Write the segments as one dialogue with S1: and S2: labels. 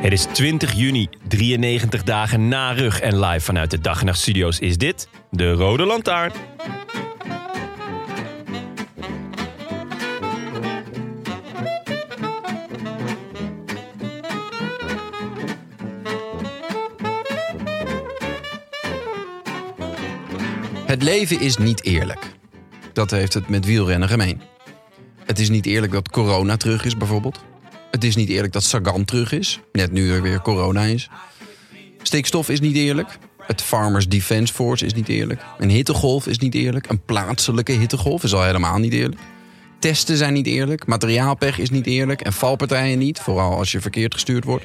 S1: Het is 20 juni, 93 dagen na rug en live vanuit de Dag en Nacht Studios is dit de Rode Lantaarn.
S2: Het leven is niet eerlijk. Dat heeft het met wielrennen gemeen. Het is niet eerlijk dat corona terug is, bijvoorbeeld. Het is niet eerlijk dat Sagan terug is, net nu er weer corona is. Stikstof is niet eerlijk. Het Farmers Defence Force is niet eerlijk. Een hittegolf is niet eerlijk. Een plaatselijke hittegolf is al helemaal niet eerlijk. Testen zijn niet eerlijk. Materiaalpech is niet eerlijk. En valpartijen niet, vooral als je verkeerd gestuurd wordt.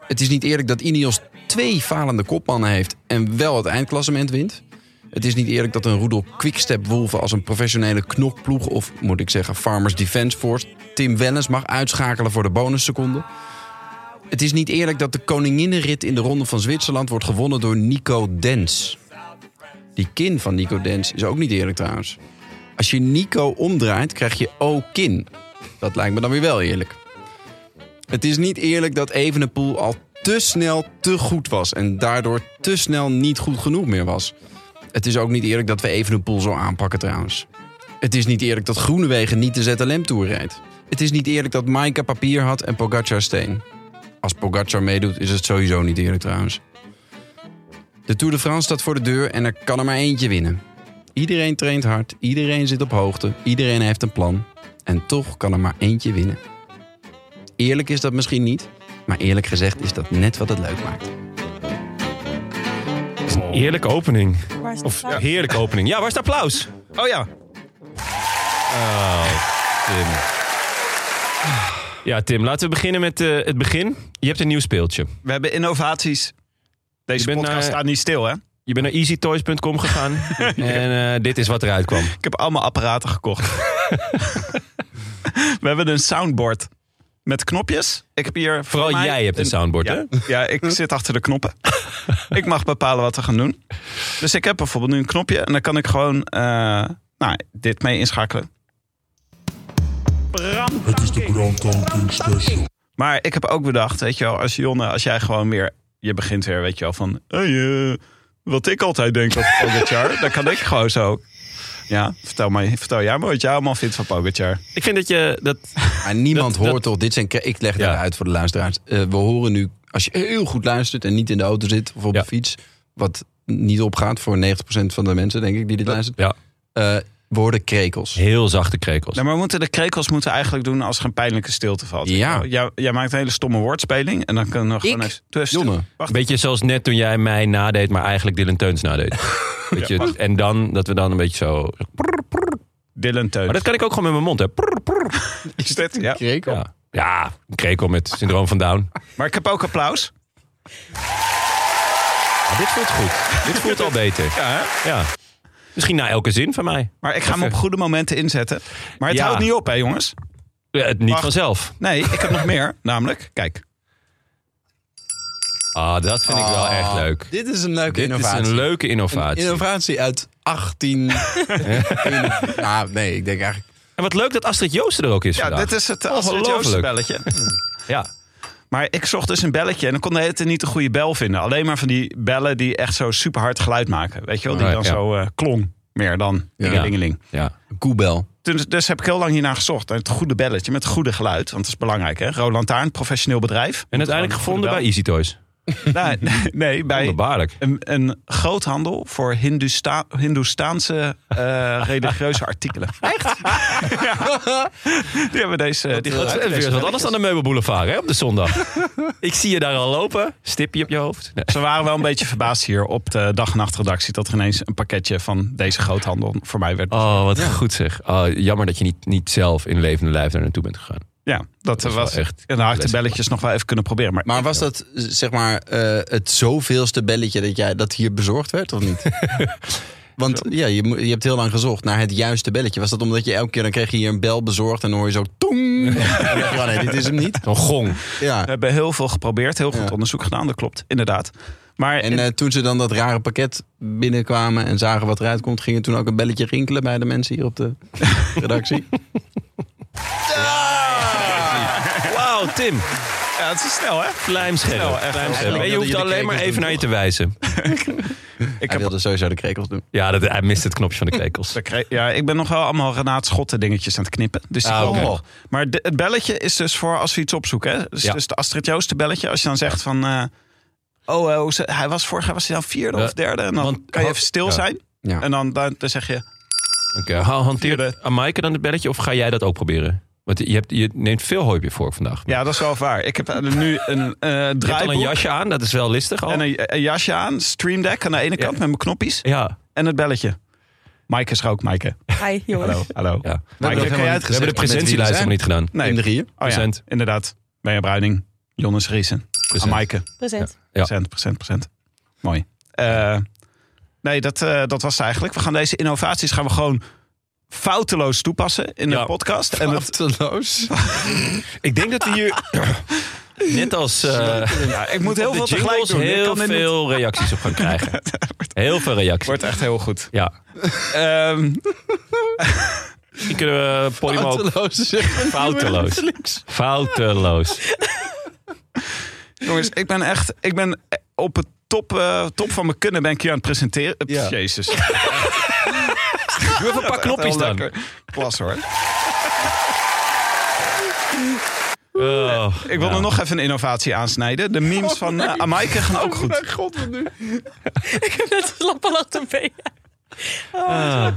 S2: Het is niet eerlijk dat Ineos twee falende kopmannen heeft en wel het eindklassement wint. Het is niet eerlijk dat een roedel Quickstep Wolven als een professionele knokploeg of moet ik zeggen Farmers Defence Force Tim Wellens mag uitschakelen voor de bonusseconde. Het is niet eerlijk dat de koninginnenrit in de ronde van Zwitserland wordt gewonnen door Nico Dens. Die kin van Nico Dens is ook niet eerlijk trouwens. Als je Nico omdraait krijg je O-kin. Dat lijkt me dan weer wel eerlijk. Het is niet eerlijk dat Evenepoel al te snel te goed was en daardoor te snel niet goed genoeg meer was. Het is ook niet eerlijk dat we Evenepoel zo aanpakken trouwens. Het is niet eerlijk dat Groenewegen niet de ZLM Tour rijdt. Het is niet eerlijk dat Maika papier had en Pogacar steen. Als Pogacar meedoet is het sowieso niet eerlijk trouwens. De Tour de France staat voor de deur en er kan er maar eentje winnen. Iedereen traint hard, iedereen zit op hoogte, iedereen heeft een plan. En toch kan er maar eentje winnen. Eerlijk is dat misschien niet, maar eerlijk gezegd is dat net wat het leuk maakt.
S1: Heerlijke opening.
S3: Waar is de
S1: Of
S3: plaat?
S1: heerlijke opening. Ja, waar is het applaus? Oh ja. Oh, Tim. Ja, Tim, laten we beginnen met eh, het begin. Je hebt een nieuw speeltje.
S4: We hebben innovaties. Deze
S1: Je bent
S4: podcast
S1: naar-
S4: staat niet stil, hè?
S1: Je bent naar easytoys.com gegaan en eh, dit is wat eruit kwam.
S4: Ik heb allemaal apparaten gekocht. We hebben een soundboard met knopjes. Ik heb hier voor
S1: Vooral
S4: mij
S1: jij hebt een soundboard,
S4: ja,
S1: hè?
S4: Ja, ik zit achter de knoppen. ik mag bepalen wat we gaan doen. Dus ik heb bijvoorbeeld nu een knopje en dan kan ik gewoon eh, nou, dit mee inschakelen.
S5: Het is de Brandtand King Special.
S4: Maar ik heb ook bedacht, weet je wel, als Jonne, als jij gewoon weer, je begint weer, weet je wel, van, hey, eh, wat ik altijd denk van Pogacar, dan kan ik gewoon zo. Ja, vertel, mij, vertel jij maar wat jij allemaal vindt van Pogacar.
S1: Ik vind dat je... Dat,
S2: Maar Ah, niemand
S1: Dat- dat-
S2: hoort toch, dit zijn, cre- ik leg het
S1: Ja.
S2: even uit voor de luisteraars. Eh, we horen nu, als je heel goed luistert en niet in de auto zit of op
S1: Ja.
S2: de fiets, wat niet opgaat voor 90% van de mensen, denk ik, die dit luistert,
S1: ja,
S2: eh, we horen krekels.
S1: heel zachte krekels.
S4: Nou, maar we moeten de krekels moeten eigenlijk doen als er een pijnlijke stilte valt.
S2: Ja.
S4: Jij, jij maakt een hele stomme woordspeling en dan kan nog gewoon
S2: Ik?
S4: even... Doe even
S2: Jonne.
S4: stil. Wacht,
S1: Beetje zoals net toen jij mij nadeed, maar eigenlijk Dylan Teuns nadeed. Weet je, en dan dat we dan een beetje zo.
S4: Dylan Teun.
S1: Maar Oh, dat kan ik ook gewoon met mijn mond, hè?
S4: is dit? Ja.
S2: Krekel?
S1: Ja, ja een krekel met syndroom van Down.
S4: Maar ik heb ook applaus.
S1: Maar dit voelt goed. Dit voelt al beter.
S4: Ja, hè?
S1: Ja. Misschien na elke zin van mij.
S4: Maar ik ga hem op goede momenten inzetten. Maar het
S1: Ja.
S4: houdt niet op, hè jongens?
S1: Ja, het niet
S4: Wacht.
S1: vanzelf.
S4: Nee, ik heb nog meer. Namelijk, kijk.
S1: Ah, dat vind ik wel echt leuk.
S2: Dit is een leuke
S1: Dit
S2: innovatie.
S1: is een leuke
S2: Een
S1: innovatie.
S2: innovatie uit 18... nou, nee, ik denk eigenlijk...
S1: En wat leuk dat Astrid Joosten er ook is
S4: Ja,
S1: vandaag.
S4: dit is het eh, Astrid
S1: Ongelooflijk.
S4: Joosten belletje.
S1: Ja.
S4: Maar ik zocht dus een belletje en dan kon de hele tijd niet de goede bel vinden. Alleen maar van die bellen die echt zo super hard geluid maken. Weet je wel, die
S1: Ja,
S4: dan
S1: ja.
S4: zo eh klong. Meer dan
S2: Ja.
S4: dingelingeling.
S1: ja.
S2: Een koebel.
S4: Dus, dus heb ik heel lang hiernaar gezocht. naar Het goede belletje met het goede geluid. Want dat is belangrijk, hè? Roland Taarn, professioneel bedrijf.
S1: En uiteindelijk gevonden bij Easy Toys.
S4: bij... Nee, nee, bij
S1: Wonderbaarlijk.
S4: een, een groothandel voor Hindusta Hindoestaanse eh, religieuze artikelen. Echt? ja. Die hebben deze... die
S1: Dat
S4: gebruiken
S1: is weer
S4: deze
S1: wat anders
S4: belletjes.
S1: dan de meubelboulevard hè, op de zondag. Ik zie je daar al lopen. Stipje op je hoofd. Nee.
S4: Ze waren wel een beetje verbaasd hier op de dag- en nachtredactie... dat er ineens een pakketje van deze groothandel voor mij werd.
S1: Oh, wat goed zeg. Oh, jammer dat je niet, niet zelf in levende lijf daar naartoe bent gegaan.
S4: Ja, dat,
S1: is wel
S4: was
S1: echt
S4: echt. En dan had ik de
S1: vreselijk.
S4: belletjes nog wel even kunnen proberen. Maar,
S2: Maar was dat eh, zeg maar eh, het zoveelste belletje dat, jij, dat hier bezorgd werd of niet? Want ja, je, moet- je hebt heel lang gezocht naar het juiste belletje. Was dat omdat je elke keer dan kreeg je hier een bel bezorgd en dan hoor je zo tong. En dan dacht je, oh nee, dit is hem niet.
S1: Zo'n gong.
S2: Ja.
S4: we hebben heel veel geprobeerd, heel goed onderzoek gedaan, dat klopt, inderdaad. Maar
S2: En eh, toen ze dan dat rare pakket binnenkwamen en zagen wat eruit komt, ging er toen ook een belletje rinkelen bij de mensen hier op de redactie.
S1: Wauw, Tim.
S4: ja, het is snel, hè?
S1: Vlijmscherp.
S4: Nou, echt.
S1: Vlijmscherp.
S2: Hij
S1: En je
S2: wilde
S1: hoeft
S2: je de
S1: alleen maar
S2: krekels
S1: even
S2: doen,
S1: naar je te wijzen.
S2: Ik wilde sowieso de krekels doen.
S1: Ja, dat, hij mist het knopje van de krekels.
S4: Dat kre- Ja, ik ben nog wel allemaal Renaat Schotten dingetjes aan het knippen. Dus die
S1: Ah,
S4: komen
S1: oké.
S4: nog. Maar de- het belletje is dus voor als we iets opzoeken. Hè? Dus,
S1: Ja.
S4: dus de Astrid Joosten belletje. Als je dan zegt van... eh, oh, eh, hoe ze- hij was vorig jaar was hij dan vierde
S1: Ja.
S4: of derde. En dan
S1: Want-
S4: kan je even stil
S1: Ja.
S4: zijn.
S2: Ja.
S4: En dan, dan, dan zeg je...
S1: Oké, ha- hanteert
S4: Vierde.
S1: aan Maaike dan het belletje of ga jij dat ook proberen? Want je, hebt, je neemt veel hooi op je vork vandaag.
S4: Ja, dat is wel waar. Ik heb eh, nu een eh
S1: je hebt al een
S4: draaiboek
S1: jasje aan, dat is wel listig al.
S4: en een, een jasje aan. Stream Deck aan de ene kant met mijn knoppies.
S1: ja,
S4: En het belletje. Maaike is er ook, Maaike.
S3: Hi, jongens.
S4: Hallo, hallo.
S1: ja.
S4: Maar ik heb geen
S1: We hebben de presentielijst nog niet gedaan.
S4: Nee.
S2: In de rieën.
S4: Oh ja,
S1: Present.
S4: inderdaad. Benja Bruining, Jonas Riesen, aan
S1: Present.
S4: Maaike.
S3: Present.
S1: Ja.
S4: Procent, procent, procent. Mooi. Eh, nee, dat, eh, dat was het eigenlijk. We gaan deze innovaties gaan we gewoon fouteloos toepassen in de
S1: Ja.
S4: podcast. En het,
S2: Achterloos.
S1: Ik denk dat we hier, net als eh,
S4: ja, ik moet heel
S1: de
S4: veel tegelijk
S1: jingles,
S4: doen. Ik
S1: heel
S4: kan dit niet-
S1: veel reacties op gaan krijgen. Heel veel reacties.
S4: Wordt echt heel goed.
S1: Ja.
S4: Ehm,
S1: Misschien kunnen we eh, Podimo ook fouteloos. Fouteloos.
S4: jongens, ik ben echt... Ik ben op het top, eh, top van mijn kunnen ben ik hier aan het presenteren. Eh,
S2: Ja.
S4: Jezus. Echt
S1: Doe even een paar knopjes
S4: heel
S1: dan.
S4: lekker. Klas hoor.
S1: Oh,
S4: Ik wil
S1: ja. Oh,
S4: er nog even een innovatie aansnijden. De memes van eh, Amaike gaan ook goed.
S3: Ik heb net een lap al achter me.
S1: Ah,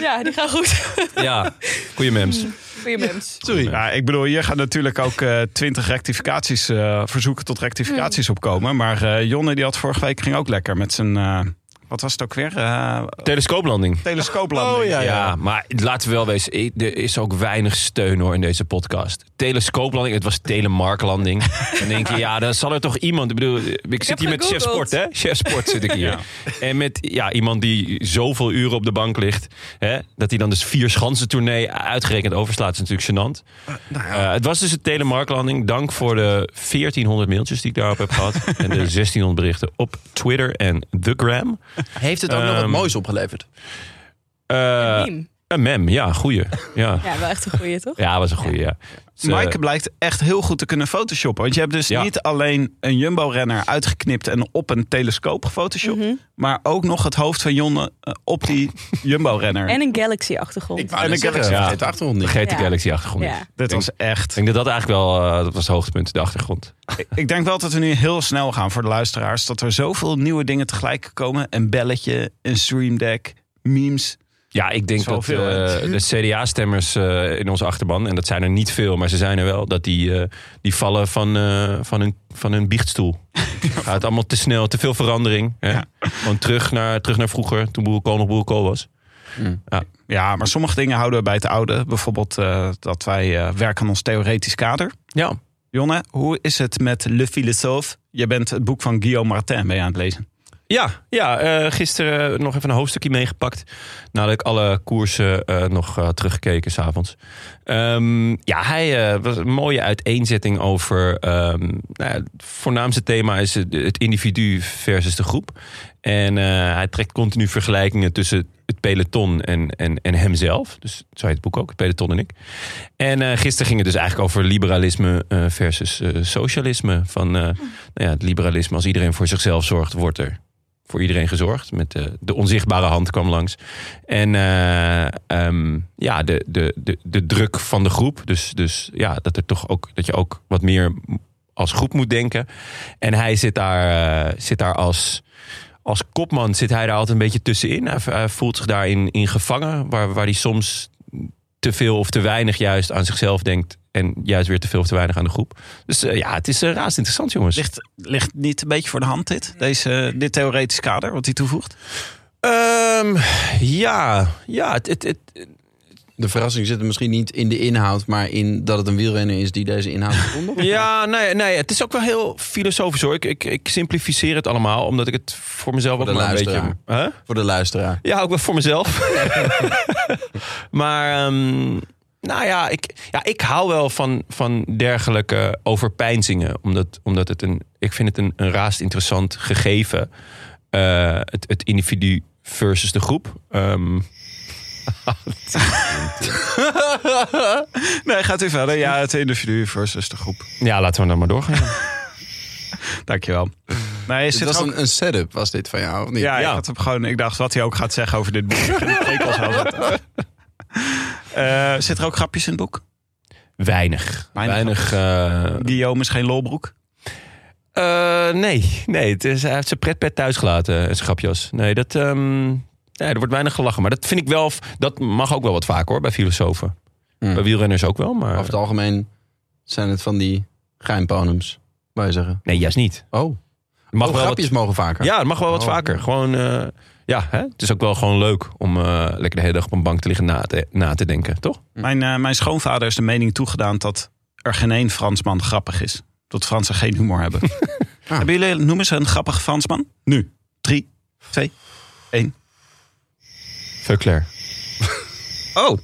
S3: Ja, die gaan goed.
S1: ja, goeie mems.
S3: Goeie mens.
S4: Ja, ik bedoel, hier gaan natuurlijk ook eh, twintig rectificaties, eh, verzoeken tot
S1: Mm.
S4: rectificaties opkomen. Maar eh, Jonne die had vorige week ging ook lekker met zijn, eh, wat was het ook weer?
S1: Oh,
S4: Eh
S1: Telescooplanding.
S4: telescooplanding.
S2: Oh, ja.
S1: Ja, maar laten we wel wezen, i- er is ook weinig steun hoor in deze podcast. Telescooplanding, het was telemarklanding. Dan denk je, ja, dan zal er toch iemand... Ik bedoel, ik, zit hier met chef
S3: gegoogeld.
S1: sport, hè? Chef sport zit ik hier. En met ja, iemand die zoveel uren op de bank ligt... Hè, dat hij dan dus vier schansen tournee uitgerekend overslaat, is natuurlijk gênant. Eh, het was dus een telemarklanding. Dank voor de 1400 mailtjes die ik daarop heb gehad. en de 1600 berichten op Twitter en The Gram.
S2: Heeft het ook nog wat
S1: Ehm,
S2: moois opgeleverd?
S1: Eh,
S3: Meme.
S1: een mem, ja, goeie. Ja.
S3: Ja, wel echt een goeie, toch?
S1: Ja, was een goede. Ja. Dus, eh,
S4: Maaike blijkt echt heel goed te kunnen photoshoppen. Want je hebt dus
S1: Ja.
S4: niet alleen een Jumbo-renner uitgeknipt en op een telescoop gefotoshopt.
S1: Mhm.
S4: Maar ook nog het hoofd van Jonne eh, op die Jumbo-renner.
S3: En een Galaxy-achtergrond.
S2: Ik wou
S4: net
S2: net
S4: zeggen,
S2: zeggen,
S1: ja.
S2: vergeet de achtergrond niet.
S1: vergeet de
S3: Ja.
S1: Galaxy achtergrond. niet.
S3: Ja.
S4: Dit was echt...
S1: Ik denk dat dat eigenlijk wel eh, dat was het hoogtepunt, de achtergrond.
S4: Ik denk wel dat we nu heel snel gaan voor de luisteraars. Dat er zoveel nieuwe dingen tegelijk komen. Een belletje, een stream deck, memes.
S1: Ja, ik denk
S4: Zo
S1: dat
S4: veel,
S1: eh,
S4: hè?
S1: de CDA-stemmers eh, in onze achterban, en dat zijn er niet veel, maar ze zijn er wel, dat die, eh, die vallen van, eh, van, hun, van hun biechtstoel. Gaat allemaal te snel, te veel verandering. Hè? Gewoon terug naar, terug naar vroeger, toen Boerenkool nog Boerenkool was.
S4: Ja, maar sommige dingen houden we bij het oude. Bijvoorbeeld eh, dat wij eh, werken aan ons theoretisch kader.
S1: Ja,
S4: Jonne, hoe is het met Le Philosophe? Je bent het boek van Guillaume Martin ben je aan het lezen.
S1: Ja, ja eh, gisteren eh, nog even een hoofdstukje meegepakt. Nadat ik alle koersen eh, nog eh, teruggekeken s'avonds. Ehm ja, hij eh, was een mooie uiteenzetting over. ehm, nou ja, het voornaamste thema is het, het individu versus de groep. En eh, hij trekt continu vergelijkingen tussen het peloton en, en, en hemzelf. Dus zo heet het boek ook, het peloton en ik. En eh, gisteren ging het dus eigenlijk over liberalisme eh, versus eh, socialisme. Van eh, nou ja, het liberalisme, als iedereen voor zichzelf zorgt, wordt er voor iedereen gezorgd. Met de, de onzichtbare hand kwam langs. En eh, ehm, ja, de, de, de, de druk van de groep. Dus, dus ja, dat, er toch ook, dat je ook wat meer als groep moet denken. En hij zit daar, eh, zit daar als, als kopman zit hij daar altijd een beetje tussenin. Hij, hij voelt zich daarin in gevangen. Waar, waar hij soms te veel of te weinig juist aan zichzelf denkt. En juist weer te veel of te weinig aan de groep. Dus eh, ja, het is eh, razend interessant, jongens.
S4: Ligt, ligt niet een beetje voor de hand dit? Deze, dit theoretisch kader wat hij toevoegt?
S1: Ehm, ja, ja het, het, het-
S2: De verrassing zit er misschien niet in de inhoud, maar in dat het een wielrenner is die deze inhoud verkondigt.
S1: ja nee, nee, het is ook wel heel filosofisch hoor. Ik, ik, ik simplificeer het allemaal, omdat ik het voor mezelf
S2: Voor
S1: ook
S2: de
S1: maar een beetje...
S2: luisteraar.
S1: Huh?
S2: Voor de luisteraar.
S1: Ja, ook wel voor mezelf. maar ehm, nou ja ik, ja, ik hou wel van, van dergelijke overpeinzingen. Omdat, omdat het een, ik vind het een, een raast interessant gegeven. Eh, het, het individu versus de groep. Ehm,
S4: Nee, gaat u verder. Ja, het individu versus de groep.
S1: ja, laten we dan maar doorgaan.
S4: Dankjewel. Nee, is
S2: Dit
S4: dit
S2: was
S4: ook...
S2: een, een setup, was dit van jou, of niet?
S4: Ja,
S1: ja.
S4: Ik, had hem gewoon, ik dacht wat hij ook gaat zeggen over dit boek. Ik ging de tekels wel zetten. Eh, zit er ook grapjes in het boek?
S1: Weinig. Weinig. eh,
S4: Guillaume is geen lolbroek.
S1: Eh, nee, nee het is, hij heeft zijn pretpet thuis gelaten en zijn grapjas. Nee, dat, ehm, nee, er wordt weinig gelachen. Maar dat vind ik wel, dat mag ook wel wat vaker hoor, bij filosofen.
S2: Hmm.
S1: Bij wielrenners ook wel, maar...
S2: Over het algemeen zijn het van die geheimponems, wij zeggen.
S1: Nee, juist niet.
S2: Oh,
S1: Het Mag
S2: oh,
S1: wel
S2: grapjes
S1: wat,
S2: mogen vaker.
S1: ja, het mag wel wat
S2: Oh.
S1: vaker. Gewoon, eh, ja, hè? het is ook wel gewoon leuk om eh, lekker de hele dag op een bank te liggen na te, na te denken, toch?
S4: Mijn, eh, mijn schoonvader is de mening toegedaan dat er geen één Fransman grappig is. Dat Fransen geen humor hebben. Ah. Hebben jullie, noemen ze een grappige Fransman? Nu. Drie, twee, één.
S1: Veuclair.
S4: Oh.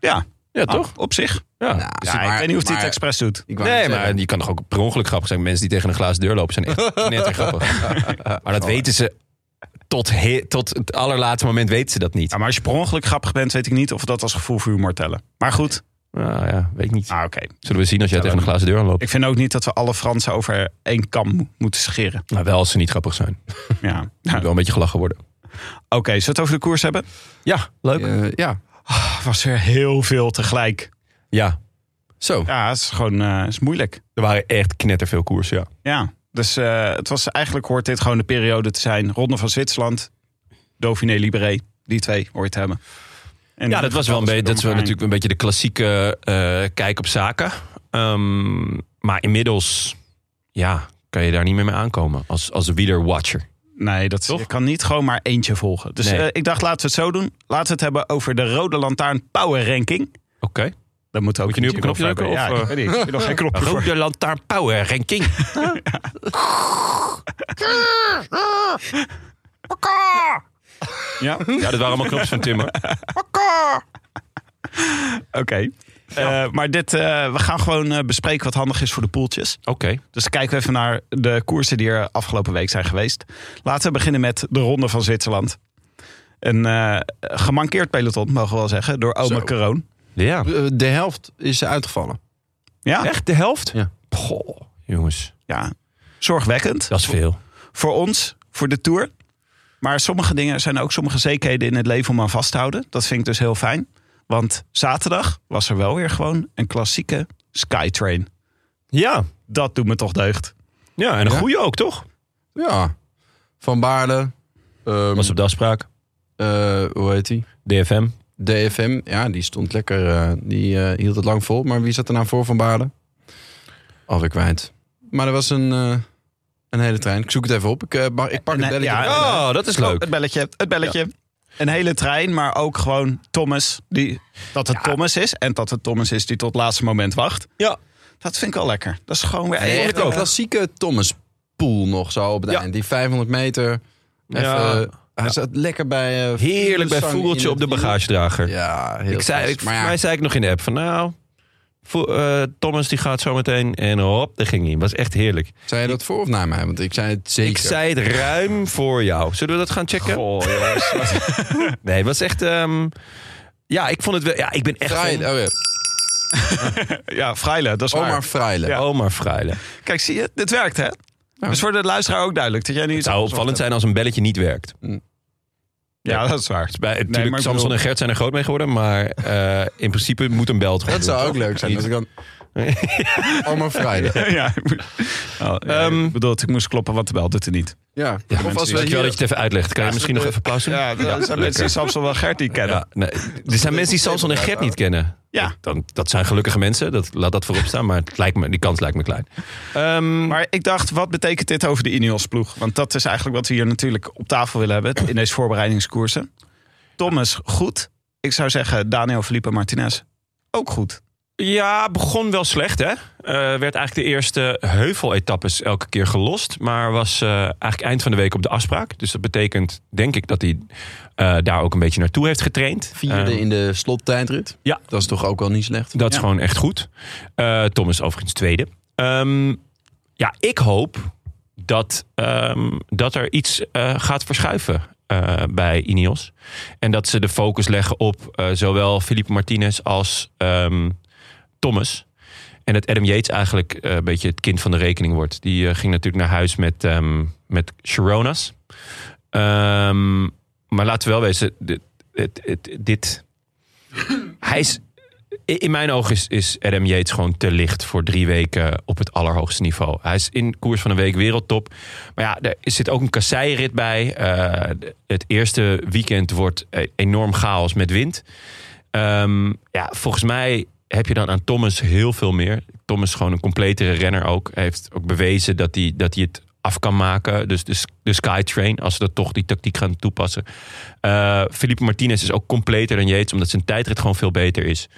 S4: Ja,
S1: Ja,
S4: ah,
S1: toch?
S4: op zich.
S1: Ja.
S2: Nou,
S4: Ja,
S2: maar-
S4: dus ik weet niet of hij
S2: maar-
S4: het expres doet.
S2: Ik wou
S1: Nee,
S2: net
S1: maar
S2: zeggen.
S1: je kan toch ook per ongeluk grappig zijn. Mensen die tegen een glazen deur lopen zijn echt knettergrappig. maar dat weten ze tot, he- tot het allerlaatste moment weten ze dat niet.
S4: Ja, maar als je per ongeluk grappig bent, weet ik niet of we dat als gevoel voor humor tellen. Maar goed.
S1: Nou ja, weet ik niet.
S4: Ah, oké.
S1: Zullen we zien als jij tegen een glazen deur aanloopt.
S4: Ik vind ook niet dat we alle Fransen over één kam mo- moeten scheren.
S1: Maar wel als ze niet grappig zijn.
S4: Ja.
S1: Moet wel een beetje gelachen worden.
S4: Oké, zullen we het over de koers hebben?
S1: Ja, leuk. Ja.
S2: Eh, ja,
S4: Ah, was er heel veel tegelijk.
S2: zo.
S4: Ja, het is gewoon eh, het is moeilijk.
S1: er waren echt knetterveel koersen, ja.
S4: Ja, dus eh, het was, eigenlijk hoort dit gewoon de periode te zijn. Ronde van Zwitserland, Dauphiné Libéré, die twee ooit hebben. En
S1: Ja, dat was wel een beetje, dat is wel
S4: elkaar
S1: natuurlijk een beetje de klassieke eh, kijk op zaken. Ehm, maar inmiddels, ja, kan je daar niet meer mee aankomen als, als wielerwatcher.
S4: heen. Nee, dat,
S1: Toch?
S4: je kan niet gewoon maar eentje volgen. Dus
S1: Nee.
S4: eh, ik dacht, laten we het zo doen. Laten we het hebben over de Rode Lantaarn Power Ranking.
S1: Oké.
S4: Dan moet, ook
S1: Moet je nu op een
S4: jingle
S1: knopje
S4: voor
S1: drukken,
S4: hebben.
S1: of, eh,
S4: Ja, ik weet niet. Oh, Ik heb nog geen knopje voor.
S1: Rode lantaarn power ranking.
S4: Ja,
S1: Ja, dat waren allemaal knopjes van Timmer.
S4: oké. Eh, maar dit, eh, we gaan gewoon eh, bespreken wat handig is voor de poeltjes.
S1: Oké.
S4: Dus dan kijken we even naar de koersen die er afgelopen week zijn geweest. Laten we beginnen met de Ronde van Zwitserland. Een eh, gemankeerd peloton, mogen we wel zeggen, door Oma
S2: Zo.
S4: Caron.
S1: Ja.
S2: Eh, De helft is uitgevallen.
S4: Ja,
S1: Echt de helft?
S2: Ja.
S1: Goh, jongens.
S4: ja, zorgwekkend.
S1: Dat is veel.
S4: Voor ons, voor de Tour. Maar sommige dingen zijn ook sommige zekerheden in het leven om aan vast te houden. Dat vind ik dus heel fijn. Want zaterdag was er wel weer gewoon een klassieke Skytrain.
S1: Ja.
S4: Dat doet me toch deugd.
S1: Ja, en een
S2: Ja?
S1: goede ook, toch?
S2: Ja. Van Baarle. ehm,
S1: Was op de afspraak.
S2: eh, hoe heet die?
S1: DFM.
S2: DFM. Ja, die stond lekker. eh, die eh, hield het lang vol. Maar wie zat er nou voor Van Baarle? Alweer kwijt. Maar er was een, eh, een hele trein. Ik zoek het even op. Ik, eh, mag- ik pak het
S4: Nee,
S2: belletje.
S4: ja,
S2: erbij.
S1: Oh, dat is leuk.
S4: Het belletje, het belletje. Een hele trein, maar ook gewoon Thomas. Die, dat het Thomas is. En dat het Thomas is die tot het laatste moment wacht.
S1: Ja.
S4: Dat vind ik wel lekker. Dat is gewoon weer...
S2: Nee, echt
S4: eigenlijk
S2: een klassieke Thomas Poel nog zo op het
S1: Ja.
S2: eind. Die 500 meter. Even,
S1: Ja.
S2: eh, Hij zat lekker bij... eh,
S1: Heerlijk bij
S2: Vogelsang
S1: Vogeltje
S2: in
S1: op de
S2: het wiel.
S1: bagagedrager.
S2: Ja, heel
S1: ik zei,
S2: fris.
S1: ik,
S2: Maar ja,
S1: volgens mij zei ik nog in de app van nou... vo- eh, Thomas die gaat zo meteen en hop, daar ging hij. Was echt heerlijk.
S2: zei je dat voor of na mij? Want ik zei het zeker.
S1: Ik zei het ruim voor jou. Zullen we dat gaan checken? nee, het was echt... ehm, ja, ik vond het wel... Ja, ik ben echt...
S2: Freile,
S1: fan-
S2: oh ja,
S4: Ja, Freile, dat is waar.
S2: Omar Freile.
S1: Omar Freile.
S4: Kijk, zie je? Dit werkt, hè? Dus voor de luisteraar ook duidelijk. Dat jij niet
S1: Het zou opvallend zijn als een belletje niet werkt.
S4: Ja, dat is waar.
S1: Bij, natuurlijk,
S4: maar ik
S1: Samson
S4: bedoel-
S1: en Gert zijn er groot mee geworden, maar eh, in principe moet een bel het gewoon
S2: Dat zou
S1: doen,
S2: ook
S1: toch?
S2: leuk zijn. Dat ik dan... Allemaal vrijdag.
S4: ja, ik moet- Oh, ja,
S1: Ehm,
S4: ik bedoel, ik moest kloppen, want de bel doet het niet.
S2: Ja. of als
S1: Dankjewel
S2: we
S1: dat je
S2: hier...
S1: het even uitlegt. Kan je misschien nog even pauze?
S4: Ja, er zijn mensen die Samson wel Gert niet kennen.
S1: Ja, nee. Er zijn mensen die Samson en Gert niet kennen.
S4: Ja.
S1: Dat, dan, dat zijn gelukkige mensen, dat, laat dat voorop staan. Maar het lijkt me, die kans lijkt me klein. Ehm,
S4: Maar ik dacht, wat betekent dit over de Ineos-ploeg? Want dat is eigenlijk wat we hier natuurlijk op tafel willen hebben in deze voorbereidingskoersen. Thomas, goed. Ik zou zeggen, Daniel Felipe Martinez, ook goed.
S1: ja, begon wel slecht hè. Eh, werd eigenlijk de eerste heuveletappes elke keer gelost. Maar was eh, eigenlijk eind van de week op de afspraak. Dus dat betekent denk ik dat hij eh, daar ook een beetje naartoe heeft getraind.
S2: Vierde
S1: Eh,
S2: in de slottijdrit.
S1: Ja.
S2: Dat is toch ook wel niet slecht.
S1: Dat is
S4: Ja.
S1: gewoon echt goed. Eh Thomas overigens tweede. Ehm, ja, ik hoop dat, ehm, dat er iets eh, gaat verschuiven eh, bij Ineos. En dat ze de focus leggen op eh, zowel Felipe Martinez als ehm, Thomas. En dat Adam Yates eigenlijk eh, een beetje het kind van de rekening wordt. Die eh, ging natuurlijk naar huis met, ehm, met Sharonas. Ehm, maar laten we wel wezen, dit, dit, dit, dit- hij is, in in mijn ogen is, is Adam Yates gewoon te licht voor drie weken op het allerhoogste niveau. Hij is in koers van een week wereldtop. Maar ja, er zit ook een kasseirit bij. Eh, het eerste weekend wordt eh, enorm chaos met wind. Ehm, ja, volgens mij heb je dan aan Thomas heel veel meer. Thomas is gewoon een completere renner ook. Hij heeft ook bewezen dat hij, dat hij het af kan maken. Dus de, s- de Skytrain, als ze dat toch die tactiek gaan toepassen. Eh Felipe Martinez is ook completer dan Yates, omdat zijn tijdrit gewoon veel beter is.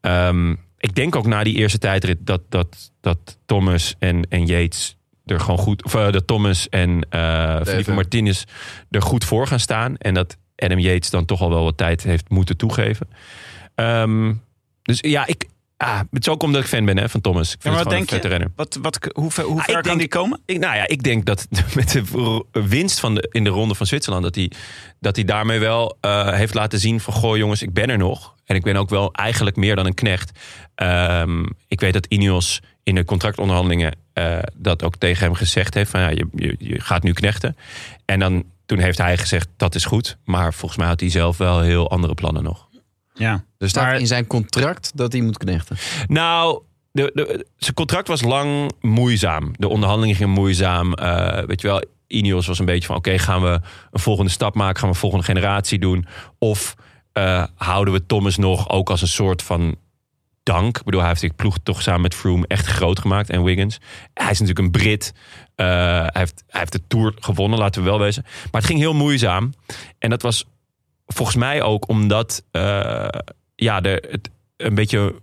S1: Ehm, ik denk ook na die eerste tijdrit dat, dat, dat Thomas en, en Yates er gewoon goed. Of eh, dat Thomas en eh Felipe
S2: Even.
S1: Martinez er goed voor gaan staan. En dat Adam Yates dan toch al wel wat tijd heeft moeten toegeven. Ehm, dus ja, ik. Ah, het is ook omdat ik fan ben hè, van Thomas. Ik vind
S4: maar
S1: het
S4: wat
S1: gewoon een
S4: denk
S1: vette
S4: je?
S1: renner.
S4: Wat, wat, hoe ver, hoe
S1: Ah,
S4: ver
S1: ik
S4: kan
S1: denk-
S4: die komen?
S1: Ik, nou ja, ik denk dat met de ro- winst van de, in de ronde van Zwitserland... dat hij dat hij daarmee wel eh, heeft laten zien van... goh jongens, ik ben er nog. En ik ben ook wel eigenlijk meer dan een knecht. Ehm, ik weet dat Ineos in de contractonderhandelingen... eh, dat ook tegen hem gezegd heeft van... Ja, je, je, je gaat nu knechten. En dan, toen heeft hij gezegd, dat is goed. Maar volgens mij had hij zelf wel heel andere plannen nog.
S4: Ja.
S2: Er staat
S4: Maar-
S2: in zijn contract dat hij moet knechten.
S1: Nou, de, de, zijn contract was lang moeizaam. De onderhandelingen gingen moeizaam. Eh, weet je wel, Ineos was een beetje van... oké, gaan we een volgende stap maken? Gaan we een volgende generatie doen? Of eh, houden we Thomas nog ook als een soort van dank? Ik bedoel, hij heeft die ploeg toch samen met Froome echt groot gemaakt. En Wiggins. Hij is natuurlijk een Brit. Eh, hij, heeft, hij heeft de Tour gewonnen, laten we wel wezen. Maar het ging heel moeizaam. En dat was volgens mij ook omdat... eh, ja, de, het een beetje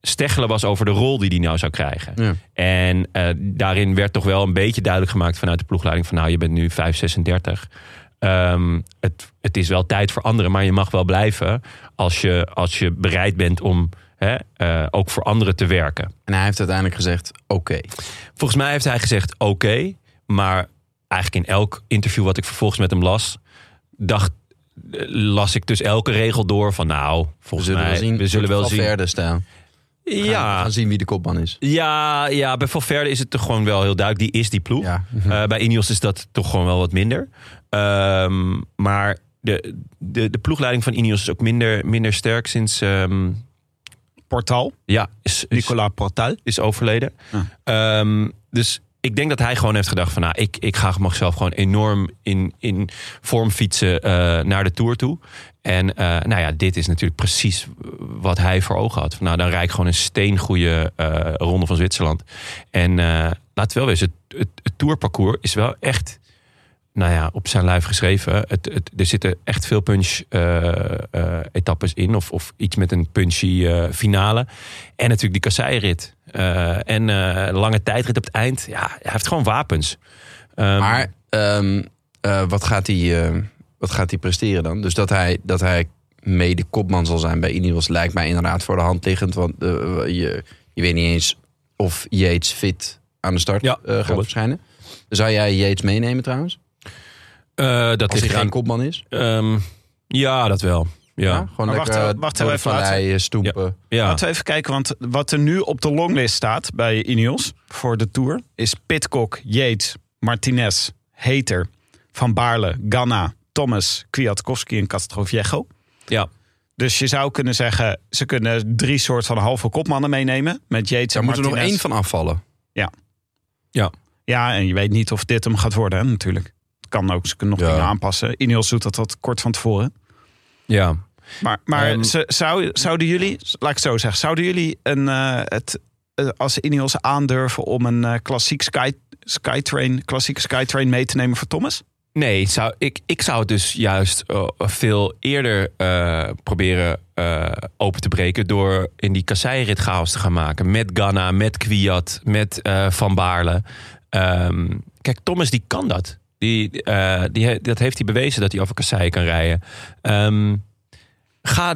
S1: steggelen was over de rol die hij nou zou krijgen.
S2: Ja.
S1: En eh, daarin werd toch wel een beetje duidelijk gemaakt vanuit de ploegleiding van nou, je bent nu 5, 36. Ehm, het, het is wel tijd voor anderen, maar je mag wel blijven als je, als je bereid bent om hè, eh, ook voor anderen te werken.
S2: En hij heeft uiteindelijk gezegd, oké.
S1: Volgens mij heeft hij gezegd oké, maar eigenlijk in elk interview wat ik vervolgens met hem las, dacht, eh, las ik dus elke regel door van nou,
S2: We
S1: volgens
S2: zullen
S1: mij,
S2: wel zien.
S1: we zullen wel zien.
S2: verder staan. Gaan,
S1: Ja,
S2: gaan zien wie de kopman is.
S1: Ja, ja, bij Valverde is het toch gewoon wel heel duidelijk. Die is die ploeg.
S2: Ja.
S1: Eh, bij Ineos is dat toch gewoon wel wat minder. Ehm, maar de, de, de ploegleiding van Ineos is ook minder, minder sterk sinds... ehm,
S4: Portal,
S1: ja, is, is,
S4: Nicolas Portal.
S1: is overleden. Ehm, dus ik denk dat hij gewoon heeft gedacht van... Nou, ik, ik ga mezelf gewoon enorm in, in vorm fietsen eh, naar de Tour toe. En eh, nou ja, dit is natuurlijk precies wat hij voor ogen had. Van, Nou, dan rijd ik gewoon een steengoede eh, ronde van Zwitserland. En eh laten we wel wezen, het, het, het tourparcours is wel echt... Nou ja, op zijn lijf geschreven. Het, het, er zitten echt veel punch-etappes in. Of, of iets met een punchy eh, finale. En natuurlijk die kasseirit. Eh, en eh, lange tijdrit op het eind. Ja, hij heeft gewoon wapens. Ehm,
S2: Maar ehm, eh, wat, gaat hij, eh, wat gaat hij presteren dan? Dus dat hij, dat hij mede kopman zal zijn bij Ineos lijkt mij inderdaad voor de hand liggend. Want eh, je, je weet niet eens of Yates fit aan de start
S1: Ja,
S2: eh, gaat
S1: klopt.
S2: verschijnen. Zou jij Yates meenemen trouwens?
S1: eh, dat
S2: Als
S1: ligt
S2: hij geen
S1: aan.
S2: kopman is?
S1: Ehm, ja, dat wel. Ja.
S2: Gewoon
S4: Maar wacht
S2: lekker eh,
S4: even, wacht
S2: door de
S4: even, laten we-
S2: valleien, stoepen.
S1: Ja.
S4: Laten we even kijken, want wat er nu op de longlist staat bij Ineos voor de Tour... is Pitcock, Yates, Martinez, Heter, Van Baarle, Ganna, Thomas, Kwiatkowski en Castroviejo.
S1: ja.
S4: Dus je zou kunnen zeggen, ze kunnen drie soort van halve kopmannen meenemen met Yates
S2: Daar
S4: en
S2: moet er
S4: Martinez.
S2: nog één van afvallen.
S4: Ja, en je weet niet of dit hem gaat worden, hè, natuurlijk. Het kan ook, ze kunnen nog
S2: Ja.
S4: dingen aanpassen. Ineos doet dat wat kort van tevoren.
S1: ja.
S4: Maar, maar
S1: Ehm,
S4: ze- zou, zouden jullie, laat ik het zo zeggen, zouden jullie een, eh, het, eh, als Ineos aandurven om een eh, klassiek sky, skytrain, klassieke skytrain mee te nemen voor Thomas?
S1: Nee, zou, ik, ik zou het dus juist eh, veel eerder eh, proberen eh, open te breken... door in die kasseirit chaos te gaan maken. Met Ganna, met Kwiat, met eh, Van Baarle. Ehm, kijk, Thomas die kan dat. Die, eh, die, he- dat heeft hij bewezen dat hij over kasseien kan rijden. Ehm, ga,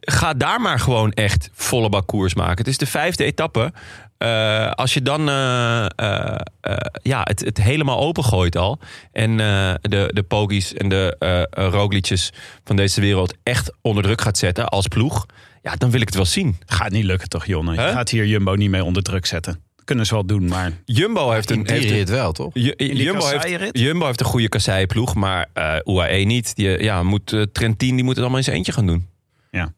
S1: ga daar maar gewoon echt volle bak koers maken. Het is de vijfde etappe. Eh, als je dan eh, eh, eh, ja, het, het helemaal opengooit al... en eh, de, de pogies en de eh eh, Roglicjes van deze wereld... echt onder druk gaat zetten als ploeg... ja, dan wil ik het wel zien.
S4: Gaat niet lukken toch, Jonne? Je
S1: Hè?
S4: gaat hier Jumbo niet mee onder druk zetten. Kunnen ze wel doen, maar
S1: Jumbo heeft
S2: In
S1: een...
S2: die
S1: heeft een-
S2: rit wel, toch?
S1: Ju- Jumbo, heeft,
S4: kasseierit?
S1: Jumbo heeft een goede kasseiploeg, maar eh UAE niet. Die, eh, ja, moet, eh, Trentin die moet het allemaal in zijn eentje gaan doen.
S4: Ja.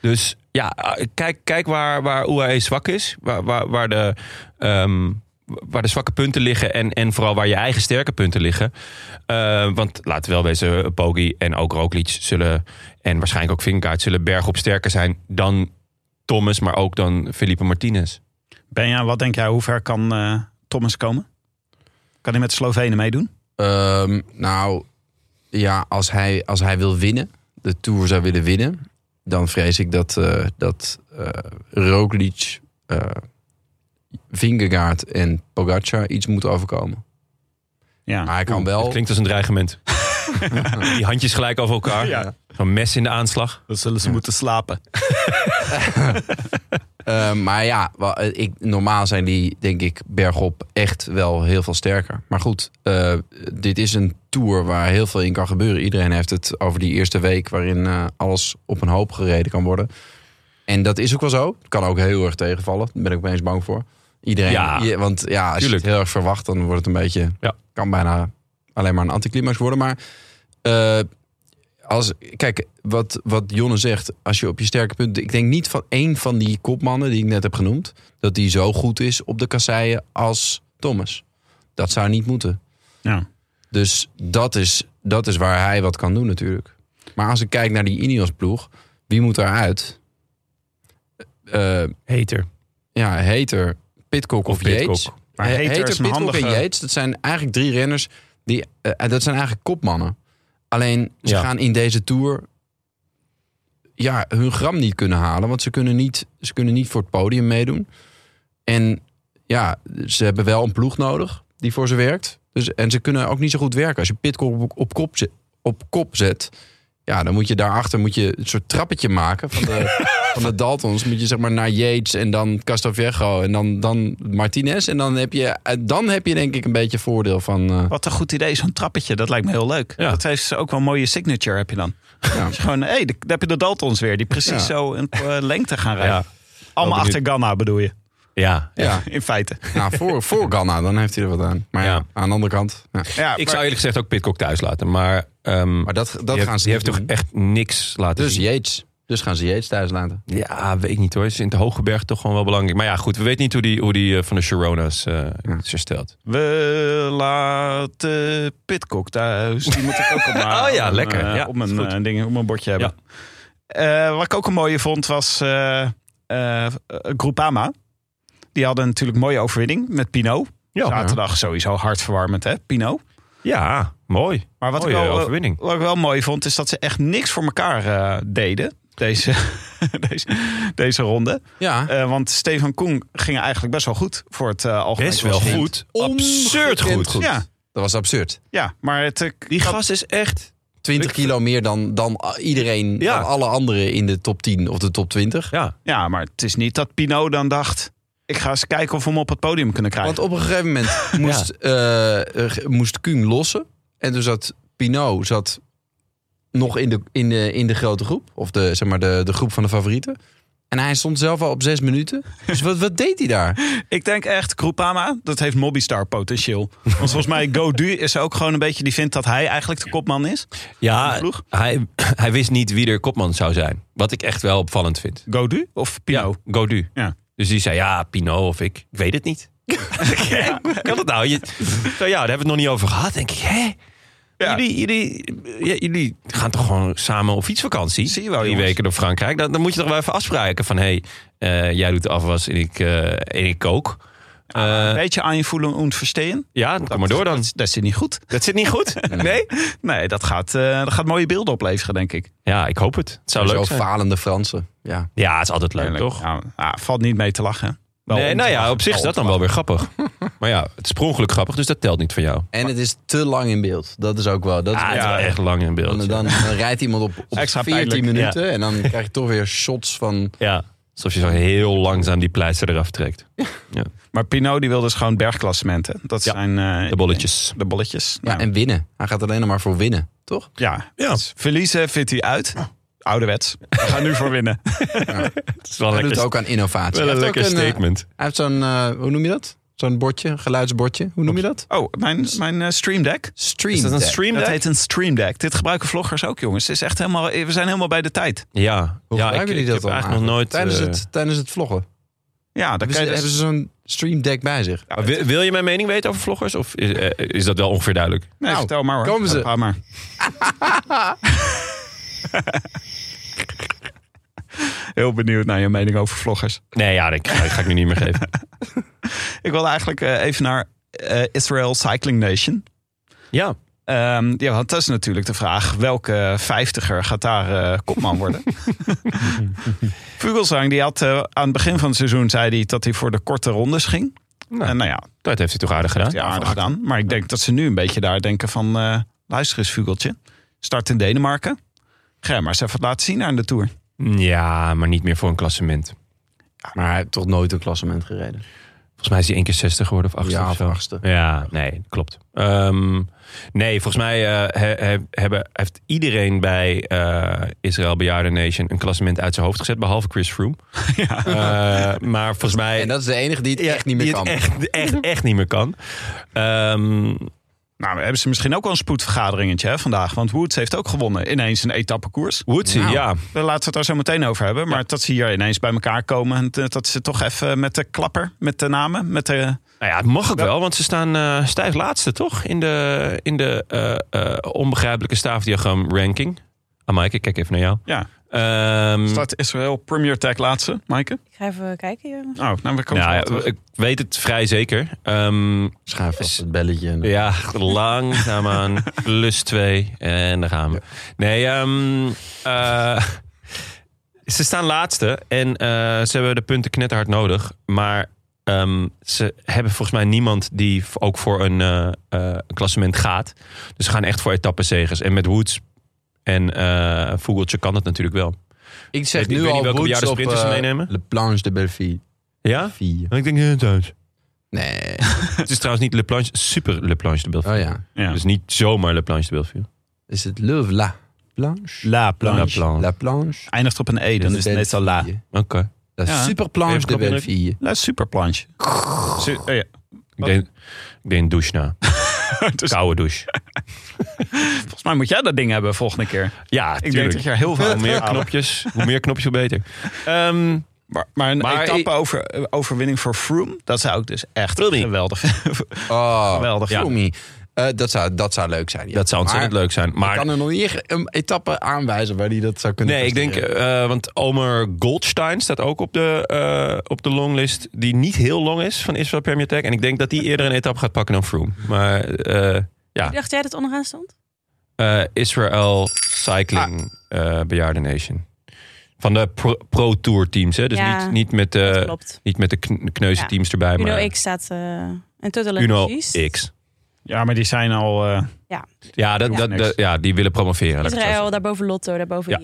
S1: Dus ja, eh, kijk, kijk waar, waar UAE zwak is. Waar, waar, waar, de, ehm, waar de zwakke punten liggen en, en vooral waar je eigen sterke punten liggen. Eh, want laten we wel wezen, Poggi en ook Roglic zullen... en waarschijnlijk ook Vinkaart zullen bergop sterker zijn dan Thomas... maar ook dan Felipe Martinez.
S4: Benja, wat denk jij, hoe ver kan eh, Thomas komen? Kan hij met de Slovenen meedoen?
S2: Ehm, nou, ja, als hij, als hij wil winnen, de Tour zou willen winnen... dan vrees ik dat, eh dat eh Roglic, eh Vingegaard en Pogacar iets moeten overkomen.
S4: Ja.
S2: Maar hij kan
S1: Dat
S2: wel...
S1: klinkt als een dreigement. Die handjes gelijk over elkaar.
S4: Ja.
S1: Zo'n mes in de aanslag.
S4: Dan zullen ze moeten slapen.
S2: Eh, maar ja, wa- eh, ik, normaal zijn die, denk ik, bergop echt wel heel veel sterker. Maar goed, eh, dit is een tour waar heel veel in kan gebeuren. Iedereen heeft het over die eerste week waarin eh, alles op een hoop gereden kan worden. En dat is ook wel zo. Kan ook heel erg tegenvallen. Daar ben ik opeens bang voor. Iedereen,
S1: Ja.
S2: i- want ja, als
S1: Tuurlijk.
S2: je het heel erg verwacht, dan wordt het een beetje...
S1: Ja.
S2: Kan bijna alleen maar een anticlimax worden. Maar eh, als, kijk, wat, wat Jonne zegt, als je op je sterke punten... Ik denk niet van één van die kopmannen die ik net heb genoemd... dat die zo goed is op de kasseien als Thomas. Dat zou niet moeten.
S4: Ja.
S2: Dus dat is, dat is waar hij wat kan doen natuurlijk. Maar als ik kijk naar die Ineos-ploeg, wie moet daaruit? Eh,
S1: Heter.
S2: ja, Heter, Pitcock of,
S1: Of
S2: Yates.
S1: Pitcock.
S4: Maar
S2: He-
S4: Heter is een
S2: Pitcock
S4: handige-
S2: en Yates, dat zijn eigenlijk drie renners. Die, eh, dat zijn eigenlijk kopmannen. Alleen, ze
S1: Ja.
S2: gaan in deze Tour ja, hun gram niet kunnen halen. Want ze kunnen niet, ze kunnen niet voor het podium meedoen. En ja, ze hebben wel een ploeg nodig die voor ze werkt. Dus, en ze kunnen ook niet zo goed werken. Als je Pitcock op, op, kop, zet, op kop zet... Ja, dan moet je daarachter moet je een soort trappetje maken van de, van de Daltons. Moet je zeg maar naar Yates en dan Castaviejo en dan, dan Martinez. En dan heb, je, eh, dan heb je denk ik een beetje voordeel van... eh,
S4: Wat een goed idee, zo'n trappetje. Dat lijkt me heel leuk.
S1: Ja.
S4: Dat heeft ze ook wel een mooie signature, heb je dan. Dus gewoon, hé, hey, daar heb je de Daltons weer. Die precies
S2: Ja.
S4: zo een eh, lengte gaan rijden.
S1: Ja.
S4: Allemaal
S1: Wel
S4: achter Ganna bedoel je,
S1: Ja.
S2: ja,
S4: in feite.
S2: nou, voor, voor Ghana, dan heeft hij er wat aan. Maar ja,
S1: Oh. Ja.
S2: aan de andere kant... Ja.
S4: Ja,
S1: Ik
S4: maar-
S1: zou eerlijk gezegd ook Pitcock thuis laten. Maar, ehm,
S2: Maar dat, dat
S1: die
S2: gaan
S1: heeft,
S2: ze
S1: die heeft
S2: niet
S1: toch
S2: doen.
S1: echt niks laten
S2: Dus
S1: zien.
S2: Yates. Dus gaan ze Yates thuis laten.
S1: Ja, weet ik niet hoor. Is in het Hogeberg toch gewoon wel belangrijk. Maar ja, goed. We weten niet hoe die, hoe die eh, van de Sharona's eh is hersteld.
S4: We laten Pitcock thuis. Die moet ik ook op mijn,
S1: Oh ja,
S4: op mijn,
S1: lekker.
S4: eh,
S1: Ja,
S4: op,
S1: is
S4: mijn,
S1: goed.
S4: eh, ding, op mijn bordje hebben. Eh, wat ik ook een mooie vond was eh eh, Groupama. Die hadden natuurlijk een mooie overwinning met Pino.
S1: Ja.
S4: Zaterdag sowieso hartverwarmend, hè, Pino.
S1: Ja, mooi.
S4: Maar wat ik,
S1: Mooie
S2: eh,
S4: wel,
S1: overwinning.
S4: wat ik wel mooi vond, is dat ze echt niks voor elkaar eh, deden. Deze, deze, deze ronde.
S2: Ja,
S4: Eh, want Stefan Koen ging eigenlijk best wel goed voor het eh algemeen.
S1: Best wel
S4: klassement.
S1: goed. Absurd
S2: ongekend
S1: goed.
S2: goed.
S4: Ja,
S2: dat was absurd.
S4: ja, maar het, eh,
S1: Die gast is echt...
S2: 20
S1: Ik-
S2: kilo meer dan, dan iedereen,
S1: Ja.
S2: dan alle anderen in de top 10 of de top 20.
S1: Ja.
S4: Ja, maar het is niet dat Pino dan dacht... ik ga eens kijken of we hem op het podium kunnen krijgen.
S2: Want op een gegeven moment moest, eh eh, moest Kuhn lossen. En toen zat Pinot zat nog in de, in de, in de grote groep. Of de, zeg maar de, de groep van de favorieten. En hij stond zelf al op zes minuten. Dus wat, wat deed hij daar?
S4: Ik denk echt, Groupama, dat heeft Mobbystar potentieel. Want volgens mij, Godu is ook gewoon een beetje... die vindt dat hij eigenlijk de kopman is.
S1: Ja,
S4: Ploeg?
S1: hij, hij wist niet wie er kopman zou zijn. Wat ik echt wel opvallend vind.
S4: Godu of Pino?
S1: Ja, Godu.
S4: Ja.
S1: Dus die zei, ja, Pino of ik. Ik weet het niet. Hè, Hoe kan dat nou? Je, nou ja, daar hebben we het nog niet over gehad. denk ik, hè?
S4: Ja.
S1: Jullie, jullie, ja, jullie gaan toch gewoon samen op fietsvakantie?
S4: Zie je wel,
S1: Drie
S4: jongens.
S1: weken door Frankrijk. Dan, dan moet je toch wel even afspraken van... hé, hey, eh, jij doet de afwas en ik, eh, en ik kook. Eh,
S4: Beetje aan je voelen en verstehen.
S1: ja, kom maar door dan.
S4: Dat, dat zit niet goed.
S1: Dat zit niet goed? Nee?
S4: Nee, dat gaat, eh, dat gaat mooie beelden opleveren, denk ik.
S1: Ja, ik hoop het. Het zou
S2: Zo
S1: leuk zijn.
S2: falende Fransen. Ja.
S1: Ja, het is altijd leuk,
S4: Eerlijk.
S1: toch?
S4: Ja, ah, valt niet mee te lachen. Wel
S1: nee,
S4: om
S1: nou
S4: te
S1: ja,
S4: lachen.
S1: op zich is dat dan wel weer grappig. Maar ja, het is per ongeluk grappig, dus dat telt niet voor jou.
S2: En het is te lang in beeld. Dat is ook wel. Dat is
S1: Ah,
S2: ook
S1: het
S2: wel.
S1: is echt lang in
S2: dan,
S1: beeld.
S2: dan, dan rijdt iemand op, op
S4: Extra
S2: 14
S4: pijnlijk,
S2: minuten. En dan krijg je toch weer shots van...
S1: Ja, alsof je zo heel langzaam die pleister eraf trekt.
S4: Maar Pino die wil dus gewoon bergklassementen. Dat
S1: Ja,
S4: zijn eh,
S1: De bolletjes.
S4: de bolletjes.
S2: Ja, en winnen. Hij gaat alleen nog maar voor winnen, toch?
S4: ja. Ah.
S1: Ja.
S4: Dus verliezen vindt hij uit. Ouderwets. We gaan nu voor winnen.
S1: Het is wel een
S2: Hij doet
S1: lekker,
S2: ook aan innovatie.
S1: wel een
S2: Hij heeft
S1: lekker
S2: ook een, eh,
S1: statement.
S2: Hij heeft zo'n, eh, hoe noem je dat? Zo'n bordje, een geluidsbordje. Hoe noem je dat?
S4: Oh, mijn, mijn eh, stream deck.
S2: Stream Deck.
S4: Dat heet een stream deck. Dit gebruiken vloggers ook, jongens. Het is echt helemaal, we zijn helemaal bij de tijd.
S1: ja,
S2: Hoe
S1: ja ik,
S2: gebruiken
S1: ik
S2: die dat
S1: heb
S2: dan
S1: eigenlijk nog nooit...
S2: Tijdens,
S1: eh,
S2: het, tijdens het vloggen.
S4: Ja, dan
S2: Hebben
S4: kan
S2: ze,
S4: je
S2: hebben
S4: dus,
S2: ze zo'n Stream Deck bij zich?
S1: maar wil, wil je mijn mening weten over vloggers? Of is, eh, is dat wel ongeveer duidelijk?
S4: nee,
S2: Nou,
S4: vertel maar hoor.
S2: komen ze.
S4: Ga maar. Heel benieuwd naar je mening over vloggers.
S1: Nee, ja, dat ga, ik- ga ik nu niet meer geven.
S4: Ik wilde eigenlijk eh, even naar eh, Israel Cycling Nation.
S1: Ja,
S4: Ehm, ja, want dat is natuurlijk de vraag. Welke vijftiger gaat daar eh, kopman worden? Vugelsang die had eh, aan het begin van het seizoen zei hij dat hij voor de korte rondes ging.
S1: Nou.
S4: en nou ja,
S1: dat heeft hij toch aardig gedaan?
S4: ja, aardig gedaan. Maar ik denk dat ze nu een beetje daar denken van... eh, luister eens, Vugeltje. Start in Denemarken. Ga je maar eens even laten zien aan de Tour.
S1: Ja, maar niet meer voor een klassement.
S2: Maar hij heeft toch nooit een klassement gereden?
S1: Volgens mij is hij één keer 60 geworden of 80
S2: Ja,
S1: of
S2: of
S1: zo.
S2: achtste.
S1: Ja, nee, klopt. Ehm, nee, volgens mij eh, he- he- hebben, heeft iedereen bij eh, Israël Bejaarden Nation een klassement uit zijn hoofd gezet, behalve Chris Froome. Eh, maar volgens mij
S2: En dat is de enige die het
S1: Ja,
S2: echt niet meer
S1: die
S2: kan.
S1: het Echt, echt, echt niet meer kan. Ehm,
S4: Nou, hebben ze misschien ook wel een spoedvergaderingetje hè, vandaag. Want Woods heeft ook gewonnen. Ineens een etappekoers.
S1: Woodsy,
S2: Nou.
S1: ja.
S4: Daar laten we het daar zo meteen over hebben. Maar dat ze hier ineens bij elkaar komen. En eh, dat- dat ze toch even met de klapper, met de namen, met de...
S1: Nou ja, het mag ook wel, want ze staan eh, stijf laatste, toch? In de, in de eh, eh, onbegrijpelijke staafdiagram ranking. Ah, Maaike, kijk even naar jou.
S4: Ja.
S1: Ehm,
S4: Start Israël Premier Tech laatste, Maaike.
S3: Ik ga even kijken hier.
S4: Oh, nou, we
S1: nou,
S4: komen zo
S1: ja,
S4: wel terug.
S1: ik weet het vrij zeker. Ehm,
S2: Schuif vast het belletje. en-
S1: Ja, langzaamaan. Plus twee. En daar gaan we. Nee, ehm, eh, ze staan laatste. En eh, ze hebben de punten knetterhard nodig. Maar ehm, ze hebben volgens mij niemand die v- ook voor een eh, eh, een klassement gaat. Dus ze gaan echt voor etappenzegers. En met Woods en eh Vogeltje kan dat natuurlijk wel.
S2: Ik zeg
S1: Ik weet
S2: nu
S1: niet
S2: al
S1: welke
S2: Woods
S1: bejaarde
S2: op
S1: sprinters ze
S2: eh,
S1: meenemen.
S2: Le Planche de Belleville.
S1: Ja?
S2: Vier.
S1: Ik denk eh, thuis.
S2: Nee.
S1: Het is trouwens niet Le Planche, super Le Planche de Bellevue.
S2: Oh ja.
S4: Ja.
S1: Dus niet zomaar Le Planche de Bellevue.
S2: Is het Le La Planche?
S4: La Planche.
S1: La Planche.
S2: La Planche.
S4: Eindigt op een E, dan
S2: de
S1: Dus
S4: is het meestal La.
S2: Belleville.
S1: Oké.
S2: La
S4: Ja.
S2: Super Planche
S1: Even
S2: de
S1: knop indrukken.
S2: Belleville.
S4: La Super Planche. Su- oh ja.
S1: Ik deed, ik deed een douche na.
S4: Dus
S1: Koude douche.
S4: volgens mij moet jij dat ding hebben volgende keer.
S1: Ja,
S4: Ik denk dat je er heel veel
S1: Hoe meer knopjes, hoe meer knopjes, hoe beter. Ehm,
S4: Maar, maar een
S1: Maar
S4: etappe over, eh, overwinning voor Froome, dat zou ik dus echt
S1: Froome.
S4: geweldig
S1: Ah,
S2: Oh,
S4: Geweldig. Ja.
S2: Tommy. Eh, dat, zou, dat zou leuk zijn. ja.
S1: dat zou ontzettend
S2: Maar
S1: leuk zijn.
S2: Ik
S1: Maar
S2: kan er nog niet echt een etappe aanwijzen waar hij dat zou kunnen
S1: nee, ik denk,
S2: presteren.
S1: eh, want Omer Goldstein staat ook op de, eh, op de longlist. Die niet heel long is van Israel Premier Tech. En ik denk dat die eerder een etappe gaat pakken dan Froome. Maar eh, ja,
S3: Dacht jij dat onderaan stond?
S1: eh, Israel Cycling
S4: Ah.
S1: eh Bejaarden Nation. Van de pro, pro Tour teams, hè? Dus
S3: Ja,
S1: niet, niet, met de,
S3: Klopt.
S1: niet met de kn- kneuze
S3: Ja.
S1: teams erbij.
S3: Uno
S1: maar
S3: X staat eh in Total
S1: Uno
S3: Energies.
S1: X.
S4: Ja, maar die zijn al... eh,
S1: Ja, dat,
S4: Ja.
S1: dat, dat- ja, die willen promoveren. laat ik het zo
S3: Israël, daarboven Lotto, daarboven IF.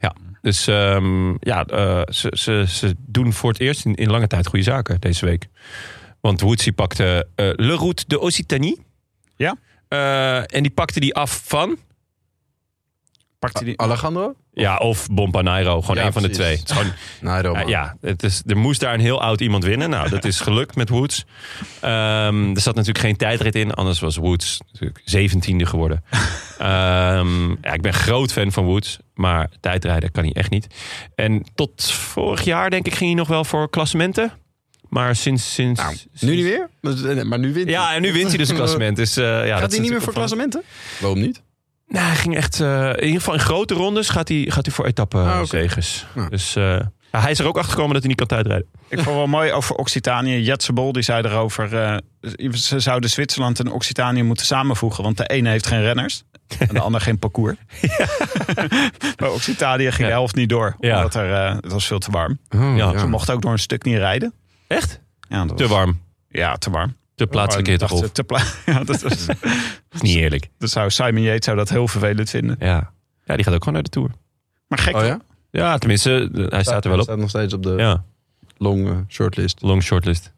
S1: zeggen. Dus ehm, ja, eh, ze, ze, ze doen voor het eerst in, in lange tijd goede zaken deze week. Want Woodsy pakte eh, Le Route de Occitanie.
S4: Ja.
S1: Eh, en die pakte die af van
S4: Pakt hij die...
S2: Alejandro?
S1: Ja, of Bompanairo. Gewoon
S2: Ja,
S1: een van de
S2: precies.
S1: twee. Het is gewoon, Eh,
S2: Nee, Roma.
S1: ja, ja, het is, er moest daar een heel oud iemand winnen. Nou, dat is gelukt met Woods. Ehm, er zat natuurlijk geen tijdrit in. Anders was Woods natuurlijk 17e geworden. Ehm, ja, ik ben groot fan van Woods. Maar tijdrijden kan hij echt niet. En tot vorig jaar, denk ik, ging hij nog wel voor klassementen. Maar sinds... sinds
S2: Nou,
S1: sinds-
S2: nu niet weer? Maar- Maar nu wint
S1: Ja, en nu wint hij dus een klassement. Dus, eh, ja, dat is
S2: Gaat hij niet meer
S1: natuurlijk
S2: voor
S1: opvallend.
S2: klassementen? Waarom niet?
S1: Nou, hij ging echt. eh, in ieder geval in grote rondes gaat hij, gaat hij voor
S2: Ah,
S1: etappe
S2: oké.
S1: zegens.
S2: Ja.
S1: Dus eh, ja, hij is er ook achter gekomen dat hij niet kan tijdrijden.
S4: Ik vond wel mooi over Occitanië. Jetse Bol die zei erover... eh, ze zouden Zwitserland en Occitanië moeten samenvoegen. Want de ene heeft geen renners. En de ander geen parcours. maar Occitanië ging
S1: Ja.
S4: de helft niet door.
S1: Ja.
S4: Omdat er, eh, het was veel te warm.
S2: Oh,
S1: ja.
S4: Ze mochten ook door een stuk niet rijden.
S1: Echt?
S4: Ja, dat
S1: Te
S4: was-
S1: warm.
S4: Ja, te warm.
S1: Te plaatselijke
S4: Gewoon
S1: hittegolf.
S4: dachten, te pla- ja, dat, is-
S1: Dat is niet eerlijk.
S4: dat zou Simon Yates zou dat heel vervelend vinden.
S1: Ja. ja, die gaat ook gewoon naar de Tour.
S4: Maar gek.
S2: Oh ja?
S1: Ja, tenminste, eh, hij staat er wel op.
S2: staat nog steeds op de
S1: Ja,
S2: long eh, shortlist.
S1: long shortlist.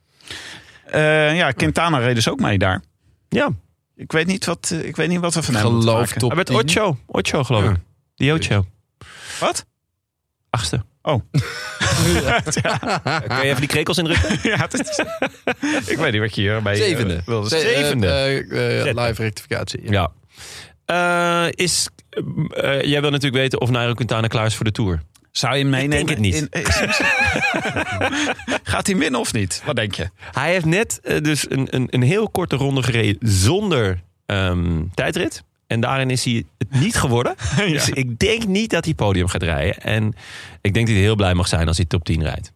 S4: Eh, ja, Quintana reed dus ook mee daar.
S1: Ja,
S4: Ik weet niet wat, eh, ik weet niet wat er van hem moeten
S2: Geloof
S4: maken.
S2: top
S1: hij werd
S2: 10.
S1: Ocho. Ocho, geloof
S2: Ja.
S1: ik. Die Ocho.
S4: Wat?
S1: Achtste.
S4: ja,
S1: Kun je even die krekels indrukken?
S4: ja, het is- ik weet niet wat je hierbij eh,
S2: Zevende.
S4: wilde
S2: Ze- eh,
S1: Zevende.
S2: eh, eh,
S1: Zette.
S2: live rectificatie. Ja.
S1: Ja. Eh, is, eh, eh, jij wil natuurlijk weten of Nairo Quintana klaar is voor de Tour.
S4: Zou je hem meenemen?
S1: denk het niet.
S4: in- Gaat hij winnen of niet? Wat denk je?
S1: Hij heeft net eh, dus een, een, een heel korte ronde gereden zonder ehm, tijdrit. En daarin is hij het niet geworden. Dus ik denk niet dat hij podium gaat rijden. En ik denk dat hij heel blij mag zijn als hij top 10 rijdt.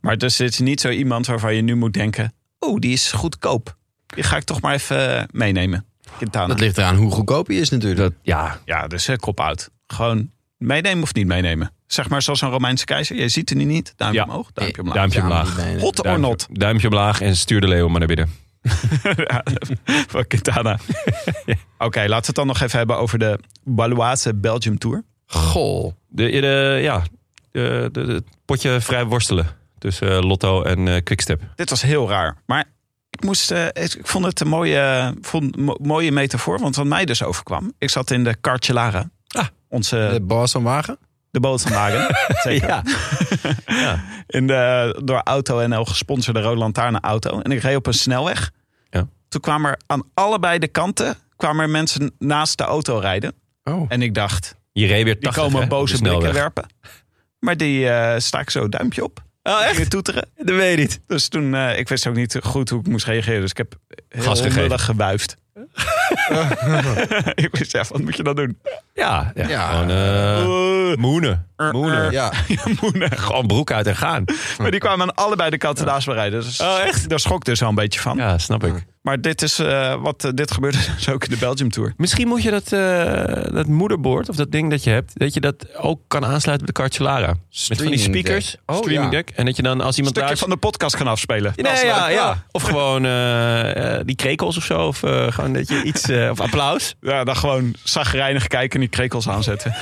S4: Maar dus dit is niet zo iemand waarvan je nu moet denken... Oh, die is goedkoop. Die ga ik toch maar even eh, meenemen. Quintana.
S2: Dat ligt eraan hoe goedkoop hij is natuurlijk.
S1: Ja,
S4: Ja, dus eh, kop uit. Gewoon meenemen of niet meenemen. Zeg maar zoals een Romeinse keizer. Je ziet er niet niet. Duimpje
S1: Ja.
S4: omhoog, Eh, duimpje omlaag.
S1: duimpje
S2: Ja, maar
S1: omlaag.
S2: die- nee, nee.
S4: Hot or
S1: Duimpje-
S4: not?
S1: Duimpje omlaag en stuur de leeuw maar naar binnen.
S4: Ja, van Quintana. Oké, laten we het dan nog even hebben over de Baloise Belgium Tour.
S2: Goh.
S1: De, de, ja, de, de- de- het potje vrij worstelen tussen eh, Lotto en eh, Quickstep.
S4: Dit was heel raar. Maar ik, moest, eh, ik vond het een mooie, vond, mo- mooie metafoor. Want wat mij dus overkwam. Ik zat in de Cartelare.
S1: Ah.
S4: Onze,
S2: De baas Eh, van Wagen?
S4: de bootwagen. Zeker. In de door Auto NL gesponsorde Rode Lantaarne auto. En ik reed op een snelweg.
S1: Ja.
S4: Toen kwamen er aan allebei de kanten kwamen er mensen naast de auto rijden.
S2: Oh.
S4: En ik dacht,
S1: Je reed weer
S4: die
S1: 80,
S4: komen
S1: hè, op de
S4: boze
S1: snelweg.
S4: blikken werpen. Maar die eh sta ik zo duimpje op.
S1: Oh, echt?
S4: Gingen toeteren.
S1: Dat weet je niet.
S4: Dus toen, eh, ik wist ook niet goed hoe ik moest reageren. Dus ik heb heel
S1: Gas gegeven.
S4: onwillig gewuifd. ik wist, ja, wat moet je dan doen?
S1: Ja, ja,
S2: Ja.
S1: gewoon eh moenen. Moenen.
S2: Ja.
S4: Moenen.
S1: Gewoon broek uit en gaan.
S4: Maar die kwamen aan allebei de kanten naast me rijden. Dus
S1: Oh, echt?
S4: Daar schrok ik dus al een beetje van.
S1: Ja, snap ik.
S4: Maar dit, is, eh, wat, eh, dit gebeurde dus ook in de Belgium Tour.
S1: Misschien moet je dat, eh, dat moederbord of dat ding dat je hebt, dat je dat ook kan aansluiten op de Cartelara. Met van die
S2: Streaming
S1: speakers,
S2: deck. Oh,
S1: streaming
S2: ja.
S1: deck. En dat je dan als
S4: Een
S1: iemand
S4: stukje
S1: daar...
S4: van de podcast gaan afspelen.
S1: Nee, ja, ja. Of gewoon eh, eh, die krekels of zo. Of eh, gewoon dat je iets... eh, of applaus.
S4: Ja, dan gewoon zagrijnig kijken en die krekels aanzetten.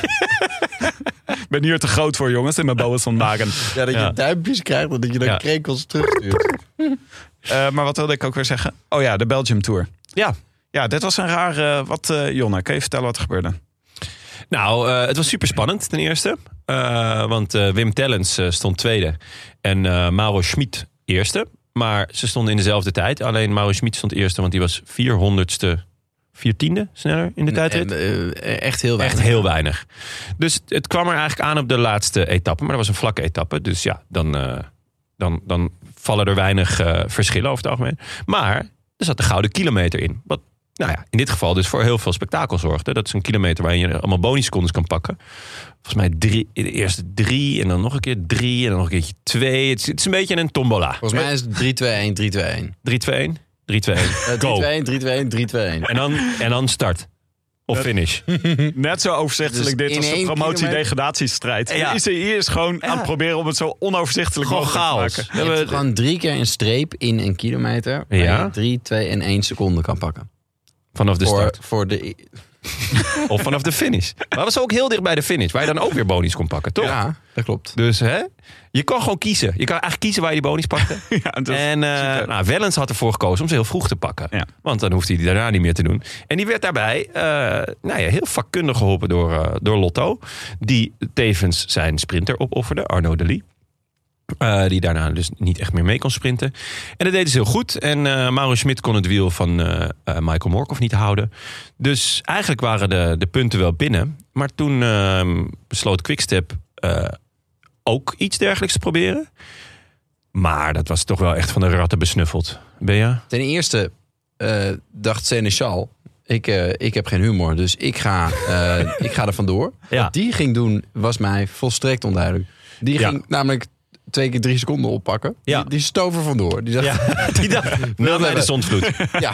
S4: Ik ben hier te groot voor, jongens, in mijn boas van maken.
S2: Ja, dat je
S1: Ja.
S2: duimpjes krijgt en dat je dan
S1: Ja.
S2: krekels terugstuurt.
S4: Eh, maar wat wilde ik ook weer zeggen? Oh ja, de Belgium Tour.
S1: Ja.
S4: Ja, dit was een raar... eh, wat, eh Jonne, kun je vertellen wat er gebeurde?
S1: Nou, eh, het was super spannend ten eerste. Eh, want eh, Wim Tellens eh, stond tweede en eh, Mauro Schmid eerste. Maar ze stonden in dezelfde tijd. Alleen Mauro Schmid stond eerste, want die was 400ste, 14e sneller in de tijdrit.
S2: En, eh, echt heel weinig.
S1: Echt heel weinig. Dus het kwam er eigenlijk aan op de laatste etappe. Maar dat was een vlakke etappe. Dus ja, dan, eh, dan, dan vallen er weinig eh, verschillen over het algemeen. Maar er zat de gouden kilometer in. Wat nou ja, in dit geval dus voor heel veel spektakel zorgde. Dat is een kilometer waarin je allemaal bonussecondes kan pakken. Volgens mij drie, de eerste drie en dan nog een keer drie en dan nog een keertje twee. Het is, het is een beetje een tombola.
S2: Volgens mij is het 3-2-1, 3-2-1.
S1: 3-2-1,
S2: Eh,
S1: 3-2-1, go.
S2: 3-2-1, 3-2-1, 3-2-1.
S1: En dan, en dan start. Of finish.
S4: Net zo overzichtelijk
S2: Dus
S4: dit
S2: in
S4: als de
S2: één
S4: promotie-degradatiestrijd.
S1: Ja.
S4: De ICI is gewoon aan het proberen om het zo onoverzichtelijk
S1: Gewoon
S4: mogelijk te
S1: chaos. We
S4: maken.
S1: hebben-
S2: Gewoon drie keer een streep in een kilometer.
S1: Ja. Dus
S2: Waar je 3, 2 en 1 seconde kan pakken.
S1: Vanaf de
S2: voor,
S1: start.
S2: voor de...
S1: Of vanaf de finish. Maar dat is ook heel dicht bij de finish. Waar je dan ook weer bonies kon pakken, toch?
S2: Ja, dat klopt.
S1: Dus hè, je kan gewoon kiezen. Je kan eigenlijk kiezen waar je die bonies pakte.
S4: Ja, dat-
S1: en eh nou, Wellens had ervoor gekozen om ze heel vroeg te pakken.
S4: Ja.
S1: Want dan hoefde hij die daarna niet meer te doen. En die werd daarbij eh, nou ja, heel vakkundig geholpen door, eh, door Lotto. Die tevens zijn sprinter opofferde, Arno de Lee. Eh, die daarna dus niet echt meer mee kon sprinten. En dat deden ze heel goed. En eh Mauro Schmidt kon het wiel van eh, eh, Michael Morkov niet houden. Dus eigenlijk waren de, de punten wel binnen. Maar toen ehm, besloot Quickstep eh, ook iets dergelijks te proberen. Maar dat was toch wel echt van de ratten besnuffeld. Ben je?
S2: Ten eerste eh, dacht Seneschal... Ik, eh, ik heb geen humor, dus ik ga, eh, ik ga er vandoor.
S1: Ja.
S2: Wat die ging doen, was mij volstrekt onduidelijk. Die
S1: Ja.
S2: ging namelijk twee keer drie seconden oppakken.
S1: Ja.
S2: Die, die stover vandoor. Die dacht,
S1: Die dacht, nou bij de zondvloed.
S2: Ja,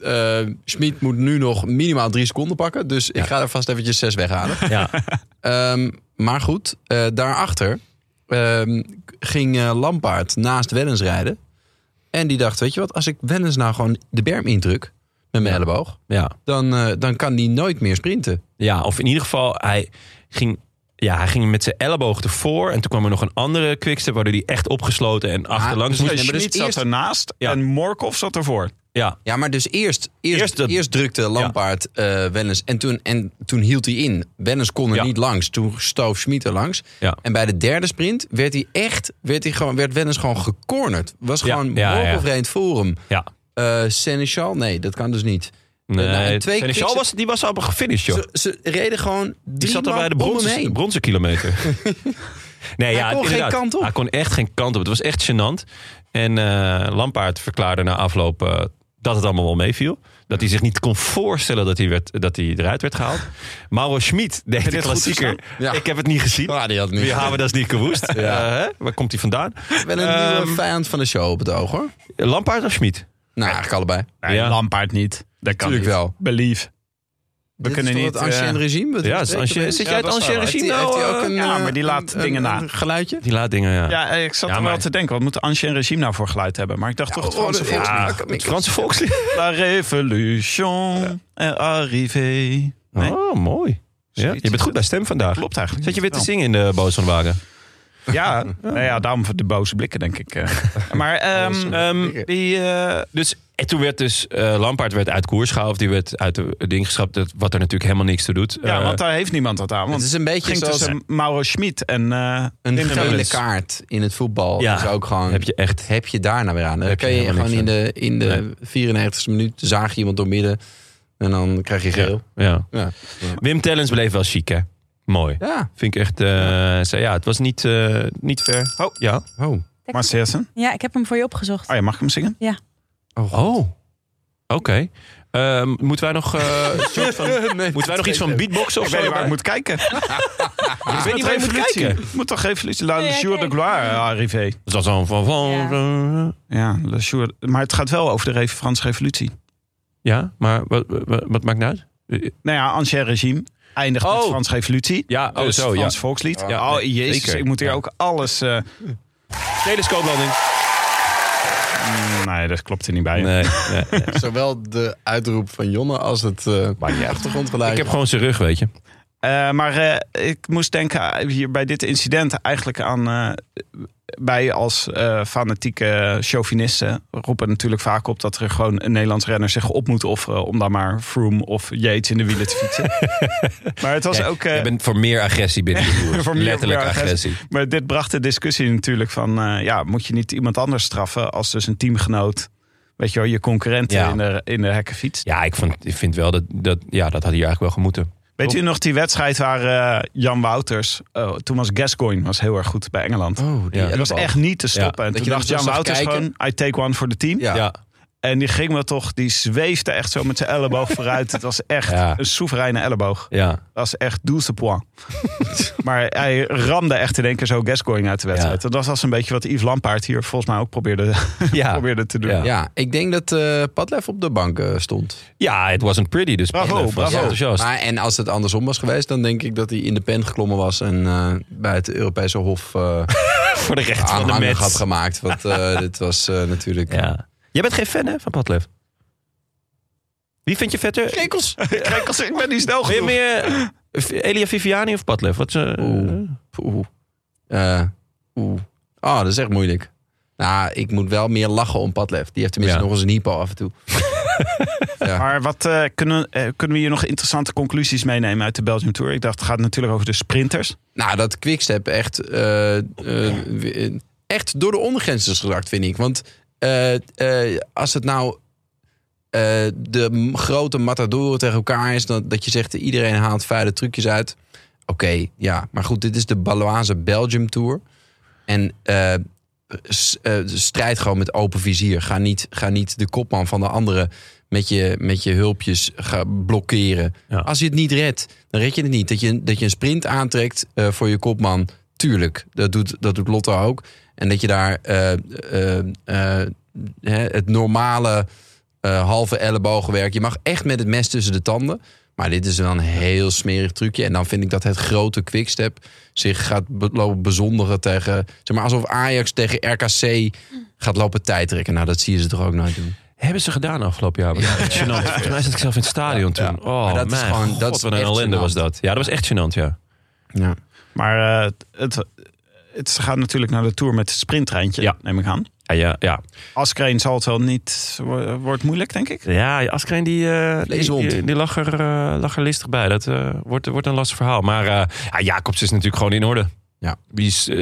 S2: eh Schmid moet nu nog minimaal drie seconden pakken. Dus ik ga er vast eventjes zes weghalen.
S1: Ja.
S2: Ehm, maar goed, eh, daarachter ehm, k- ging eh, Lampaard naast Wellens rijden. En die dacht, weet je wat, als ik Wellens nou gewoon de berm indruk met mijn elleboog...
S1: Ja.
S2: Dan, eh, dan kan die nooit meer sprinten.
S1: ja, of in ieder geval, hij ging, ja, hij ging met zijn elleboog ervoor. En toen kwam er nog een andere quickstep, waardoor hij echt opgesloten en achterlangs
S2: precies.
S1: moest.
S2: maar dus
S4: Schmid zat
S2: eerst-
S4: ernaast
S1: Ja.
S4: en Morkov zat ervoor.
S1: Ja,
S2: Ja, maar dus eerst, eerst,
S1: Eerst
S2: eerst,
S1: dat-
S2: drukte Lampaard eh, Wellens. En toen, en toen hield hij in. Wellens kon er
S1: Ja.
S2: niet langs. Toen stoof Schmid er langs.
S1: Ja.
S2: En bij de derde sprint werd hij echt, werd, hij gewoon, werd Wellens gewoon gecornerd. Was
S1: Ja,
S2: gewoon
S1: ja,
S2: ja,
S1: ja.
S2: forum.
S1: ja.
S2: Eh, Seneschal, nee, dat kan dus niet.
S1: Nee,
S2: Eh, nou, en
S1: Seneschal
S2: quickstep-
S1: was, die was al gefinished, joh.
S2: Ze, ze reden gewoon drie
S1: Die zat er bij de
S2: man om hem
S1: bronzen,
S2: heen.
S1: bronzen kilometer. nee,
S2: Hij kon geen
S1: inderdaad.
S2: kant op.
S1: Hij kon echt geen kant op. Het was echt gênant. En eh, Lampaard verklaarde na afloop eh, dat het allemaal wel meeviel. Dat hij zich niet kon voorstellen dat hij, werd, dat hij eruit werd gehaald. Mauro Schmid deed de
S4: dit goed
S1: klassieker.
S2: dus Ja.
S1: Ik heb het niet gezien.
S2: Ah, die had niet.
S1: We hebben dat niet gewoest. Eh, hè? Waar komt hij vandaan?
S2: Wel een nieuwe
S1: Ehm,
S2: vijand van de show op het oog, hoor.
S1: Lampaard of Schmid?
S2: Nou, eigenlijk allebei.
S4: Nee,
S1: Ja.
S4: Lampaard niet. Dat kan
S2: Tuurlijk
S4: niet.
S2: wel.
S4: Believe. We
S2: Dit
S4: kunnen
S2: is toch
S4: niet...
S2: het
S4: eh,
S2: ancien regime? Wat
S1: Ja,
S2: we
S1: het is
S2: spreken
S1: ancien-
S2: bij?
S1: zit je
S2: Ja,
S1: uit
S2: dat is
S1: ancien
S2: waar.
S1: regime
S2: Heeft hij-
S1: nou,
S2: heeft hij ook
S1: eh,
S2: een,
S4: ja,
S2: eh,
S4: maar die laat
S2: een-
S4: dingen
S2: een-
S4: na.
S2: een geluidje?
S1: Die laat dingen, ja.
S4: Ja, eh, ik zat
S1: Ja,
S4: er wel
S1: maar-
S4: te denken. Wat moet de ancien regime nou voor geluid hebben? Maar ik dacht toch het
S2: oh,
S4: Franse
S2: dat-
S4: volkslied.
S1: Ah,
S2: ik-
S1: het
S2: ik-
S1: Franse volkslied.
S4: La révolution est arrivée. Nee,
S1: Oh, mooi. Ja, je bent goed bij stem vandaag.
S4: klopt eigenlijk
S1: Zat je weer
S4: niet.
S1: te zingen in de boos van de wagen?
S4: Ja, nou ja, daarom de boze blikken, denk ik. eh. Maar ehm, ehm, die... eh,
S1: Dus en toen werd dus eh Lampaard werd uit koers gehaald. Die werd uit het ding geschrapt. Dat, wat er natuurlijk helemaal niks toe doet.
S4: ja,
S1: Eh,
S4: want daar heeft niemand wat aan. Want
S2: Het is een
S4: het
S2: beetje
S4: ging
S2: zoals
S4: tussen Mauro Schmid en... eh
S2: Een
S4: Tim
S2: gele
S4: Tellens.
S2: kaart in het voetbal
S1: Ja,
S2: is ook gewoon...
S1: heb je echt-
S2: Heb je daar nou weer aan? Dan
S1: Heb je
S2: kan je,
S1: helemaal
S2: gewoon in
S1: niks
S2: de, in de 94ste minuut zaag je iemand doormidden. En dan krijg je geel.
S1: ja.
S2: Ja.
S1: Wim Tellens bleef wel chic, hè? Mooi.
S2: Ja.
S1: Vind ik echt... eh, zei, ja, het was niet, eh, niet ver. Oh, ja.
S2: Oh.
S4: Maar Seersen?
S3: Ja, ik heb hem voor je opgezocht.
S1: Ah,
S4: Oh ja, mag ik hem zingen?
S1: Oh. Oké. Ehm, moeten wij nog, eh, een soort van- moeten wij nog iets van beatboxen of
S4: Ik
S1: zo?
S4: weet niet waar
S1: erbij?
S4: ik moet kijken.
S1: ik weet niet waar je moet
S4: Revolutie.
S1: kijken.
S4: Moet toch revolutie? La
S3: Nee,
S4: Le
S3: ja,
S4: Jour de
S3: kijk.
S4: Gloire, arrivé.
S1: Dat is dan van... van ja.
S4: Ja, Le Jour. Maar het gaat wel over de re- Franse revolutie.
S1: maar wat, wat, wat maakt nou uit?
S4: Nou ja, Ancien Regime eindigt
S1: Oh.
S4: met Franse revolutie.
S1: Ja, oh
S4: Dus
S1: zo, ja.
S4: Frans volkslied.
S1: Ja,
S4: oh,
S1: nee,
S4: jezus,
S1: zeker.
S4: ik moet hier
S1: Ja.
S4: ook alles... eh,
S1: Telescooplanding.
S4: nee, dat klopt er niet bij.
S1: Nee, nee, nee.
S2: Zowel de uitroep van Jonne als het achtergrondgeluid.
S1: Ik heb gewoon zijn rug, weet je.
S4: Eh, maar eh, ik moest denken hier bij dit incident eigenlijk aan... eh, wij als eh, fanatieke chauvinisten roepen natuurlijk vaak op... dat er gewoon een Nederlands renner zich op moet offeren... om dan maar Froome of Yates in de wielen te fietsen. maar het was
S1: Jij-
S4: ook... eh,
S1: jij bent voor meer agressie binnen de koers.
S4: Voor meer-
S1: Letterlijk
S4: meer
S1: agressie.
S4: agressie. Maar dit bracht de discussie natuurlijk van... eh, ja, moet je niet iemand anders straffen als dus een teamgenoot... weet je wel, je concurrent
S1: Ja.
S4: in, de, in de hekken fietst.
S1: Ja, ik, vond, ik vind wel dat, dat, ja, dat had hij eigenlijk wel gemoeten.
S4: Weet u nog die wedstrijd waar eh, Jan Wouters... eh, toen was Gascoigne was heel erg goed bij Engeland.
S2: Oh, die
S1: Ja.
S4: Dat was echt niet te stoppen. En
S2: dat
S4: toen
S2: je
S4: dacht
S2: dan zo
S4: Jan
S2: zag
S4: Wouters
S2: kijken.
S4: gewoon... I take one for the team.
S2: Ja.
S1: Ja,
S4: En die ging wel toch... die zweefde echt zo met zijn elleboog vooruit. Het was echt
S1: Ja.
S4: een soevereine elleboog.
S1: ja.
S4: Dat is echt 12 point. maar hij ramde echt in één keer zo Gascoigne uit de wedstrijd.
S1: Ja.
S4: Dat was een beetje wat Yves Lampaard hier volgens mij ook probeerde,
S1: Ja.
S4: probeerde te doen.
S1: Ja.
S2: Ja, ik denk dat eh Padlef op de bank eh, stond.
S1: ja, it wasn't pretty. Dus
S4: Bravo,
S1: Padlef was
S4: bravo.
S2: Ja.
S1: enthousiast.
S2: Maar, en als het andersom was geweest, dan denk ik dat hij in de pen geklommen was en eh, bij het Europese Hof eh
S1: voor de rechter van de
S2: aanhanger had
S1: match.
S2: gemaakt. Want eh, dit was eh, natuurlijk.
S1: Ja. Jij bent geen fan hè, van Padlef? Wie vind je vetter?
S2: Krekels.
S4: Kijk, als ik ben niet snel
S1: Ben je
S4: genoeg.
S1: meer eh, V- Elia Viviani of Padlef? Wat, eh,
S2: Oeh. Oeh. Eh, oeh. Oh, dat is echt moeilijk. Nou, ik moet wel meer lachen om Padlef. Die heeft tenminste
S1: Ja.
S2: nog eens een hypo af en toe.
S4: Maar wat eh, kunnen, eh, kunnen we hier nog interessante conclusies meenemen uit de Belgium Tour? Ik dacht, het gaat natuurlijk over de sprinters.
S2: Nou, dat Quickstep echt, eh, eh, w- echt door de ondergrens is geraakt, vind ik. Want eh, eh, als het nou eh, de m- grote matadoren tegen elkaar is... Dan, dat je zegt, iedereen haalt vuile trucjes uit. Oké, ja. Maar goed, dit is de Baloise Belgium Tour. En eh, s- eh, strijd gewoon met open vizier. Ga niet, ga niet de kopman van de andere met je, met je hulpjes ga blokkeren.
S1: Ja.
S2: Als je het niet redt, dan red je het niet. Dat je, dat je een sprint aantrekt eh, voor je kopman, tuurlijk. Dat doet, dat doet Lotte ook. En dat je daar eh, eh, eh, hè, het normale eh, halve ellebogenwerk... Je mag echt met het mes tussen de tanden... Maar dit is dan een heel smerig trucje. En dan vind ik dat het grote quickstep zich gaat be- lopen bezondigen tegen... Zeg maar alsof Ajax tegen RKC gaat lopen tijdrekken. Nou, dat zie je ze toch ook nooit doen.
S1: Hebben ze gedaan afgelopen jaar. Ja. Gênant. Volgens mij zat ik zelf in het stadion toen. Oh,
S2: Maar dat is
S1: mijn
S2: gewoon-
S1: god,
S2: dat is
S1: wat een
S2: echt
S1: ellende
S2: gênant.
S1: was dat. Ja, dat was echt gênant, ja.
S2: Ja.
S4: Maar eh, het, het, ze gaan natuurlijk naar de Tour met het sprinttreintje,
S1: Ja.
S4: neem ik aan.
S1: Ja, ja, ja.
S4: Askreen zal het wel niet... wo- Wordt moeilijk, denk ik.
S1: ja Askreen die, eh, die,
S2: Vleeshond.
S1: die, die lag, er, eh, lag er listig bij. Dat eh, wordt, wordt een lastig verhaal. Maar eh, ja, Jacobs is natuurlijk gewoon in orde.
S2: Ja.
S1: Die is, eh,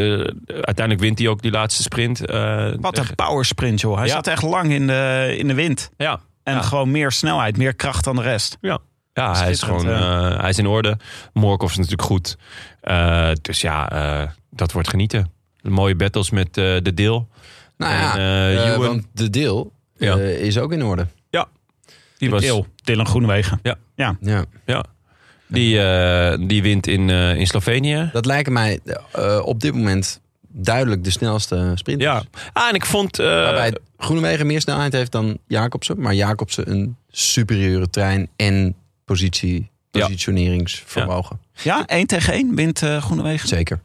S1: uiteindelijk wint hij ook die laatste sprint. eh,
S4: Wat een powersprint, joh. Hij
S1: Ja.
S4: zat echt lang in de, in de wind.
S1: ja.
S4: En
S1: Ja.
S4: gewoon meer snelheid, meer kracht dan de rest.
S1: Ja, hij is gewoon
S4: Schitterend,
S1: eh, hij is in orde. Morkov is natuurlijk goed. Eh, dus ja, eh, dat wordt genieten. Mooie battles met eh, de deel.
S2: Nou ja,
S1: En, eh,
S2: eh,
S1: Ewan-
S2: want de deel
S1: Ja.
S2: eh, is ook in orde.
S1: Die was,
S4: Deel. Dylan Groenwegen.
S2: Ja.
S1: Die, eh, die wint in, eh, in Slovenië.
S2: Dat lijken mij eh, op dit moment duidelijk de snelste sprinters.
S1: Ja. Ah, en ik vond... eh,
S2: Waarbij Groenewegen meer snelheid heeft dan Jacobsen. Maar Jacobsen een superieure trein en positie,
S1: Ja.
S2: positioneringsvermogen.
S4: Ja, één tegen één wint eh Groenewegen.
S2: Zeker.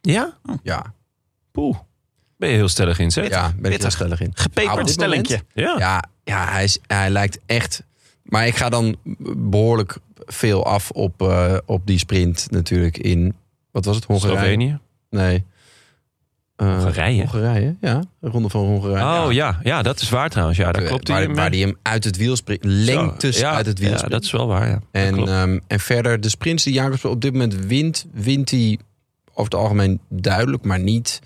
S1: ja? Oh,
S2: Ja,
S1: Poeh. Ben je heel stellig in, zeg.
S2: ja ben ik
S4: pittig.
S2: er stellig in. Nou, op
S4: Gepeperd
S2: dit moment-
S4: stellingje.
S1: Ja.
S2: Ja, ja hij, is, hij lijkt echt... Maar ik ga dan behoorlijk veel af op, eh, op die sprint natuurlijk in... Wat was het? Hongarije?
S1: Slovenië.
S2: Nee. Eh,
S1: Hongarije?
S2: Hongarije, ja. De ronde van Hongarije.
S1: Oh ja. ja, dat is waar trouwens. Ja, daar
S2: Eh,
S1: klopt hij
S2: waar,
S1: mee.
S2: waar die hem uit het wiel springt. Lengtes
S1: Zo, ja,
S2: uit het wiel
S1: Ja,
S2: springt.
S1: dat is wel waar, ja.
S2: en,
S1: klopt.
S2: ehm, en verder, de sprints die Jacobs op dit moment wint... wint hij over het algemeen duidelijk, maar niet...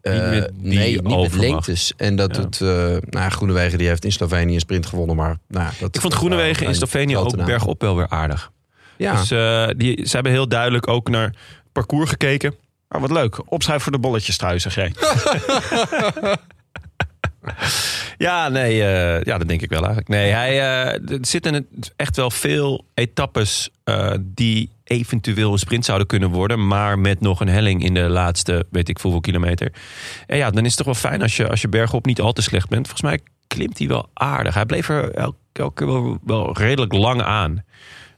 S2: eh,
S1: Niet met die
S2: nee, niet met
S1: overmacht.
S2: lengtes. En dat
S1: Ja.
S2: het... eh nou, ja, Groenewegen die heeft in Slovenië een sprint gewonnen, maar... Nou, ja, dat,
S1: Ik vond Groenewegen in Slovenië ook
S2: berg.
S1: bergop wel weer aardig.
S2: Ja,
S1: Dus eh, die, ze hebben heel duidelijk ook naar parcours gekeken.
S4: Oh, wat leuk. Opschrijf voor de bolletjes thuis, zeg jij.
S1: Ja, nee, eh, ja, dat denk ik wel eigenlijk. Nee, hij, eh, er zitten het- echt wel veel etappes eh, die eventueel een sprint zouden kunnen worden. Maar met nog een helling in de laatste, weet ik hoeveel kilometer. En ja, dan is het toch wel fijn als je, als je bergop niet al te slecht bent. Volgens mij klimt hij wel aardig. Hij bleef er el- elke keer wel, wel redelijk lang aan.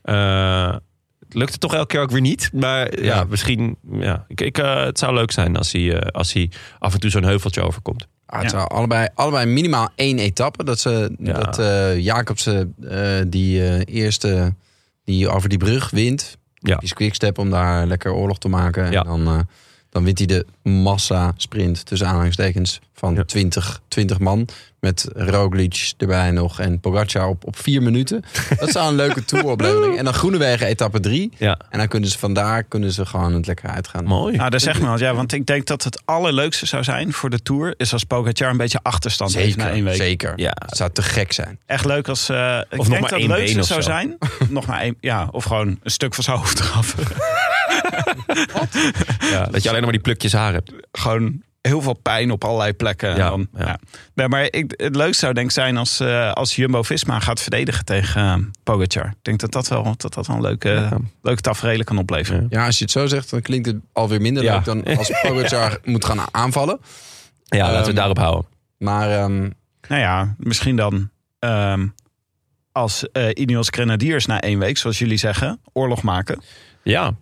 S1: Eh, het lukte toch elke keer ook weer niet. Maar ja,
S2: Ja.
S1: misschien, ja. Ik, ik, eh, het zou leuk zijn als hij, eh, als hij af en toe zo'n heuveltje overkomt.
S2: Ah, het
S4: Ja.
S2: zou allebei, allebei minimaal één etappe. Dat, ze,
S1: Ja.
S2: dat eh, Jacobsen eh, die eh, eerste die over die brug wint.
S1: Ja.
S2: Die is quickstep om daar lekker oorlog te maken. En
S1: Ja.
S2: dan, eh, dan wint hij de massa sprint tussen aanhalingstekens van
S1: Ja.
S2: 20, 20 man. Met Roglic erbij nog en Pogacar op, op vier minuten. Dat zou een leuke toeroplevering. En dan Groenewegen etappe drie.
S1: Ja,
S2: En dan kunnen ze vandaar kunnen ze gewoon het lekker uitgaan.
S1: mooi.
S4: Nou, dat zeg maar. Ja, want ik denk dat het allerleukste zou zijn voor de Tour... is als Pogacar een beetje achterstand heeft na één
S2: Zeker,
S4: week.
S2: zeker.
S1: Ja.
S2: Het zou te gek zijn.
S4: Echt leuk als... eh, ik
S1: nog
S4: denk
S1: maar
S4: dat
S1: één
S4: het leukste
S1: been of
S4: zou
S1: zo.
S4: zijn. nog maar één... Ja, of gewoon een stuk van zijn hoofd eraf.
S1: Ja, dat je alleen nog maar die plukjes haar hebt.
S4: gewoon heel veel pijn op allerlei plekken.
S1: Ja,
S4: En dan,
S1: ja.
S4: ja. Nee, maar ik, het leukste zou denk ik zijn als, eh, als Jumbo-Visma gaat verdedigen tegen eh, Pogacar. Ik denk dat dat wel, dat dat wel een leuke,
S1: Ja.
S4: leuke tafereel kan opleveren.
S2: Ja, als je het zo zegt, dan klinkt het alweer minder
S1: Ja.
S2: leuk dan als Pogacar moet gaan aanvallen.
S1: Ja, laten we
S2: Ehm,
S1: het daarop houden.
S2: Maar ehm,
S4: Nou ja, misschien dan ehm, als eh Ineos Grenadiers na één week, zoals jullie zeggen, oorlog maken.
S1: Ja.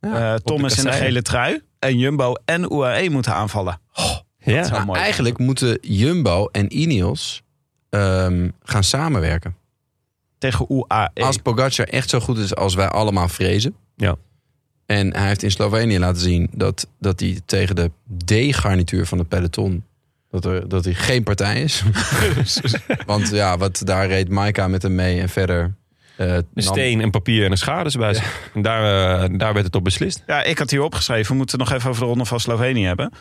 S4: Eh, Thomas in de
S1: kasseien.
S4: gele trui en Jumbo en UAE moeten aanvallen.
S1: ja.
S4: zou
S2: nou,
S4: mooi zijn.
S2: eigenlijk moeten Jumbo en Ineos ehm, gaan samenwerken.
S4: tegen E. UAE.
S2: Als Pogacar echt zo goed is als wij allemaal vrezen.
S1: Ja.
S2: En hij heeft in Slovenië laten zien dat, dat hij tegen de D-garnituur van het peloton. Dat, er, dat hij geen partij is. Want ja, wat daar reed Maika met hem mee en verder. eh,
S4: Dus
S1: Een
S2: nam-
S1: steen, een papier en een schades bij zich. En daar, eh, daar werd het op beslist.
S4: Ja, ik had hier opgeschreven. We moeten het nog even over de Ronde van Slovenië hebben.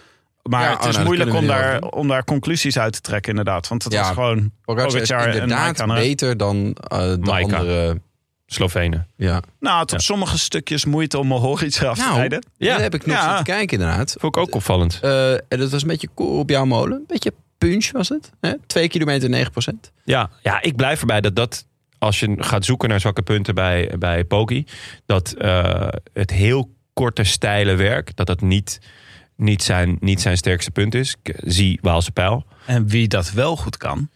S4: Maar
S2: Ja, oh,
S4: het
S2: nou,
S4: is
S2: dat
S4: moeilijk
S2: kunnen
S4: om
S2: we niet
S4: daar,
S2: over
S4: om daar conclusies uit te trekken, inderdaad. Want het
S2: Ja,
S4: was gewoon.
S2: Pogacar is
S4: Pogacar en
S2: inderdaad
S4: Maika, hè?
S2: beter dan eh, de
S1: Maika.
S2: andere.
S1: Slovenen.
S2: Ja.
S4: Nou, tot
S1: Ja.
S4: sommige stukjes moeite om mijn horens af te
S2: Nou,
S4: rijden.
S2: ja, daar heb ik nog
S4: Ja.
S2: zitten kijken inderdaad.
S1: Vond ik ook opvallend.
S2: Eh, en dat was een beetje koor op jouw molen. Een beetje punch was het. Hè? Twee kilometer 9 procent.
S1: Ja, ja, ik blijf erbij dat dat. Als je gaat zoeken naar zwakke punten bij, bij Poki. Dat eh, het heel korte, steile werk. Dat dat niet, niet, zijn, niet zijn sterkste punt is. Ik eh, zie Waalse pijl.
S4: En wie dat wel goed kan,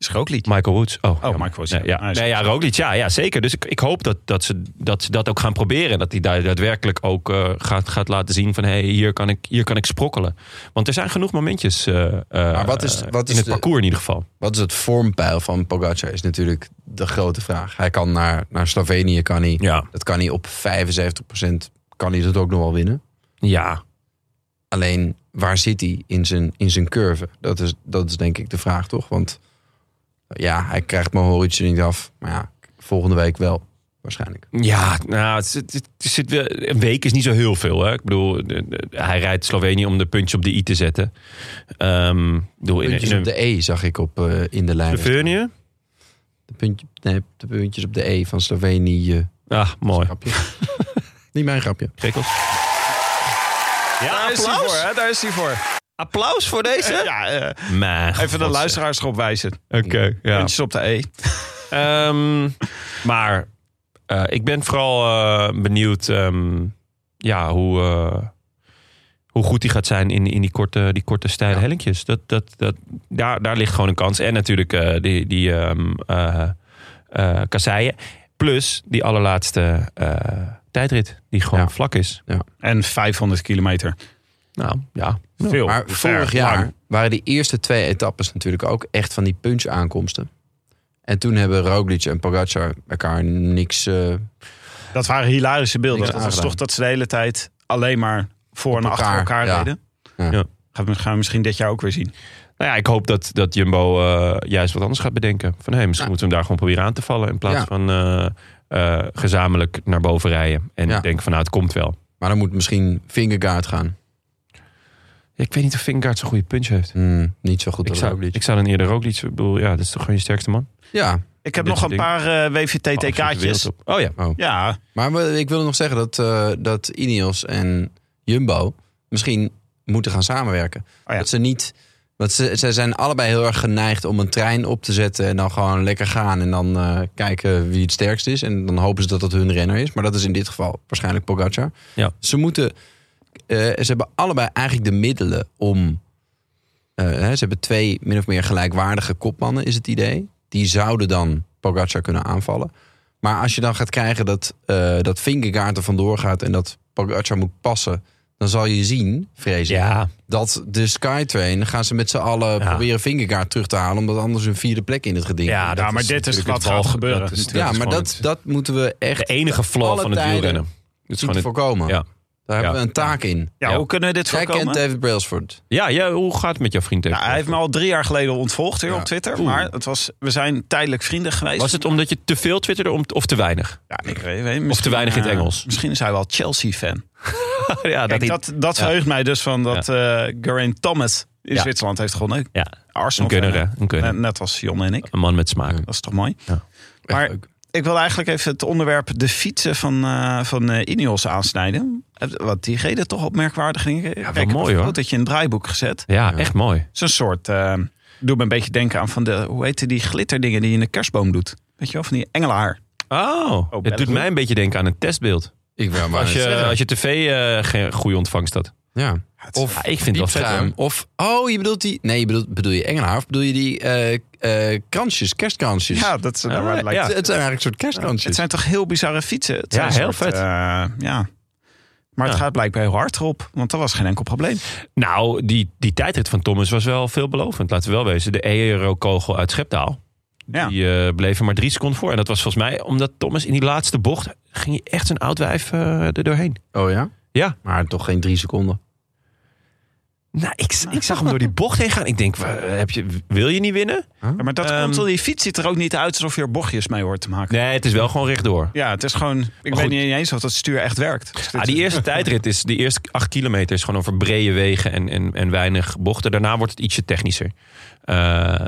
S4: is Roglic.
S1: Michael Woods. Oh, jammer.
S4: Michael Woods,
S1: Nee,
S4: ja.
S1: ja.
S4: Hij is-
S1: Nee, ja, Roglic. Ja, ja, zeker. Dus ik, ik hoop dat, dat, ze, dat ze dat ook gaan proberen. En dat hij daar daadwerkelijk ook eh, gaat, gaat laten zien van... hé, hey, hier, kan ik- hier kan ik sprokkelen. Want er zijn genoeg momentjes eh, eh,
S2: wat is- wat
S1: in
S2: is
S1: het
S2: de-
S1: parcours in ieder geval.
S2: Wat is het vormpeil van Pogacar is natuurlijk de grote vraag. Hij kan naar, naar Slovenië, kan hij.
S1: Ja.
S2: Dat kan hij op 75% kan hij dat ook nog wel winnen.
S1: Ja.
S2: Alleen, waar zit hij in zijn, in zijn curve? Dat is, dat is denk ik de vraag, toch? Want ja, hij krijgt Mohoric er niet af. Maar ja, volgende week wel, waarschijnlijk.
S1: Ja, nou, het, zit- het zit wel- een week is niet zo heel veel. Hè? Ik bedoel, de- de- hij rijdt Slovenië om de puntjes op de i te zetten. Ehm, ik bedoel, in,
S2: Puntjes
S1: in
S2: op de E zag ik op, eh, in de lijn.
S1: Slovenië?
S2: De, puntje, nee, de puntjes op de E van Slovenië.
S1: Ah, mooi.
S2: Grapje. niet mijn grapje.
S1: Krekels. Ja,
S4: Daar is hij voor, hè? Daar is hij voor.
S1: Applaus voor deze?
S4: Ja, eh,
S1: Maar,
S4: even de luisteraars erop wijzen.
S1: Oké, ja.
S4: Puntjes op de E.
S1: Ehm, maar eh, ik ben vooral eh, benieuwd ehm, ja, hoe, eh, hoe goed hij gaat zijn in, in die korte, die korte stijle hellinkjes. Dat, dat, dat, daar, daar ligt gewoon een kans. En natuurlijk eh, die, die ehm, eh, eh, kasseien. Plus die allerlaatste eh, tijdrit, die gewoon
S2: Ja.
S1: vlak is.
S4: En 500 kilometer.
S1: Nou ja,
S4: Veel.
S2: Maar
S4: Ver,
S2: vorig jaar
S4: lang.
S2: waren die eerste twee etappes natuurlijk ook echt van die punch aankomsten. En toen hebben Roglic en Pogacar elkaar niks... eh,
S4: Dat waren hilarische beelden.
S2: Niks
S4: Dat was
S2: aangedaan.
S4: toch dat ze de hele tijd alleen maar voor en achter
S2: elkaar,
S4: elkaar
S2: ja.
S4: reden.
S2: Ja.
S1: Ja.
S4: Gaan we, gaan we misschien dit jaar ook weer zien.
S1: nou ja, ik hoop dat, dat Jumbo eh, juist wat anders gaat bedenken. Van hey, misschien
S2: Ja.
S1: moeten we hem daar gewoon proberen aan te vallen. In plaats
S2: Ja.
S1: van eh, eh, gezamenlijk naar boven rijden. En
S2: Ja.
S1: ik denk van nou, het komt wel.
S2: maar dan moet misschien Fingergaard gaan.
S1: Ja, ik weet niet of Vingegaard zo'n goede punch heeft.
S2: Hmm, niet zo goed
S1: Ik
S2: als
S1: zou,
S2: Roglic.
S1: ik zou dan eerder Roglic... Ik bedoel, ja, dat is toch gewoon je sterkste man?
S2: Ja,
S4: Ik heb
S1: Dit
S4: nog een
S1: soort dingen.
S4: paar eh
S1: Absoluut de wereld
S4: WVTT-kaartjes.
S1: op. Oh ja.
S4: Ja,
S2: maar we- ik wilde nog zeggen dat, eh, dat Ineos en Jumbo misschien moeten gaan samenwerken.
S4: Oh ja.
S2: Dat ze niet... Want ze, ze zijn allebei heel erg geneigd om een trein op te zetten en dan gewoon lekker gaan. En dan eh, kijken wie het sterkst is. En dan hopen ze dat dat hun renner is. Maar dat is in dit geval waarschijnlijk Pogacar.
S1: Ja.
S2: Ze moeten... eh, ze hebben allebei eigenlijk de middelen om... eh, hè, ze hebben twee min of meer gelijkwaardige kopmannen, is het idee. Die zouden dan Pogacar kunnen aanvallen. Maar als je dan gaat krijgen dat, eh dat Vingegaard er vandoor gaat... en dat Pogacar moet passen... dan zal je zien, vrees ik
S1: Ja,
S2: dat de Skytrain gaan ze met z'n allen
S1: Ja.
S2: proberen Vingegaard terug te halen, omdat anders een vierde plek in het geding.
S1: ja,
S2: komt.
S1: dat
S4: Ja, maar dit is
S1: natuurlijk
S4: wat
S1: het
S4: gaat
S1: walge-
S4: gebeuren.
S1: dat is-
S4: Ja,
S1: dat
S2: ja
S1: is
S2: maar
S1: gewoon
S2: dat, dat moeten we
S1: het-
S2: echt
S1: de enige flaw
S2: alle
S1: van het
S2: tijden
S1: wielrennen. Het is
S2: zien
S1: gewoon
S2: te
S1: het-
S2: voorkomen.
S1: ja.
S2: Daar hebben
S1: Ja.
S2: we een taak in.
S4: ja,
S1: Ja.
S4: hoe kunnen we dit
S2: Jij
S4: voorkomen?
S2: kent David Brailsford.
S1: Ja, ja, hoe gaat het met jouw vriend?
S4: Nou,
S1: tegenwoordig?
S4: hij heeft me al drie jaar geleden ontvolgd hier
S2: Ja.
S4: op Twitter.
S1: Oeh.
S4: Maar het was, we zijn tijdelijk vrienden geweest.
S1: Was het omdat je te veel twitterde om- of te weinig?
S4: Ja, ik weet, weet, misschien,
S1: Of te weinig in het
S4: eh,
S1: Engels.
S4: misschien is hij wel Chelsea-fan.
S1: ja,
S4: Kijk,
S1: hij-
S4: dat, dat verheugt mij dus van dat eh Geraint Thomas in
S1: Ja.
S4: Zwitserland heeft gewonnen.
S1: ja, een
S4: Arsenal.
S1: gunner, hè? Een gunner.
S4: Net, net als Jon en ik.
S1: Een man met smaak.
S4: Dat is toch mooi?
S2: Echt
S4: Maar-
S2: leuk.
S4: Ik wil eigenlijk even het onderwerp de fietsen van, eh van eh, Ineos aansnijden. Eh, Want die reden toch opmerkwaardig. Denk ik. Ja,
S1: wel mooi, hoor.
S4: dat je in een draaiboek gezet.
S1: Ja, echt mooi.
S4: Het is een soort... eh doet me een beetje denken aan van de... Hoe heette die glitterdingen die je in de kerstboom doet? Weet je wel, van die engelhaar.
S1: Oh, het doet
S4: België.
S1: mij een beetje denken aan een testbeeld.
S2: Ik wil maar
S1: Als
S2: eens
S1: je,
S2: zeggen.
S1: als je tv eh, geen goede ontvangst had.
S2: ja. Of
S1: Ja, ik vind het wel vet.
S2: diepschuim.
S1: hoor.
S2: Of, oh, je bedoelt die... Nee, je bedoelt, bedoel je Engelhaar of bedoel je die eh, eh, kransjes, kerstkransjes?
S4: Dus- Ja, dat is daar
S1: Ah,
S4: waar het lijkt.
S1: ja.
S2: Het, het zijn eigenlijk een soort kerstkransjes.
S4: Het zijn toch heel bizarre fietsen? Het
S1: Ja,
S4: zijn een
S1: heel
S4: soort,
S1: vet.
S4: eh, ja. Maar het
S1: Ja.
S4: gaat blijkbaar heel hard erop. Want dat was geen enkel probleem.
S1: Nou, die, die tijdrit van Thomas was wel veelbelovend. Laten we wel wezen. De Aero-kogel uit Schepdaal.
S4: Ja.
S1: Die eh, bleven maar drie seconden voor. En dat was volgens mij omdat Thomas in die laatste bocht... ging je echt zijn oud wijf eh, er doorheen.
S2: Oh ja?
S1: Ja.
S2: Maar toch geen drie seconden.
S1: Nou, ik, ik zag hem door die bocht heen gaan. Ik denk, wa- heb je, wil je niet winnen?
S4: Ja, maar dat
S1: Ehm,
S4: komt omdat die fiets ziet er ook niet uit alsof je er bochtjes mee hoort te maken.
S1: Nee, het is wel gewoon rechtdoor.
S4: Ja, het is gewoon... Ik
S1: goed.
S4: weet niet eens of dat stuur echt werkt. Dus dit
S1: Ah, die
S4: is-
S1: eerste tijdrit is, die eerste acht kilometer is gewoon over brede wegen en, en, en weinig bochten. Daarna wordt het ietsje technischer. Eh,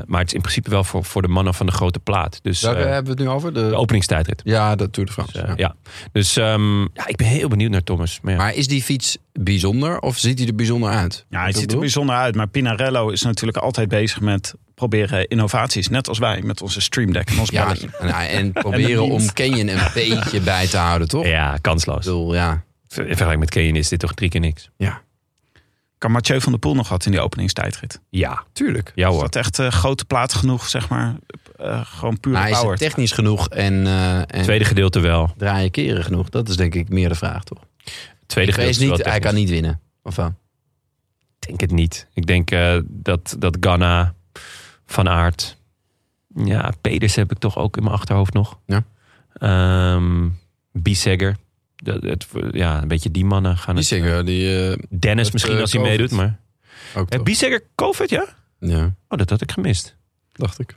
S1: maar het is in principe wel voor, voor de mannen van de grote plaat. Dus
S2: Daar
S1: eh,
S2: hebben we het nu over? De,
S1: de openingstijdrit.
S2: ja, de Tour de France.
S1: Dus, eh,
S2: ja.
S1: ja. Dus ehm, ja, ik ben heel benieuwd naar Thomas. Maar ja.
S2: Maar is die fiets bijzonder of ziet hij er bijzonder uit?
S4: Ja, hij
S2: Wat
S4: ziet er
S2: ik
S4: bijzonder uit. Maar Pinarello is natuurlijk altijd bezig met proberen innovaties. Net als wij met onze Stream Deck en ons
S2: bedoel?
S4: belletje.
S2: Ja, nou, en proberen om
S4: dienst.
S2: Canyon een beetje bij te houden, toch? Ik
S1: ja, kansloos. In
S2: bedoel, ja.
S1: vergelijking met Kenyon is dit toch drie keer niks?
S4: Kan Mathieu van der Poel nog wat in die openingstijdrit?
S1: Ja,
S2: Tuurlijk.
S1: ja
S4: Is
S1: hoor.
S4: dat echt eh, grote plaat genoeg, zeg maar? Eh, gewoon puur
S2: Maar hij is
S4: power.
S2: het technisch genoeg en, eh, en
S1: Tweede gedeelte wel.
S2: draaien keren genoeg. Dat is denk ik meer de vraag, toch?
S1: Tweede
S2: Hij,
S1: gedeelte
S2: is
S1: is wel
S2: niet, hij
S1: technisch.
S2: kan niet winnen. Of wel?
S1: Ik denk het niet. Ik denk eh, dat, dat Ghana, Van Aert... Ja, Peders heb ik toch ook in mijn achterhoofd nog.
S2: Ja.
S1: Ehm, Bissegger. Dat, het, ja, een beetje die mannen gaan
S2: Die
S1: het...
S2: zingen, die eh,
S1: Dennis
S2: dat,
S1: misschien
S2: eh,
S1: als hij
S2: Covid.
S1: meedoet, maar...
S2: ook
S1: Hey,
S2: toch?
S1: Bissegger, COVID, ja?
S2: Ja,
S1: Oh, dat had ik gemist.
S2: dacht ik.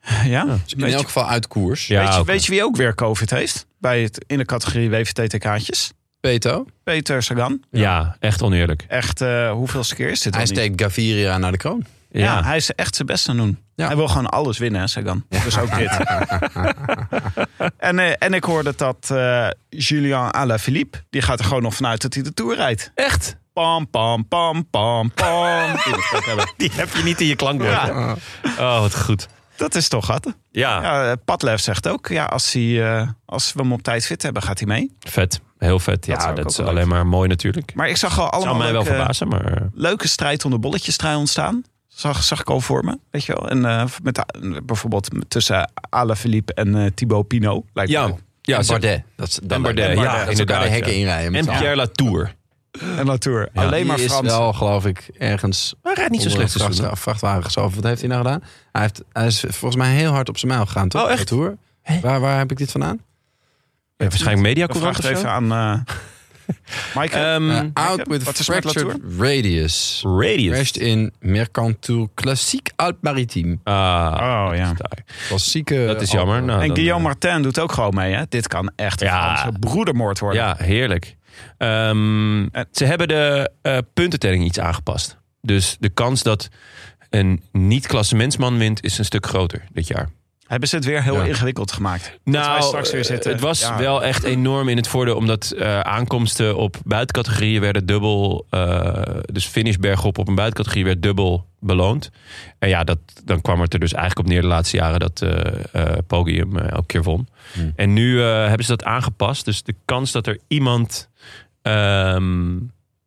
S4: Ja?
S1: Ja.
S2: In
S4: Weet, je,
S2: elk geval uit koers.
S1: Ja,
S4: weet, je,
S1: oké.
S4: weet je wie ook weer COVID heeft? Bij het, in de categorie WVT-TK'tjes?
S2: Peto,
S4: Peter Sagan.
S1: ja. echt oneerlijk.
S4: Echt, eh hoeveelste keer is dit
S2: hij
S4: al niet?
S2: steekt Gaviria naar de kroon.
S1: Ja,
S4: Ja, hij is echt zijn best aan het doen.
S2: Ja.
S4: Hij wil gewoon alles winnen, hè, Sagan. Dus ook dit. en, eh, en ik hoorde dat eh Julien Alaphilippe... die gaat er gewoon nog vanuit dat hij de Tour rijdt.
S1: echt?
S4: Pam, pam, pam, pam, pam. Die moet ik ook hebben.
S1: Die heb je niet in je klankbord.
S4: Ja.
S1: Oh, wat goed.
S4: Dat is toch wat.
S1: Ja,
S4: Ja, eh, Padlef zegt ook... Ja, als, hij, eh, als we hem op tijd fit hebben, gaat hij mee.
S1: vet. Heel vet.
S4: Dat
S1: Ja,
S4: zou
S1: dat,
S4: ik ook
S1: is
S4: wel
S1: alleen
S4: leuk
S1: maar mooi natuurlijk.
S4: Maar ik zag al
S1: Zou
S4: allemaal
S1: mij wel
S4: leuke,
S1: verbazen, maar...
S4: leuke strijd onder bolletjes trui ontstaan. Zag, zag ik al voor me, weet je wel. En eh, met, de- bijvoorbeeld tussen Alaphilippe en eh Thibaut Pinot. Lijkt me wel.
S1: ja
S2: En
S1: zo-
S2: Bardet. Dat, is- dat
S1: En Bardet, ja,
S2: dat- dat ze elkaar
S1: inderdaad,
S2: de hekken
S1: ja.
S2: inrijden. met
S1: En
S2: z'n allen.
S1: Pierre Latour.
S4: En Latour. Alleen maar
S2: Die
S4: Frans.
S2: is wel, geloof ik, ergens...
S1: Hij rijdt niet zo
S2: onder een
S1: slecht. dit seizoen.
S2: vracht- vrachtwagen geschoven. Wat heeft hij nou gedaan? Hij, heeft, hij is volgens mij heel hard op zijn mijl gegaan, toch?
S1: Oh, echt? Mm.
S2: De Tour. Waar, waar heb ik dit vandaan?
S1: Ja, waarschijnlijk
S4: Ik
S1: mediacourant
S4: vraag
S1: of
S4: het
S1: zo.
S4: even aan eh Mike.
S1: Ehm,
S2: Eh, out
S4: Mike,
S2: with
S4: wat is er met
S2: fractured radius.
S1: Radius.
S2: Crashed in Mercantour Classique Alp Maritime.
S1: Ah,
S4: oh ja.
S2: Klassieke...
S1: dat is jammer. Nou,
S4: En
S1: dan,
S4: Guillaume
S1: eh,
S4: Martin doet ook gewoon mee, hè? Dit kan echt een
S1: Ja.
S4: Franse broedermoord worden.
S1: Ja, heerlijk. Ehm,
S4: En-
S1: ze hebben de eh, puntentelling iets aangepast. Dus de kans dat een niet-klassementsman wint is een stuk groter dit jaar.
S4: Hebben ze het weer heel
S2: Ja.
S4: ingewikkeld gemaakt? dat wij straks weer
S1: eh,
S4: zitten.
S1: het was
S4: Ja.
S1: wel echt enorm in het voordeel... omdat eh, aankomsten op buitencategorieën werden dubbel... eh, dus finish bergop op een buitencategorie werd dubbel beloond. En ja, dat, dan kwam het er dus eigenlijk op neer de laatste jaren... dat eh eh, Podium eh, elke keer won.
S2: Hmm.
S1: En nu eh, hebben ze dat aangepast. Dus de kans dat er iemand ehm,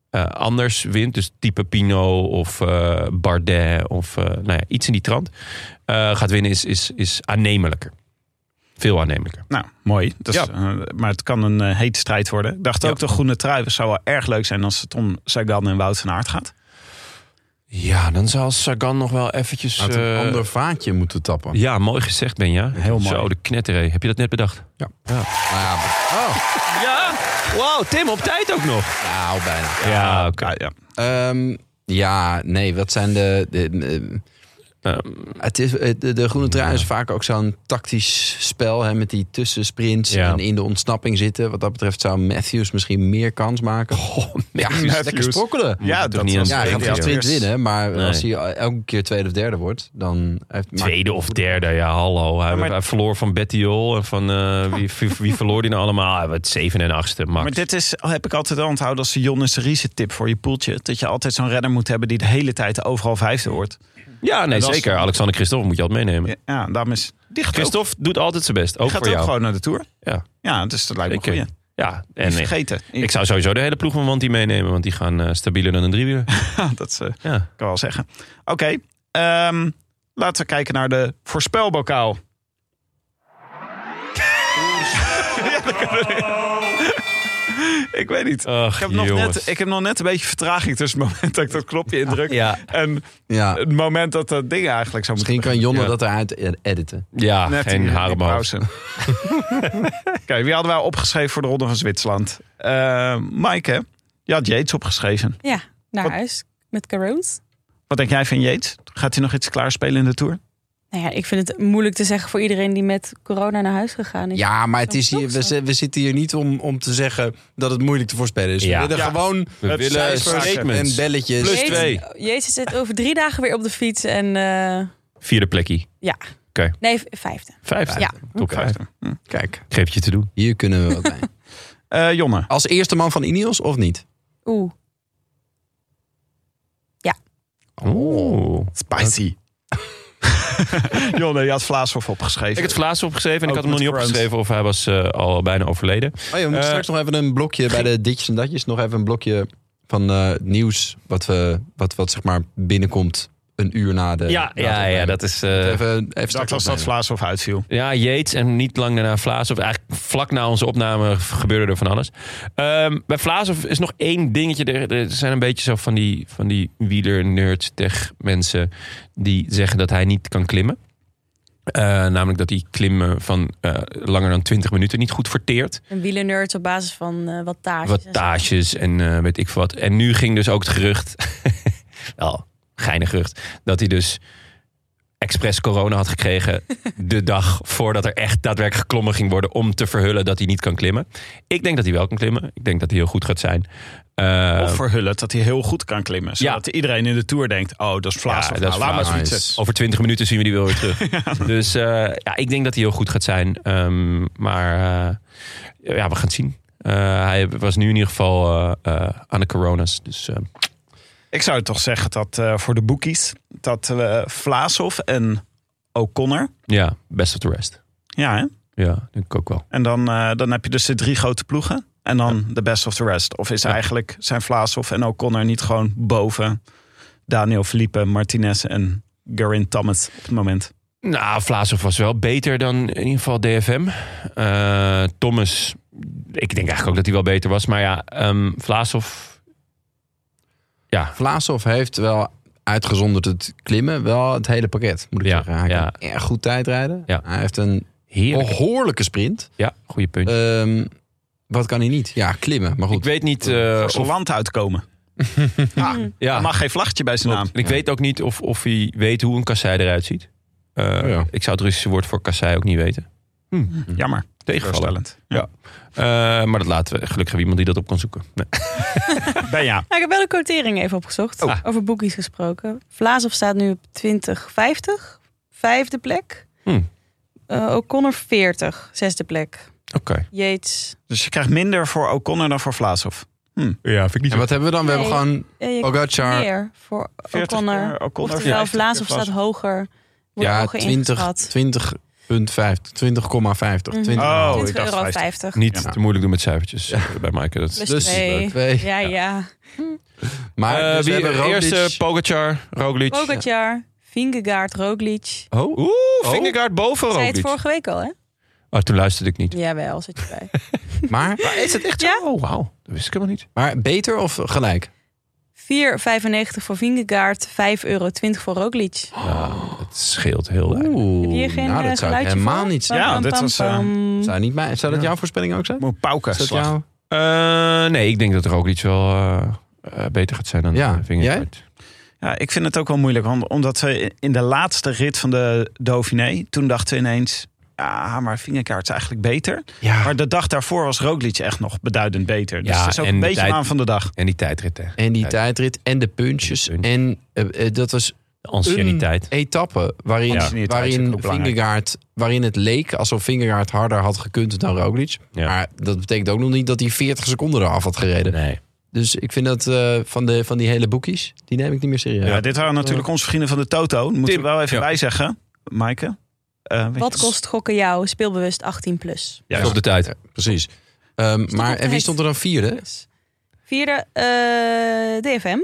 S1: eh, anders wint... dus type Pino of eh, Bardet of eh, nou ja, iets in die trant... eh, gaat winnen is, is, is aannemelijker. Veel aannemelijker.
S4: Nou, mooi. Dat is,
S1: Ja.
S4: eh, maar het kan een eh, hete strijd worden. Ik dacht
S1: Ja.
S4: ook de groene trui. Het zou wel erg leuk zijn als het om Sagan en Wout van Aert gaat.
S1: Ja, dan zal Sagan nog wel eventjes...
S2: Uit een
S1: eh,
S2: ander vaatje moeten tappen.
S1: Ja, mooi gezegd ben ja.
S4: Heel mooi.
S1: Zo, de knetteré. Heb je dat net bedacht?
S2: Nou ja, oh,
S1: Ja! Wauw, Tim, op tijd ook nog.
S2: nou, bijna.
S1: Ja, oké.
S4: Ja, ja.
S2: Ehm, ja, nee, wat zijn de... de, de-
S1: Ehm,
S2: het is, eh, de, de groene trui is vaak ook zo'n tactisch spel... Hè, met die tussensprints
S1: Ja.
S2: en in de ontsnapping zitten. Wat dat betreft zou Matthews misschien meer kans maken. Goh, ja, lekker
S4: Matthews.
S2: sprokkelen.
S1: je
S4: Ja,
S1: toch
S4: dat
S1: niet
S4: was
S1: aan
S2: Ja, hij
S1: tweede
S2: gaat geen
S1: jaar.
S2: sprint
S4: eerst.
S2: winnen. Maar
S1: Nee.
S2: als hij elke keer tweede of derde wordt... dan heeft, maakt-
S1: Tweede of derde, ja, hallo. Hij,
S4: Ja, maar-
S1: hij verloor van Betty Jol en van eh, wie, wie, wie verloor die nou allemaal? Hij werd zeven en achtste, max.
S4: Maar dit is, heb ik altijd al onthouden als de Jonas Riese tip voor je poeltje. Dat je altijd zo'n renner moet hebben die de hele tijd overal vijfde wordt.
S1: ja, nee,
S4: En als-
S1: zeker. Alexander Christophe moet je altijd meenemen.
S4: Ja, ja daarom is die gaat ook,
S1: Christophe doet altijd zijn best, ook
S4: die gaat
S1: voor
S4: ook
S1: jou.
S4: gewoon naar de Tour.
S1: Ja.
S4: Ja, dus dat lijkt me
S1: Zeker.
S4: goed.
S1: Ja, en
S4: En
S1: eh,
S4: vergeten.
S1: ik zou sowieso de hele ploeg van Wanty meenemen, want die gaan eh, stabieler dan een driewieler.
S4: Ja, dat is, eh,
S1: Ja.
S4: kan wel zeggen. Oké, ehm, laten we kijken naar de voorspelbokaal. Ja, dat kunnen we. Ik weet niet.
S1: Ach,
S4: ik, heb nog net,
S1: jongens.
S4: ik heb nog net een beetje vertraging tussen het moment dat ik dat knopje indruk
S1: Ja.
S4: en
S2: Ja,
S4: het moment dat dat ding eigenlijk zou moeten
S2: misschien kan Jonne
S1: Ja.
S2: dat eruit ed- editen.
S1: Ja,
S4: Net in
S1: geen
S4: die
S1: haren op mijn hoofd.
S4: pauze. Kijk, wie hadden wij opgeschreven voor de Ronde van Zwitserland? Eh Mike, hè? Je had Yates opgeschreven.
S3: Ja, naar
S4: Wat-
S3: huis met Caroons.
S4: Wat denk jij van Yates? Gaat hij nog iets klaarspelen in de Tour?
S3: Nou ja, ik vind het moeilijk te zeggen voor iedereen die met corona naar huis gegaan is.
S2: Ja, maar het
S3: Zo
S2: is hier,
S3: klopt
S2: we,
S3: zo.
S2: zi- we zitten hier niet om, om te zeggen dat het moeilijk te voorspellen is.
S1: Ja.
S2: We willen
S4: Ja.
S2: gewoon
S1: We
S4: Het
S1: willen
S4: cijfer-
S2: en
S1: statements.
S2: belletjes.
S1: Plus
S3: Jezus-
S1: twee.
S3: Jezus zit over drie dagen weer op de fiets en eh,
S1: Vierde plekkie.
S3: nee, v- vijfde.
S1: Vijfde.
S3: Ja.
S1: Top vijf.
S4: Vijfde. Hm.
S2: Kijk,
S1: Geef je te doen.
S2: hier kunnen we wat bij.
S4: Eh, Jonne,
S2: Als eerste man van Ineos of niet?
S3: Oeh.
S4: Oh.
S1: Oeh.
S4: Spicy. Jonne, je had Vlaashoff opgeschreven.
S1: Ik had Vlaas opgeschreven en ik
S4: Ook
S1: had hem nog niet
S4: Oh, met Frans.
S1: opgeschreven of hij was eh, al bijna overleden.
S2: Oh ja, we moeten
S1: Eh,
S2: straks nog even een blokje bij de ditjes en datjes. Nog even een blokje van eh, nieuws wat, we, wat, wat zeg maar binnenkomt een uur na de...
S1: ja,
S2: na
S1: ja,
S2: de-
S1: ja, dat is... eh,
S2: Even, even
S4: dat
S2: straks
S4: was dat
S2: opnemen.
S4: Vlaashoff uitviel.
S1: ja, Yates en niet lang daarna Vlaas. Of eigenlijk vlak na onze opname gebeurde er van alles. Ehm, bij Vlaas is nog één dingetje. Er, er zijn een beetje zo van die, van die wieler-nerd-tech-mensen... die zeggen dat hij niet kan klimmen. Eh, namelijk dat hij klimmen van eh, langer dan 20 minuten niet goed verteert.
S3: Een wielernerd op basis van eh wat taartjes. en zo.
S1: wattages en eh, weet ik veel wat. En nu ging dus ook het gerucht, wel geinig gerucht, dat hij dus expres corona had gekregen de dag voordat er echt daadwerkelijk geklommen ging worden om te verhullen dat hij niet kan klimmen. Ik denk dat hij wel kan klimmen. Ik denk dat hij heel goed gaat zijn. Eh,
S4: Of voor Hullet, dat hij heel goed kan klimmen. Zodat iedereen in de Tour denkt, oh, dat is Vlaashoff.
S1: Ja, dat is
S4: nou, laat maar
S1: Vlaashoff.
S4: fietsen.
S1: over twintig minuten zien we die wel weer terug. Dus eh, ja, ik denk dat hij heel goed gaat zijn. Ehm, maar eh, ja, we gaan het zien. Eh, hij was nu in ieder geval eh, eh, aan de coronas. Dus eh,
S4: Ik zou toch zeggen dat eh, voor de boekies... dat eh Vlaashoff en O'Connor...
S1: ja, best of the rest.
S4: Ja, hè?
S1: Ja, denk ik ook wel.
S4: En dan, eh, dan heb je dus de drie grote ploegen. En dan de best of the rest. Of is eigenlijk zijn Vlaashoff en O'Connor niet gewoon boven Daniel Felipe, Martinez en Garin Thomas op het moment?
S1: Nou, Vlaashoff was wel beter dan in ieder geval DFM. Eh, Thomas, ik denk eigenlijk ook dat hij wel beter was. Maar ja, ehm Vlaashoff... Ja,
S2: Vlaashoff heeft wel uitgezonderd het klimmen, wel het hele pakket, moet ik
S1: Ja,
S2: zeggen. Hij
S1: ja.
S2: kan erg goed tijdrijden.
S1: Ja.
S2: Hij heeft een Oh.
S1: heerlijk.
S2: behoorlijke sprint.
S1: Ja, goede punt.
S2: Ehm, wat kan hij niet? Ja, klimmen. Maar
S1: ik
S2: goed,
S1: weet niet eh,
S4: Voor zijn
S1: of...
S4: land uitkomen. ja,
S1: Ja,
S4: er mag geen vlaggetje bij zijn
S1: klopt.
S4: naam.
S1: En Ik weet ook niet of, of hij weet hoe een kassei eruit ziet. Eh,
S2: Oh ja.
S1: Ik zou het Russische woord voor kassei ook niet weten.
S4: Jammer.
S1: Tegenvallen.
S4: Teleurstellend. Ja.
S1: Eh, maar dat laten we. Gelukkig hebben we iemand die dat op kan zoeken. Nee.
S4: Ben ja.
S3: Nou, ik heb wel de quotering even opgezocht.
S1: Oh.
S3: Over boekies gesproken. Vlaashoff staat nu op 2050. Vijfde plek.
S1: Hmm.
S3: Eh, O'Connor 40. Zesde plek.
S1: Oké.
S3: Yates.
S4: Dus je krijgt minder voor O'Connor dan voor Vlaashoff.
S1: Ja, vind ik niet
S2: en wat hebben we dan? We hebben
S3: Nee.
S2: gewoon
S3: Eh, je
S2: Pogacar.
S3: krijgt meer voor
S4: 40
S3: O'Connor.
S4: voor O'Connor,
S3: Oftewel,
S4: 50
S3: Vlaashoff
S4: voor
S3: staat hoger. Wordt
S2: Ja,
S3: hoger
S2: 20,
S3: ingeschat.
S2: 20, 20,50.
S3: Mhm.
S2: 20.
S4: Oh, ik
S3: 20
S4: dacht
S3: euro
S4: 50.
S3: 50.
S1: Niet
S2: Ja.
S1: te moeilijk doen met cijfertjes eh, bij Maaike. Dat
S3: Plus
S2: Dus-
S3: twee.
S2: twee.
S3: Ja, ja.
S2: Maar
S1: Eh,
S2: dus we
S1: wie,
S2: hebben Roglic.
S1: eerste Pogacar, Roglic.
S3: Pogacar, Vingegaard, Roglic.
S1: Oh. Oeh, Vingegaard boven
S3: Zei het
S1: Roglic.
S3: vorige week al, hè?
S1: Oh, toen luisterde ik niet.
S3: Jawel, zit je bij.
S2: maar,
S1: Is het echt
S3: zo? Ja.
S1: Oh, wauw. Dat wist ik helemaal niet.
S2: maar beter of gelijk?
S3: 4,95 voor Vingegaard, 5,20 euro voor Roglic.
S1: Het scheelt heel erg.
S3: Heb je hier geen
S2: nou,
S3: eh,
S2: dat zou ik
S3: geluidje
S2: helemaal
S3: voor?
S2: niet
S3: Pam,
S2: zijn.
S4: Ja,
S3: pam,
S4: dit
S3: pam,
S4: was, eh,
S3: pam.
S2: Zou, niet mijn, zou dat jouw voorspelling ook zijn?
S4: Moet pauken.
S2: Is dat
S4: slag.
S2: jouw-
S1: Eh, nee, ik denk dat Roglic wel eh, eh, beter gaat zijn dan
S2: Ja.
S1: eh, Vingegaard.
S4: Ja, ik vind het ook wel moeilijk. want- Omdat we in de laatste rit van de Dauphiné... toen dachten we ineens... Ah, maar vingerkaart is eigenlijk beter.
S1: Ja.
S4: Maar de dag daarvoor was Roglic echt nog beduidend beter. Dus
S1: Ah. Ja,
S4: het is ook
S1: en
S4: een
S1: de
S4: beetje
S1: tijd-
S4: aan van de dag.
S1: En die tijdrit, hè.
S2: En die
S1: Ja.
S2: tijdrit en de puntjes.
S1: Puntjes.
S2: En eh, eh, dat was
S1: De anciëniteit.
S2: een etappe waarin,
S4: Ja. Anciëniteit is ook
S2: waarin,
S4: heel belangrijk.
S2: Vingegaard, waarin het leek alsof Vingegaard harder had gekund dan Roglic.
S1: Ja.
S2: Maar dat betekent ook nog niet dat hij 40 seconden eraf had gereden.
S1: Nee.
S2: Dus ik vind dat eh, van, de, van die hele boekies, die neem ik niet meer serieus.
S4: Ja, dit waren natuurlijk onze vrienden van de Toto. Moeten
S1: Tim,
S4: we wel even
S1: ja.
S4: bij zeggen. Maaike? eh, weet
S3: Wat
S4: je-
S3: kost gokken jou? Speelbewust 18 plus.
S4: Ja.
S1: Op de tijd.
S2: Precies. Ehm, maar,
S3: op
S2: en wie
S3: tijd.
S2: stond er dan vierde?
S3: Vierde, eh, DFM.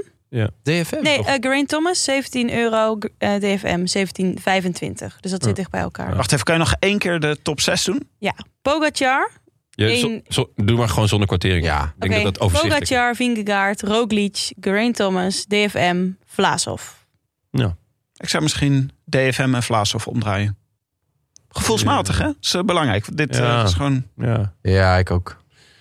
S2: DFM?
S3: Nee,
S2: toch?
S3: eh Geraint Thomas, 17 euro. g- eh, DFM, 17,25. Dus dat zit dicht bij elkaar.
S4: Wacht even, kan je nog één keer de top 6 doen?
S3: Pogacar,
S1: Je,
S3: Eén-
S1: zo- zo- doe maar gewoon zonder kwartering.
S2: Ja.
S1: Ik denk dat dat overzichtelijk is.
S3: Pogacar, Vingegaard, Roglic, Geraint Thomas, DFM, Vlaasov.
S4: Ik zou misschien DFM en Vlaashoff omdraaien. Gevoelsmatig, hè? Dat is eh, belangrijk. Dit
S1: Ja.
S4: eh, is gewoon...
S1: Ja.
S2: Ja, ik ook.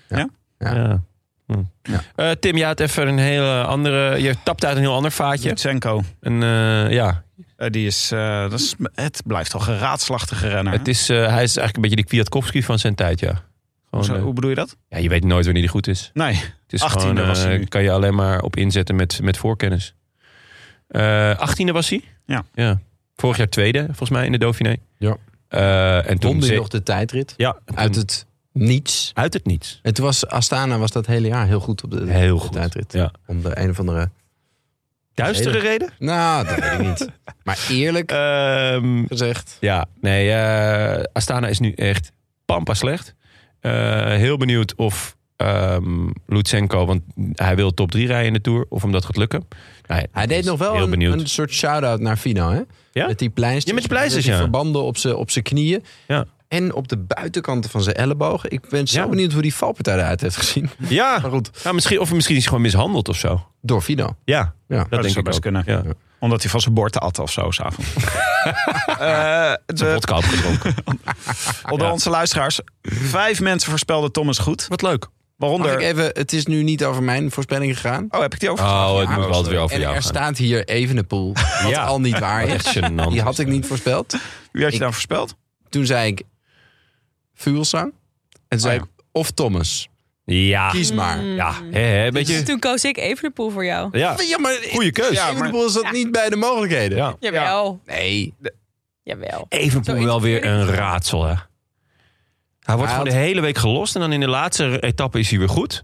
S2: Ja.
S1: Ja. Hm.
S2: Ja.
S1: Eh, Tim, je had even een hele andere. Je tapt uit een heel ander vaatje.
S4: Lutsenko.
S1: Een, eh, ja.
S4: Eh, die is, eh, dat is... Het blijft al geraadslachtige renner. hè?
S1: het is, eh, hij is eigenlijk een beetje de Kwiatkowski van zijn tijd, ja. Gewoon,
S4: Zo,
S1: eh,
S4: hoe bedoel je dat?
S1: ja. Je weet nooit wanneer hij goed is.
S4: Nee.
S1: Het is
S4: 18e
S1: gewoon, eh,
S4: was hij nu.
S1: kan je alleen maar op inzetten met, met voorkennis. Eh 18e was hij?
S4: Ja.
S1: ja. Vorig jaar tweede, volgens mij, in de Dauphiné.
S2: Ja.
S1: Eh, en toen...
S2: Won
S1: ze-
S2: nog de tijdrit.
S1: Ja,
S2: Uit het niets.
S1: uit het niets.
S2: Het was, Astana was dat hele jaar heel goed op de,
S1: Heel
S2: op de
S1: goed,
S2: tijdrit.
S1: ja.
S2: Om de een of andere...
S1: Duistere
S2: Hele-
S1: reden?
S2: Nou, dat weet ik niet. Maar eerlijk
S1: Ehm,
S2: gezegd...
S1: ja, nee, eh, Astana is nu echt pampa slecht. Eh, heel benieuwd of ehm Lutsenko, want hij wil top 3 rijden in de Tour, of hem dat gaat lukken. Nee,
S2: Hij deed
S1: is
S2: nog wel
S1: heel
S2: een,
S1: benieuwd.
S2: een soort shout-out naar Fino, hè?
S1: Ja?
S2: Met die pleisters.
S1: Ja, met die pleisters,
S2: die
S1: ja.
S2: verbanden op zijn op zijn knieën.
S1: Ja.
S2: En op de buitenkanten van zijn ellebogen. Ik ben zo
S1: Ja.
S2: benieuwd hoe die valpartij eruit heeft gezien.
S1: Ja,
S2: Maar goed,
S1: nou, misschien, of misschien is hij gewoon mishandeld of zo.
S2: door Fino.
S1: Ja,
S2: Ja.
S1: dat,
S4: Oh, zou
S1: denk ik
S4: best
S1: ook.
S4: kunnen.
S1: Ja.
S4: Omdat hij van zijn bord at of zo, s'avonds. Eh
S1: Zijn
S4: de-
S1: vodka opgedronken.
S4: onder
S1: Ja.
S4: onze luisteraars. Vijf mensen voorspelden Thomas goed.
S1: Wat leuk.
S4: Waaronder...
S2: Mag ik even, het is nu niet over mijn voorspellingen gegaan.
S4: Oh, heb ik die over?
S1: Oh, het
S2: Ja,
S1: moet wel weer over
S2: En
S1: jou
S2: er
S1: gaan.
S2: staat hier Evenepoel, wat
S1: Ja.
S2: al niet waar is.
S1: Echt gênant.
S2: Die had ik niet voorspeld.
S4: Wie had je
S2: ik-
S4: dan voorspeld?
S2: Toen zei ik Fuglsang. En toen zei
S4: ja.
S1: Ah,
S2: ik of Thomas.
S1: Ja.
S2: Kies maar.
S1: Ja, hè, hè,
S3: Dus
S1: beetje.
S3: toen koos ik Evenepoel voor jou.
S1: Ja.
S2: Ja, maar
S1: Goeie keus.
S2: Ja, Evenepoel zat niet bij de mogelijkheden.
S1: Ja.
S3: Jawel,
S2: Nee.
S3: jawel.
S1: Evenpoel
S3: Zo
S1: wel weer een
S3: interesseert het.
S1: raadsel, hè? Hij wordt
S2: Hij
S1: gewoon
S2: had-
S1: de hele week gelost en dan in de laatste etappe is hij weer goed.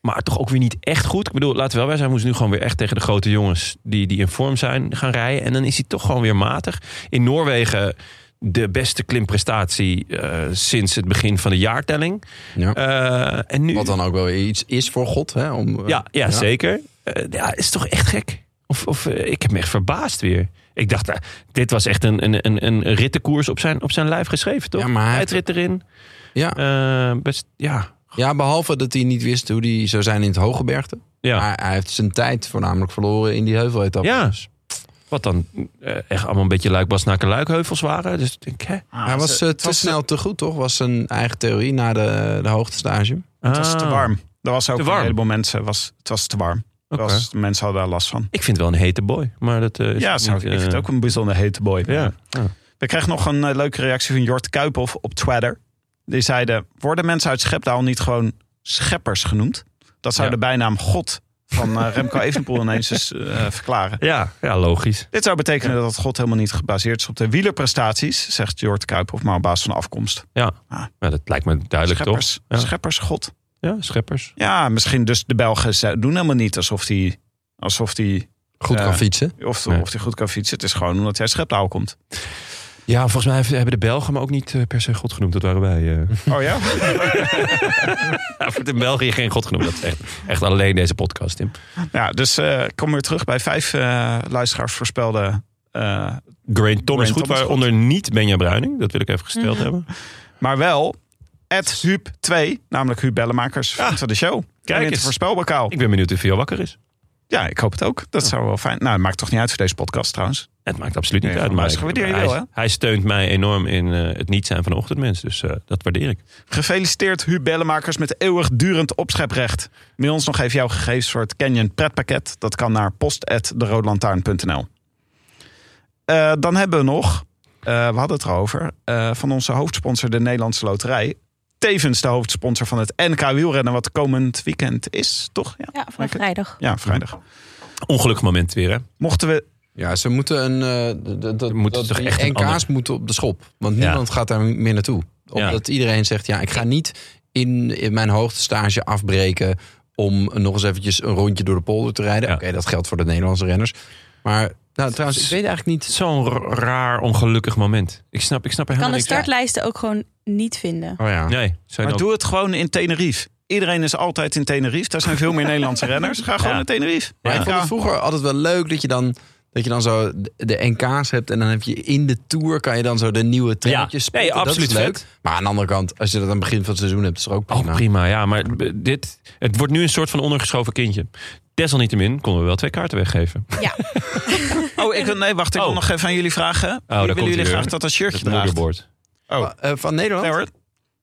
S1: Maar toch ook weer niet echt goed. Ik bedoel, laten we wel wij zijn, hij moest nu gewoon weer echt tegen de grote jongens die, die in vorm zijn gaan rijden. En dan is hij toch gewoon weer matig. In Noorwegen de beste klimprestatie eh, sinds het begin van de jaartelling.
S2: Ja.
S1: Eh, en nu,
S2: Wat dan ook wel weer iets is voor God. Hè, om, eh,
S1: Ja, ja, zeker. Eh, ja, is toch echt gek? Of, of eh, ik heb me echt verbaasd weer. Ik dacht, ah, dit was echt een, een, een, een rittenkoers op zijn, op zijn lijf geschreven, toch?
S2: Ja, maar hij-
S1: Tijdrit erin.
S2: Ja.
S1: Eh, best, ja.
S2: Ja, behalve dat hij niet wist hoe hij zou zijn in het hooggebergte.
S1: ja.
S2: Maar hij heeft zijn tijd voornamelijk verloren in die heuveletappes. Dus
S1: Ja. Wat dan eh, echt allemaal een beetje luikbasnaken luikheuvels waren. Dus ik denk, hè?
S2: Hij was eh, te
S4: Ah, was-
S2: snel te goed, toch? Was zijn eigen theorie na de, de hoogtestage.
S4: Het was te
S1: Ah,
S4: warm. Er was ook
S1: Te warm.
S4: een heleboel mensen. Was, het was te warm.
S1: Ah, oké.
S4: Was, de mensen hadden daar last van.
S1: Ik vind het wel een hete boy. Maar dat, eh, is
S4: ja,
S1: niet,
S4: zo, ik
S1: eh,
S4: vind het ook een bijzonder hete boy.
S1: Ja. ja.
S4: We kregen nog een eh, leuke reactie van Jort Kuiphoff op Twitter. Die zeiden, worden mensen uit Schepdaal niet gewoon scheppers genoemd? Dat zou
S1: Ja.
S4: de bijnaam God van eh, Remco Evenepoel ineens eens eh, verklaren.
S1: Ja, ja, logisch.
S4: Dit zou betekenen dat God helemaal niet gebaseerd is op de wielerprestaties, zegt Jort Kuiphoff, maar op basis van afkomst.
S1: Nou, dat lijkt me duidelijk,
S4: scheppers,
S1: Ja.
S4: scheppers God.
S1: toch? Ja, scheppers.
S4: Ja, misschien dus de Belgen ze- doen helemaal niet alsof die... Alsof die
S2: Goed
S4: Ja.
S2: kan fietsen.
S4: of,
S1: Nee.
S4: of die goed kan fietsen. Het is gewoon omdat jij uit Schepdaal komt.
S1: Ja, volgens mij hebben de Belgen me ook niet eh, per se God genoemd. Dat waren wij. eh.
S4: Oh ja?
S1: Hij wordt in België geen god genoemd. Dat is echt, echt alleen deze podcast, Tim.
S4: Ja, dus eh, ik kom weer terug bij vijf eh, luisteraars voorspelde. eh,
S1: Grain Thomas
S4: Thomas
S1: goed,
S4: goed.
S1: waaronder niet Benja Bruining. Dat wil ik even gesteld hebben.
S4: maar wel at Huub 2, namelijk Huub Bellemakers
S1: Ja.
S4: van de show.
S1: Ah, Kijk
S4: en in
S1: eens.
S4: het voorspelbokaal.
S1: Ik ben benieuwd of hij al wakker is.
S4: Ja, ik hoop het ook. Dat zou wel fijn. Nou, het maakt toch niet uit voor deze podcast trouwens.
S1: Het maakt absoluut niet
S4: Nee,
S1: uit.
S4: van
S1: Maar
S4: luisteren
S1: ik-
S4: waardeer je
S1: hij,
S4: wel, hè?
S1: hij steunt mij enorm in eh, het niet zijn van de ochtendmens. Dus eh, dat waardeer ik.
S4: Gefeliciteerd Huub Bellemakers met eeuwigdurend opscheprecht. Mail ons nog even jouw gegevens voor het Canyon pretpakket. Dat kan naar post.deroodlantaarn.nl Eh Dan hebben we nog, eh, we hadden het erover, eh, van onze hoofdsponsor de Nederlandse Loterij. Tevens de hoofdsponsor van het NK wielrennen wat komend weekend is, toch? Ja,
S3: Ja, vanaf vrijdag.
S4: ja vrijdag.
S1: Ongelukkig moment weer, hè?
S4: Mochten we...
S2: Ja, ze moeten een. eh, d- d- dat- dat,
S1: moeten toch
S2: die
S1: echt een
S2: NK's
S1: ander-
S2: moeten op de schop. Want
S1: Ja.
S2: niemand gaat daar meer naartoe. Omdat iedereen zegt: ja, ik ga niet in, in mijn hoogtestage afbreken. om nog eens eventjes een rondje door de polder te rijden.
S1: Ja.
S2: Oké, dat geldt voor de Nederlandse renners. Maar nou, trouwens, ik weet eigenlijk niet.
S1: Zo'n r- raar, ongelukkig moment. Ik snap, ik snap er helemaal
S3: Ik kan de
S1: niks
S3: startlijsten ook gewoon niet vinden.
S2: Oh ja.
S1: van. Nee, zou je
S4: Maar
S1: dan
S4: doe het gewoon in Tenerife. Iedereen is altijd in Tenerife. Daar zijn veel meer Nederlandse renners. Ga gewoon
S1: Ja.
S4: naar Tenerife.
S2: Maar ik vond het vroeger altijd wel leuk dat je dan Dat je dan zo de- de NK's hebt en dan heb je in de Tour kan je dan zo de nieuwe trendjes
S1: Ja. Nee,
S2: spotten. Dat is
S1: absoluut
S2: leuk.
S1: vet.
S2: Maar aan de andere kant, als je dat aan het begin van het seizoen hebt, is het er ook
S1: Oh,
S4: Nou.
S2: prima.
S1: prima. Ja, maar b- dit, het wordt nu een soort van ondergeschoven kindje. Desalniettemin konden we wel twee kaarten weggeven.
S3: Ja,
S4: Oh, ik, wil- nee, wacht. Ik
S1: Oh.
S4: wil nog even aan jullie vragen. Wie
S1: daar komt
S4: willen
S1: ie
S4: jullie
S1: weer.
S4: graag dat dat shirtje
S1: Het
S4: draagt?
S1: moederbord.
S4: Oh,
S2: Eh, van Nederland?
S4: nee hoor.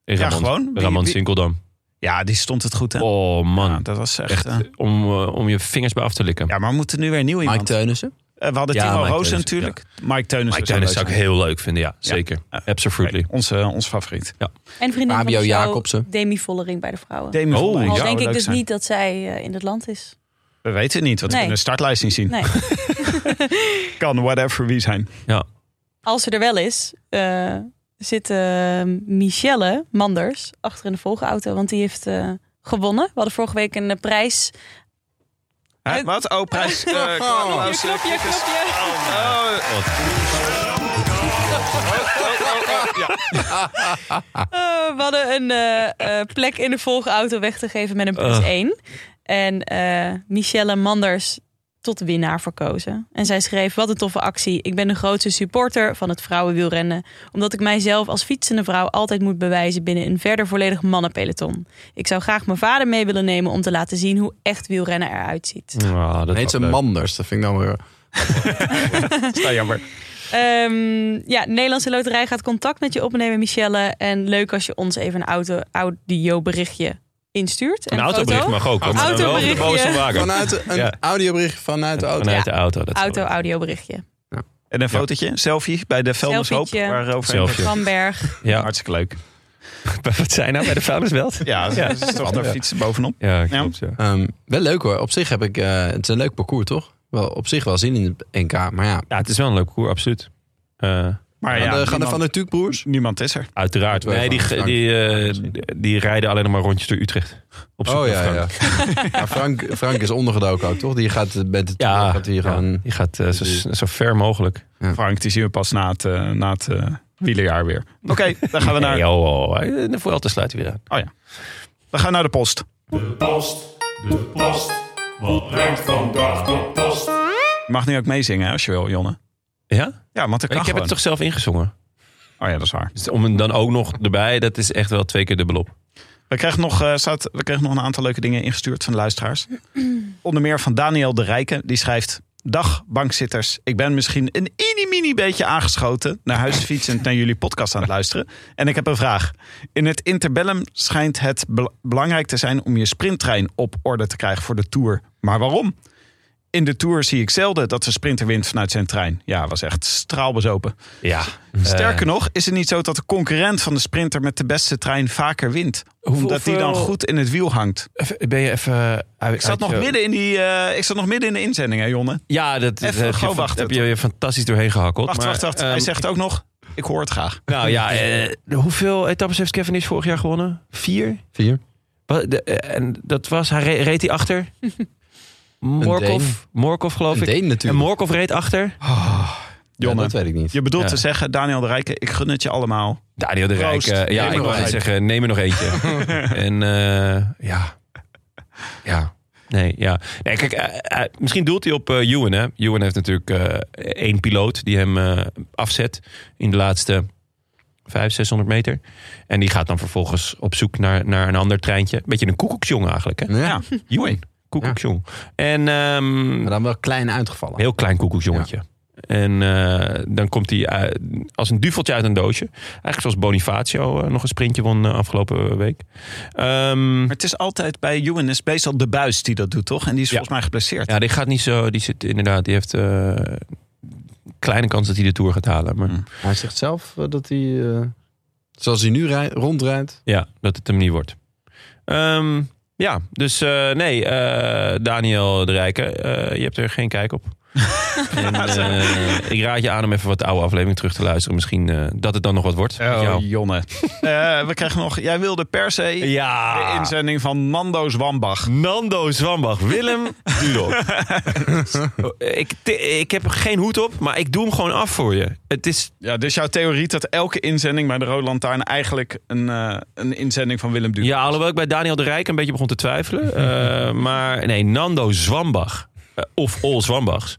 S1: Is
S4: Ja,
S1: Ramon,
S4: gewoon. Wie-
S1: Ramon
S4: wie-
S1: Sinkeldam.
S4: Ja, die stond het goed, hè?
S1: Oh man,
S4: Ja, dat was echt...
S1: echt
S4: eh,
S1: om, eh, om je vingers bij af te likken.
S4: ja, maar we moeten nu weer nieuw
S2: Mike
S4: iemand.
S2: Teunissen?
S4: Eh, we hadden
S1: Ja,
S4: Timo
S1: Mike
S4: Roos
S1: Teunissen,
S4: natuurlijk. Mike Teunis
S1: Mike Teunis zou ik heel leuk vinden, ja. Zeker.
S4: Ja.
S1: Absolutely.
S4: onze, onze favoriet.
S3: en vriendin
S2: Fabio
S3: van de show,
S2: Jacobsen.
S3: Demi Vollering bij de vrouwen.
S4: Demi
S1: Oh,
S4: Vollering
S3: Al
S4: zou
S3: denk ik
S4: leuk
S3: dus
S4: zijn.
S3: niet dat zij eh, in het land is.
S4: We weten het niet, want we
S3: Nee.
S4: kunnen de startlijst niet zien.
S3: Nee.
S4: Kan whatever wie zijn.
S3: Als ze er wel is, eh, zit eh, Michelle Manders achter in de volgauto. Want die heeft eh, gewonnen. We hadden vorige week een eh, prijs.
S4: Hè, wat? Oh, prijs. eh, applaus, eh,
S3: Knopje,
S4: kikkers.
S3: knopje.
S4: Oh, eh,
S3: Eh, we hadden een eh, eh, plek in de volgauto weg te geven met een plus
S1: Ah.
S3: 1. En eh, Michelle Manders tot winnaar verkozen. En zij schreef, wat een toffe actie. Ik ben de grootste supporter van het vrouwenwielrennen. Omdat ik mijzelf als fietsende vrouw altijd moet bewijzen... binnen een verder volledig mannenpeloton. Ik zou graag mijn vader mee willen nemen... om te laten zien hoe echt wielrennen eruit ziet.
S1: Ah, dat
S2: Heet
S1: was
S2: ze
S1: leuk.
S2: Manders? Dat vind ik dan weer...
S4: is dat jammer.
S3: Ehm, ja, Nederlandse Loterij gaat contact met je opnemen, Michelle. En leuk als je ons even een auto, audioberichtje instuurt.
S1: Een
S3: En
S1: autobericht
S3: foto.
S1: mag ook. hoor, maar dan wel op de
S3: Autoberichtje.
S1: boze wagen.
S2: Vanuit de- een
S1: Ja.
S2: audiobericht vanuit de auto.
S1: Vanuit de auto. Dat is
S3: Auto,
S1: wel-
S3: audioberichtje.
S4: En een fotootje, selfie bij de vuilnishoop.
S3: Selfietje.
S4: Waarover
S1: Selfie.
S3: Van Berg.
S1: Ja.
S4: Hartstikke leuk.
S1: Wat zijn nou bij de vuilnisbelt?
S4: Ja, dat is toch daar fietsen bovenop.
S1: Ja,
S4: Ja.
S1: klopt. Ja.
S2: Ehm, wel leuk hoor. Op zich heb ik... eh, het is een leuk parcours, toch? Wel, op zich wel zin in de NK. Maar ja,
S1: Ja, het is wel een leuk koer, absoluut. Eh,
S4: Maar ja,
S2: gaan de, gaan de
S4: niemand,
S2: Van der Tuuk broers?
S4: niemand is er.
S1: uiteraard.
S2: Moeten we
S1: Nee, die,
S2: even
S1: ge-
S2: aan
S1: die, eh, die- die rijden alleen nog maar rondjes door Utrecht. Op zoek
S2: Oh
S1: naar
S2: ja,
S1: Frank.
S2: ja. Maar Frank, Frank is ondergedoken ook, toch? Die gaat met de Tuuk
S1: Ja,
S2: gaat hier
S1: ja,
S2: gewoon...
S1: die gaat eh, zo, zo ver mogelijk.
S4: Frank, die zien we pas na het, eh, na het eh, wielerjaar weer. Oké, dan gaan we naar...
S1: Nee, oh, oh, oh. Eh, De Vuelta sluit weer aan.
S4: We gaan naar de post.
S5: De post, de post. Wat brengt vandaag de post?
S4: Je mag nu ook meezingen hè, als je wil, Jonne.
S1: Ja?
S4: Ja, want dat kan
S1: ik heb het
S4: gewoon.
S1: toch zelf ingezongen.
S4: Oh ja, dat is waar.
S1: Dus om hem dan ook nog erbij, dat is echt wel twee keer dubbelop.
S4: We kregen, nog, eh, staat, we kregen nog een aantal leuke dingen ingestuurd van de luisteraars. Onder meer van Daniel de Rijken. Die schrijft... Dag bankzitters, ik ben misschien een mini beetje aangeschoten... naar huis fietsend naar jullie podcast aan het luisteren. En ik heb een vraag. In het interbellum schijnt het bel- belangrijk te zijn... om je sprinttrein op orde te krijgen voor de Tour. Maar waarom? In de Tour zie ik zelden dat de sprinter wint vanuit zijn trein. Ja, was echt straalbezopen.
S1: Ja.
S4: Sterker nog, is het niet zo dat de concurrent van de sprinter met de beste trein vaker wint?
S1: Hoeveel-
S4: omdat die dan
S1: hoeveel-
S4: goed in het wiel hangt.
S1: ben je even...
S4: Ik zat, nog midden in die, eh, ik zat nog midden in de inzending, hè, Jonne?
S1: Ja, dat dat heb,
S4: Even
S1: je,
S4: gewoon
S1: fan-
S4: wachten,
S1: heb je weer fantastisch doorheen gehakkeld.
S4: Wacht,
S1: maar,
S4: wacht, wacht. Hij
S1: ehm,
S4: zegt ook nog: Ik hoor het graag.
S1: Nou ja, eh, hoeveel etappes heeft Kevin is vorig jaar gewonnen? Vier?
S2: Vier.
S1: Wat- de- eh, en dat was, hij re- reed hij achter? Morkov, Morkov geloof
S2: Een
S1: ik.
S2: Deen
S1: En
S2: natuurlijk.
S1: Morkov reed achter.
S2: Ja,
S4: Jonne,
S2: dat weet ik niet.
S4: je bedoelt
S1: Ja.
S4: te zeggen, Daniel de Rijken, ik gun het je allemaal.
S1: Daniel de Rijk.
S4: Proost.
S1: eh,
S4: Neem
S1: ja,
S2: er
S1: ik
S2: nog
S1: wou net
S2: een.
S1: zeggen, neem er nog eentje. en eh, ja. Ja. Nee, ja. Nee, kijk, eh, eh, misschien doelt hij op eh Ewan, hè. Ewan heeft natuurlijk eh, één piloot die hem eh, afzet in de laatste 500, 600 meter. En die gaat dan vervolgens op zoek naar, naar een ander treintje. Beetje een koekoeksjong eigenlijk, hè.
S2: Hm. Ja,
S1: Ewan, koekoeksjong. En ehm,
S2: maar dan wel klein uitgevallen.
S1: Heel klein koekoeksjongetje. En eh, dan komt hij eh, als een duveltje uit een doosje. Eigenlijk zoals Bonifacio eh, nog een sprintje won eh, afgelopen week. Ehm,
S4: Maar het is altijd bij Ewan is meestal de buis die dat doet, toch? En die is
S1: Ja.
S4: volgens mij geblesseerd.
S1: ja, die gaat niet zo. Die zit inderdaad. Die heeft eh, kleine kans dat hij de tour gaat halen. Maar
S4: Hm.
S2: Hij zegt zelf eh, dat hij, eh, zoals hij nu rij- rondrijdt...
S1: ja, dat het hem niet wordt. Ehm, ja, dus eh, nee, eh, Daniel de Rijke, eh, je hebt er geen kijk op. en, eh, ik raad je aan om even wat oude aflevering terug te luisteren. Misschien eh, dat het dan nog wat wordt. met
S4: Oh,
S1: jou.
S4: Jonne. Eh, we krijgen nog, jij wilde per se
S1: ja.
S4: de inzending van Nando Zwambach.
S1: Nando Zwambach, Willem Dudok. ik, ik heb geen hoed op, maar ik doe hem gewoon af voor je. Het is,
S4: Ja, dus jouw theorie dat elke inzending bij de Rode Lantaarn eigenlijk een, eh, een inzending van Willem Duur.
S1: ja, alhoewel ik bij Daniel de Rijk een beetje begon te twijfelen. eh, maar nee, Nando Zwambach. eh, of Ol Zwambachs,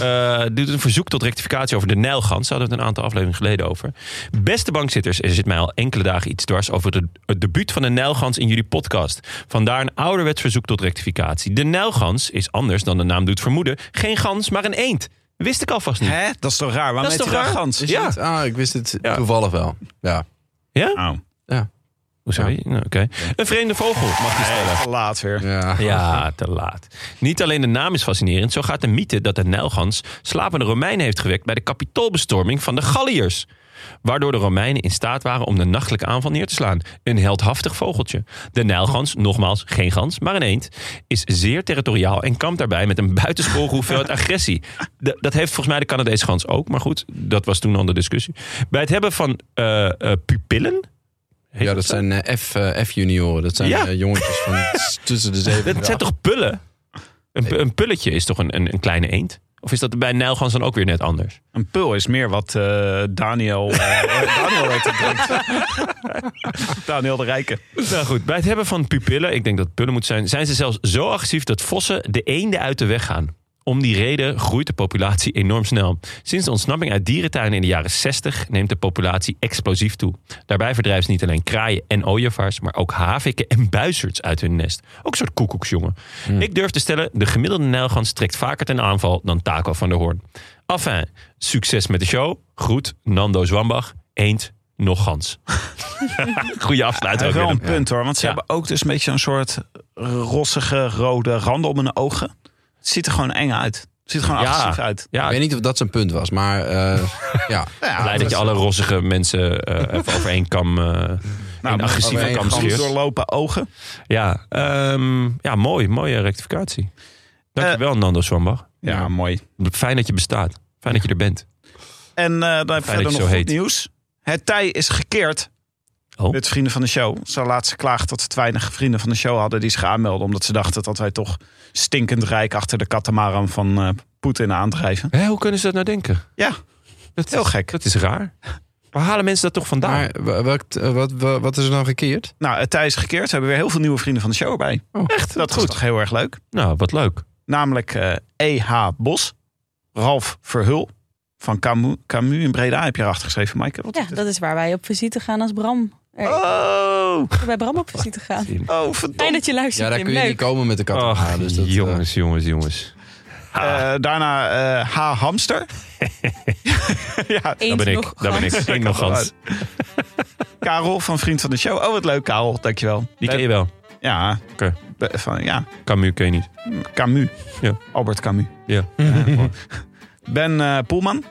S1: eh, doet een verzoek tot rectificatie over de Nijlgans. Daar hadden we het een aantal afleveringen geleden over. Beste bankzitters, er zit mij al enkele dagen iets dwars over de, het debuut van de Nijlgans in jullie podcast. Vandaar een ouderwets verzoek tot rectificatie. De Nijlgans is anders dan de naam doet vermoeden. Geen gans, maar een eend. Wist ik alvast niet.
S4: Hè? Dat is toch raar? Waarom
S1: Dat is
S4: heet hij
S1: toch
S4: daar
S1: raar?
S4: gans?
S2: Is
S1: Ja.
S2: het? Ah, ik wist het
S1: Ja.
S2: toevallig wel. Ja.
S1: Ja?
S4: Oh,
S1: Oh, sorry. Nou, oké. Een vreemde vogel mag je stellen.
S4: te laat weer.
S2: ja.
S1: Ja, te laat. Niet alleen de naam is fascinerend, zo gaat de mythe dat de Nijlgans slapende Romeinen heeft gewekt bij de kapitoolbestorming van de Galliërs. Waardoor de Romeinen in staat waren om de nachtelijke aanval neer te slaan. Een heldhaftig vogeltje. De Nijlgans, nogmaals geen gans, maar een eend, is zeer territoriaal en kampt daarbij met een buitensporige hoeveelheid agressie. De- dat heeft volgens mij de Canadese gans ook, maar goed, dat was toen al de discussie. Bij het hebben van eh, eh, pupillen. Heet
S2: Ja, dat
S1: zo?
S2: zijn eh, F, eh, F-junioren. Dat zijn
S1: Ja.
S2: eh, jongetjes van s- tussen de zeven. en
S1: Dat
S2: de
S1: zijn
S2: acht.
S1: toch pullen? Een, pu- een pulletje is toch een, een, een kleine eend? Of is dat bij Nijlgans dan ook weer net anders?
S4: Een pul is meer wat eh, Daniel, eh, Daniel, heeft gedronken. Daniel de Rijke.
S1: Nou goed, bij het hebben van pupillen, ik denk dat het pullen moet zijn... zijn ze zelfs zo agressief dat vossen de eenden uit de weg gaan. Om die reden groeit de populatie enorm snel. Sinds de ontsnapping uit dierentuinen in de jaren 60 neemt de populatie explosief toe. Daarbij verdrijven ze niet alleen kraaien en ooievaars, maar ook haviken en buizerds uit hun nest. Ook een soort koekoeksjongen. Ik durf te stellen, de gemiddelde nijlgans trekt vaker ten aanval dan Taco van der Hoorn. Enfin, succes met de show. Groet, Nando Zwambach, eend, nog gans. Goeie
S4: Hij
S1: afsluiting.
S4: heeft
S1: ook
S4: wel
S1: weer.
S4: een punt hoor, want ze
S1: Ja.
S4: hebben ook dus een beetje zo'n soort rossige rode randen om hun ogen. Het ziet er gewoon eng uit. Het ziet er gewoon
S1: Ja.
S4: agressief uit.
S1: Ja,
S2: Ik weet niet of dat zijn punt was, maar eh, ja.
S1: blij dat je alle rossige mensen eh even over één kam... eh in agressieve
S2: overeen
S1: kam
S2: gans
S4: Gans
S1: scheert.
S4: doorlopen ogen.
S1: Ja, ehm, ja, mooi. Mooie rectificatie. Dankjewel, Nando Zwambach.
S4: Ja, mooi.
S1: Fijn dat je bestaat. Fijn dat je er bent.
S4: En eh, dan heb ik
S1: dat je
S4: verder nog
S1: zo
S4: goed
S1: heet.
S4: nieuws. Het tij is gekeerd.
S1: Oh.
S4: Met vrienden van de show. Ze laatst klaagd dat ze te weinig vrienden van de show hadden die zich aanmelden. Omdat ze dachten dat wij toch stinkend rijk achter de katamaran van eh, Poetin aandrijven.
S1: Hé, hoe kunnen ze dat nou denken?
S4: Ja,
S1: Dat
S4: heel
S1: is,
S4: gek.
S1: dat is raar. Waar halen mensen dat toch vandaan?
S2: Maar wa- welk- eh, wat, wa- wat is er nou gekeerd?
S4: Nou, het tij is gekeerd. Ze hebben weer heel veel nieuwe vrienden van de show erbij.
S1: Echt?
S4: Dat is toch heel erg leuk.
S1: Nou, wat leuk.
S4: Namelijk eh, E.H. Bos, Ralf Verhul van Camus, Camus in Breda. Heb je erachter geschreven, Maaike? Wat
S3: Ja,
S4: is dit?
S3: dat is waar wij op visite gaan als Bram. Er,
S4: Oh,
S3: Bij Bram op visite gaan.
S4: oh verdomme.
S3: Fijn dat je luistert,
S2: Ja, daar
S3: Tim.
S2: kun je
S3: Leuk.
S2: niet komen met de kat.
S1: Ach,
S2: Ja, dus dat, eh,
S1: jongens, jongens, jongens.
S4: Eh, daarna eh, H. Hamster. ja,
S1: Dat
S3: Eend
S1: ben ik.
S3: nog
S1: Dat ben
S3: gans.
S1: ik. Eén nog gans.
S4: Karel van Vriend van de Show. Oh, wat leuk, Karel. Dankjewel.
S1: Die ken je wel.
S4: Ja,
S1: Oké.
S4: be- van, ja,
S1: Camus ken je niet.
S4: Camus.
S1: Ja.
S4: Albert Camus.
S1: Ja.
S4: Ben eh, Poelman.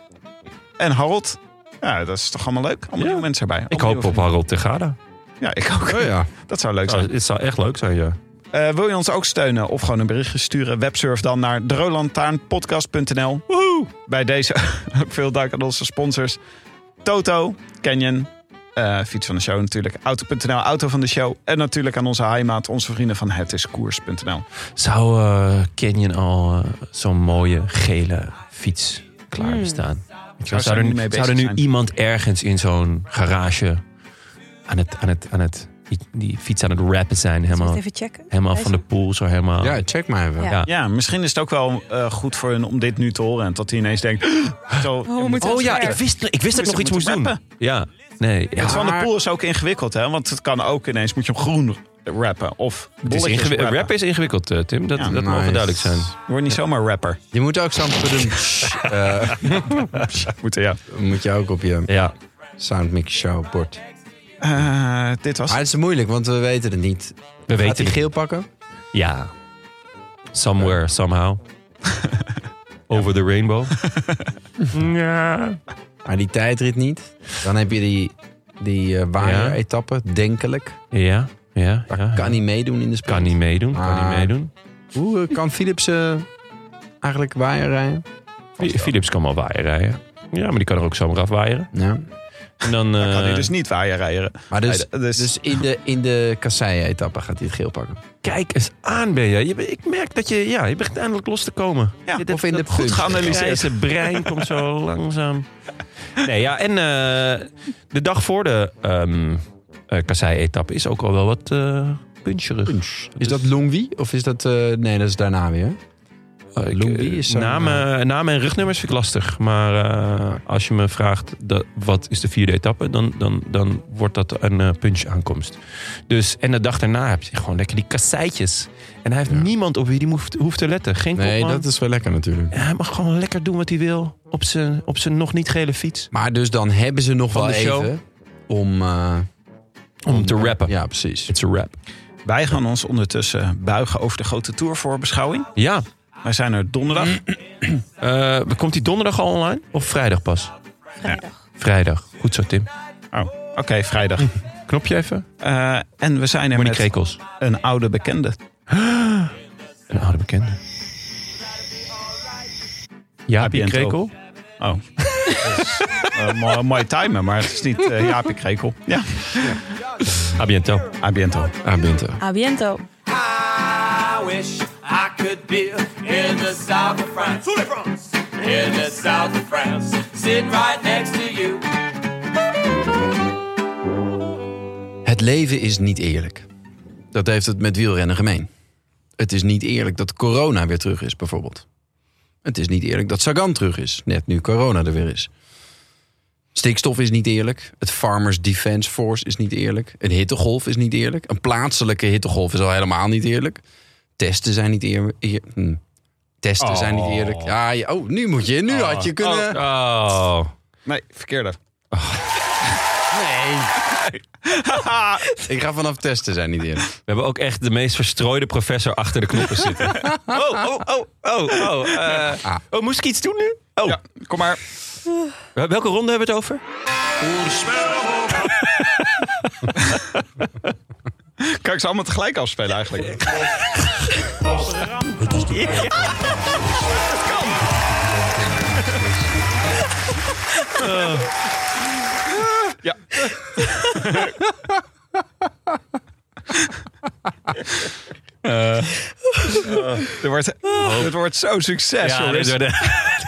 S4: En Harold. Ja, dat is toch allemaal leuk? Allemaal nieuwe mensen erbij.
S1: Ik
S4: Allemaal
S1: hoop op
S4: nieuwe
S1: Harold Tegada. Oh,
S4: vrienden. Ja, ik ook.
S2: Oh ja.
S4: Dat zou leuk zijn.
S1: Het zou echt leuk zijn, ja.
S4: Eh, wil je ons ook steunen of gewoon een berichtje sturen? Websurf dan naar drolantaarnpodcast.nl. Woehoe! Bij deze ook veel dank aan onze sponsors. Toto, Canyon, eh, Fiets van de Show natuurlijk. Auto.nl, Auto van de Show. En natuurlijk aan onze heimaat, onze vrienden van hetiskoers.nl.
S1: Zou eh, Canyon al eh, zo'n mooie gele fiets klaar bestaan? Zou,
S4: Hmm. ze er
S1: er,
S4: niet mee bezig
S1: zou er nu
S4: zijn?
S1: iemand ergens in zo'n garage aan het, aan het, aan het, die, die fiets aan het rappen zijn?
S3: Zullen we
S1: Helemaal,
S3: het even checken?
S1: helemaal van de pool, zo helemaal.
S2: ja, check maar even.
S3: Ja.
S1: Ja.
S4: Ja, misschien is het ook wel eh, goed voor hun om dit nu te horen. En dat hij ineens denkt... Zo,
S3: we moeten-
S1: Oh ja,
S3: Scherp.
S1: ik wist, ik wist dat ik nog iets moest
S4: moeten
S1: doen. Ja, nee. Ja.
S4: Het van de
S2: maar-
S4: pool is ook ingewikkeld, hè? Want het kan ook ineens, moet je hem groen rappen. Of
S1: Het is
S4: bolletjes
S1: ingewi-
S4: rappen.
S1: Rappen is ingewikkeld, eh, Tim. Dat,
S4: Ja,
S1: dat
S2: nice.
S1: mogen duidelijk zijn.
S4: Je wordt niet zomaar rapper.
S2: Je moet ook zo'n pudum, eh,
S4: Moet, ja.
S2: moet je ook op je
S1: Ja,
S2: Soundmix show bord.
S4: Eh, dit was
S2: Maar het is moeilijk, want we weten het niet.
S1: we
S2: Gaat
S1: weten
S2: hij
S1: het.
S2: geel pakken?
S1: Ja. Somewhere, somehow. Over the rainbow. ja.
S2: Maar die tijdrit niet. Dan heb je die, die eh waaier-etappe, denkelijk.
S1: Ja, ja.
S2: Daar
S1: ja.
S2: kan Ah. hij meedoen in de sprint.
S1: Kan niet meedoen, kan
S2: Maar-
S1: niet meedoen.
S2: Hoe eh, kan Philips eh, eigenlijk waaier rijden?
S1: Fi- Philips kan wel waaien rijden. Ja, maar die kan er ook zomaar afwaaieren.
S2: Ja.
S1: En dan,
S4: Dan kan
S1: eh,
S4: hij dus niet waaien rijden.
S2: Maar dus,
S4: Nee, dus-
S2: dus... in de, in de kasseien-etappe gaat hij het geel pakken.
S1: kijk eens aan ben je. Je be- Ik merk dat je, ja, je begint eindelijk los te komen.
S4: Ja,
S1: Je- dat-
S2: Of in de
S1: dat goed
S2: punch.
S1: geanalyseerd Het brein komt zo langzaam. Nee, ja, en eh, de dag voor de ehm eh, kassei-etappe is ook al wel wat eh puncherig.
S2: Dus- Is dat Longwy of is dat... eh, nee, dat is daarna weer.
S1: Eh, Ik,
S2: Louis is zo'n, eh,
S1: namen, namen en rugnummers vind ik lastig. Maar eh, als je me vraagt dat, wat is de vierde etappe, dan, dan, dan wordt dat een eh, punch-aankomst. Dus, en de dag daarna heb je gewoon lekker die kasseitjes. En hij heeft
S2: Ja.
S1: niemand op wie hij hoeft, hoeft te letten. Geen
S2: Nee,
S1: kopman.
S2: dat is wel lekker natuurlijk.
S1: En hij mag gewoon lekker doen wat hij wil op zijn, op zijn nog niet gele fiets.
S2: Maar dus dan hebben ze nog
S1: Van
S2: wel
S1: de show.
S2: even om... eh,
S1: Om te rappen.
S2: Ja, precies.
S1: It's a rap.
S4: Wij gaan ons ondertussen buigen over de grote tourvoorbeschouwing.
S1: Ja.
S4: Wij zijn er donderdag.
S1: Mm. Eh, komt die donderdag al online? Of vrijdag pas?
S3: Vrijdag.
S1: Vrijdag. Goed zo, Tim.
S4: Oh, oké, vrijdag.
S1: Knopje even.
S4: Eh, en we zijn er
S1: Monique
S4: met
S1: Mm. Krekels.
S4: een oude bekende.
S1: Een oude bekende. Jaapie
S4: APNO.
S1: Krekel.
S4: Oh. Eh, mooi, mooi timen, maar het is niet eh Jaapie Krekel. Ja,
S1: Abiento.
S4: abiento.
S2: Abinta.
S3: Abiento.
S6: I wish I could be in the south of France. In the south of France. Sitting right next to you.
S2: Het leven is niet eerlijk. Dat heeft het met wielrennen gemeen. Het is niet eerlijk dat corona weer terug is, bijvoorbeeld. Het is niet eerlijk dat Sagan terug is, net nu corona er weer is. Stikstof is niet eerlijk. Het Farmers Defence Force is niet eerlijk. Een hittegolf is niet eerlijk. Een plaatselijke hittegolf is al helemaal niet eerlijk. Testen zijn niet eerlijk. Testen zijn niet eerlijk. Ja, je- oh, nu moet je. Nu had je kunnen.
S1: Oh.
S4: Nee, verkeerde.
S2: Ik ga vanaf testen zijn niet eerlijk.
S1: We hebben ook echt de meest verstrooide professor achter de knoppen zitten. oh, oh, oh, oh, oh. eh, oh, moest ik iets doen nu? Oh,
S4: Ja, kom maar.
S1: wel- welke ronde hebben we het over?
S4: Kan ik ze allemaal tegelijk afspelen eigenlijk?
S1: Eh.
S4: Ja.
S1: Eh.
S4: Het Eh. wordt, het wordt zo'n succes, jongens.
S1: dit wordt,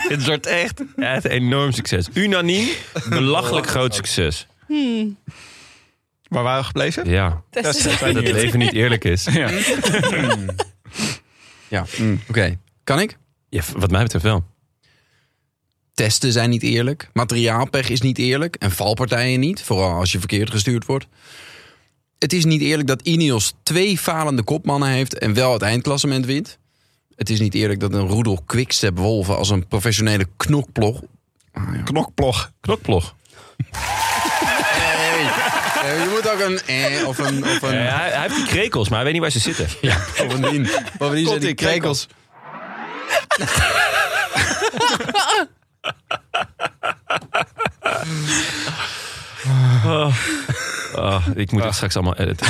S1: dit wordt echt, echt enorm succes. Unaniem, belachelijk groot succes.
S4: Waar waren we gebleven?
S1: Ja,
S3: Testen
S4: zijn
S1: dat het leven niet eerlijk is.
S2: Ja, hm, oké. Kan ik?
S1: Ja, wat mij betreft wel.
S2: Testen zijn niet eerlijk. Materiaalpech is niet eerlijk. En valpartijen niet. Vooral als je verkeerd gestuurd wordt. Het is niet eerlijk dat Ineos twee falende kopmannen heeft. En wel het eindklassement wint. Het is niet eerlijk dat een roedel quickstep wolven als een professionele knokplog.
S4: Knokplog.
S1: Knokplog.
S2: Eh, je moet ook een eh of een. Of een,
S1: Eh, hij, hij heeft die krekels, maar hij weet niet waar ze zitten.
S2: ja, of een dien. Bovendien zijn die
S4: Komt-ie,
S2: krekels.
S1: Oh, ik moet het straks allemaal editen.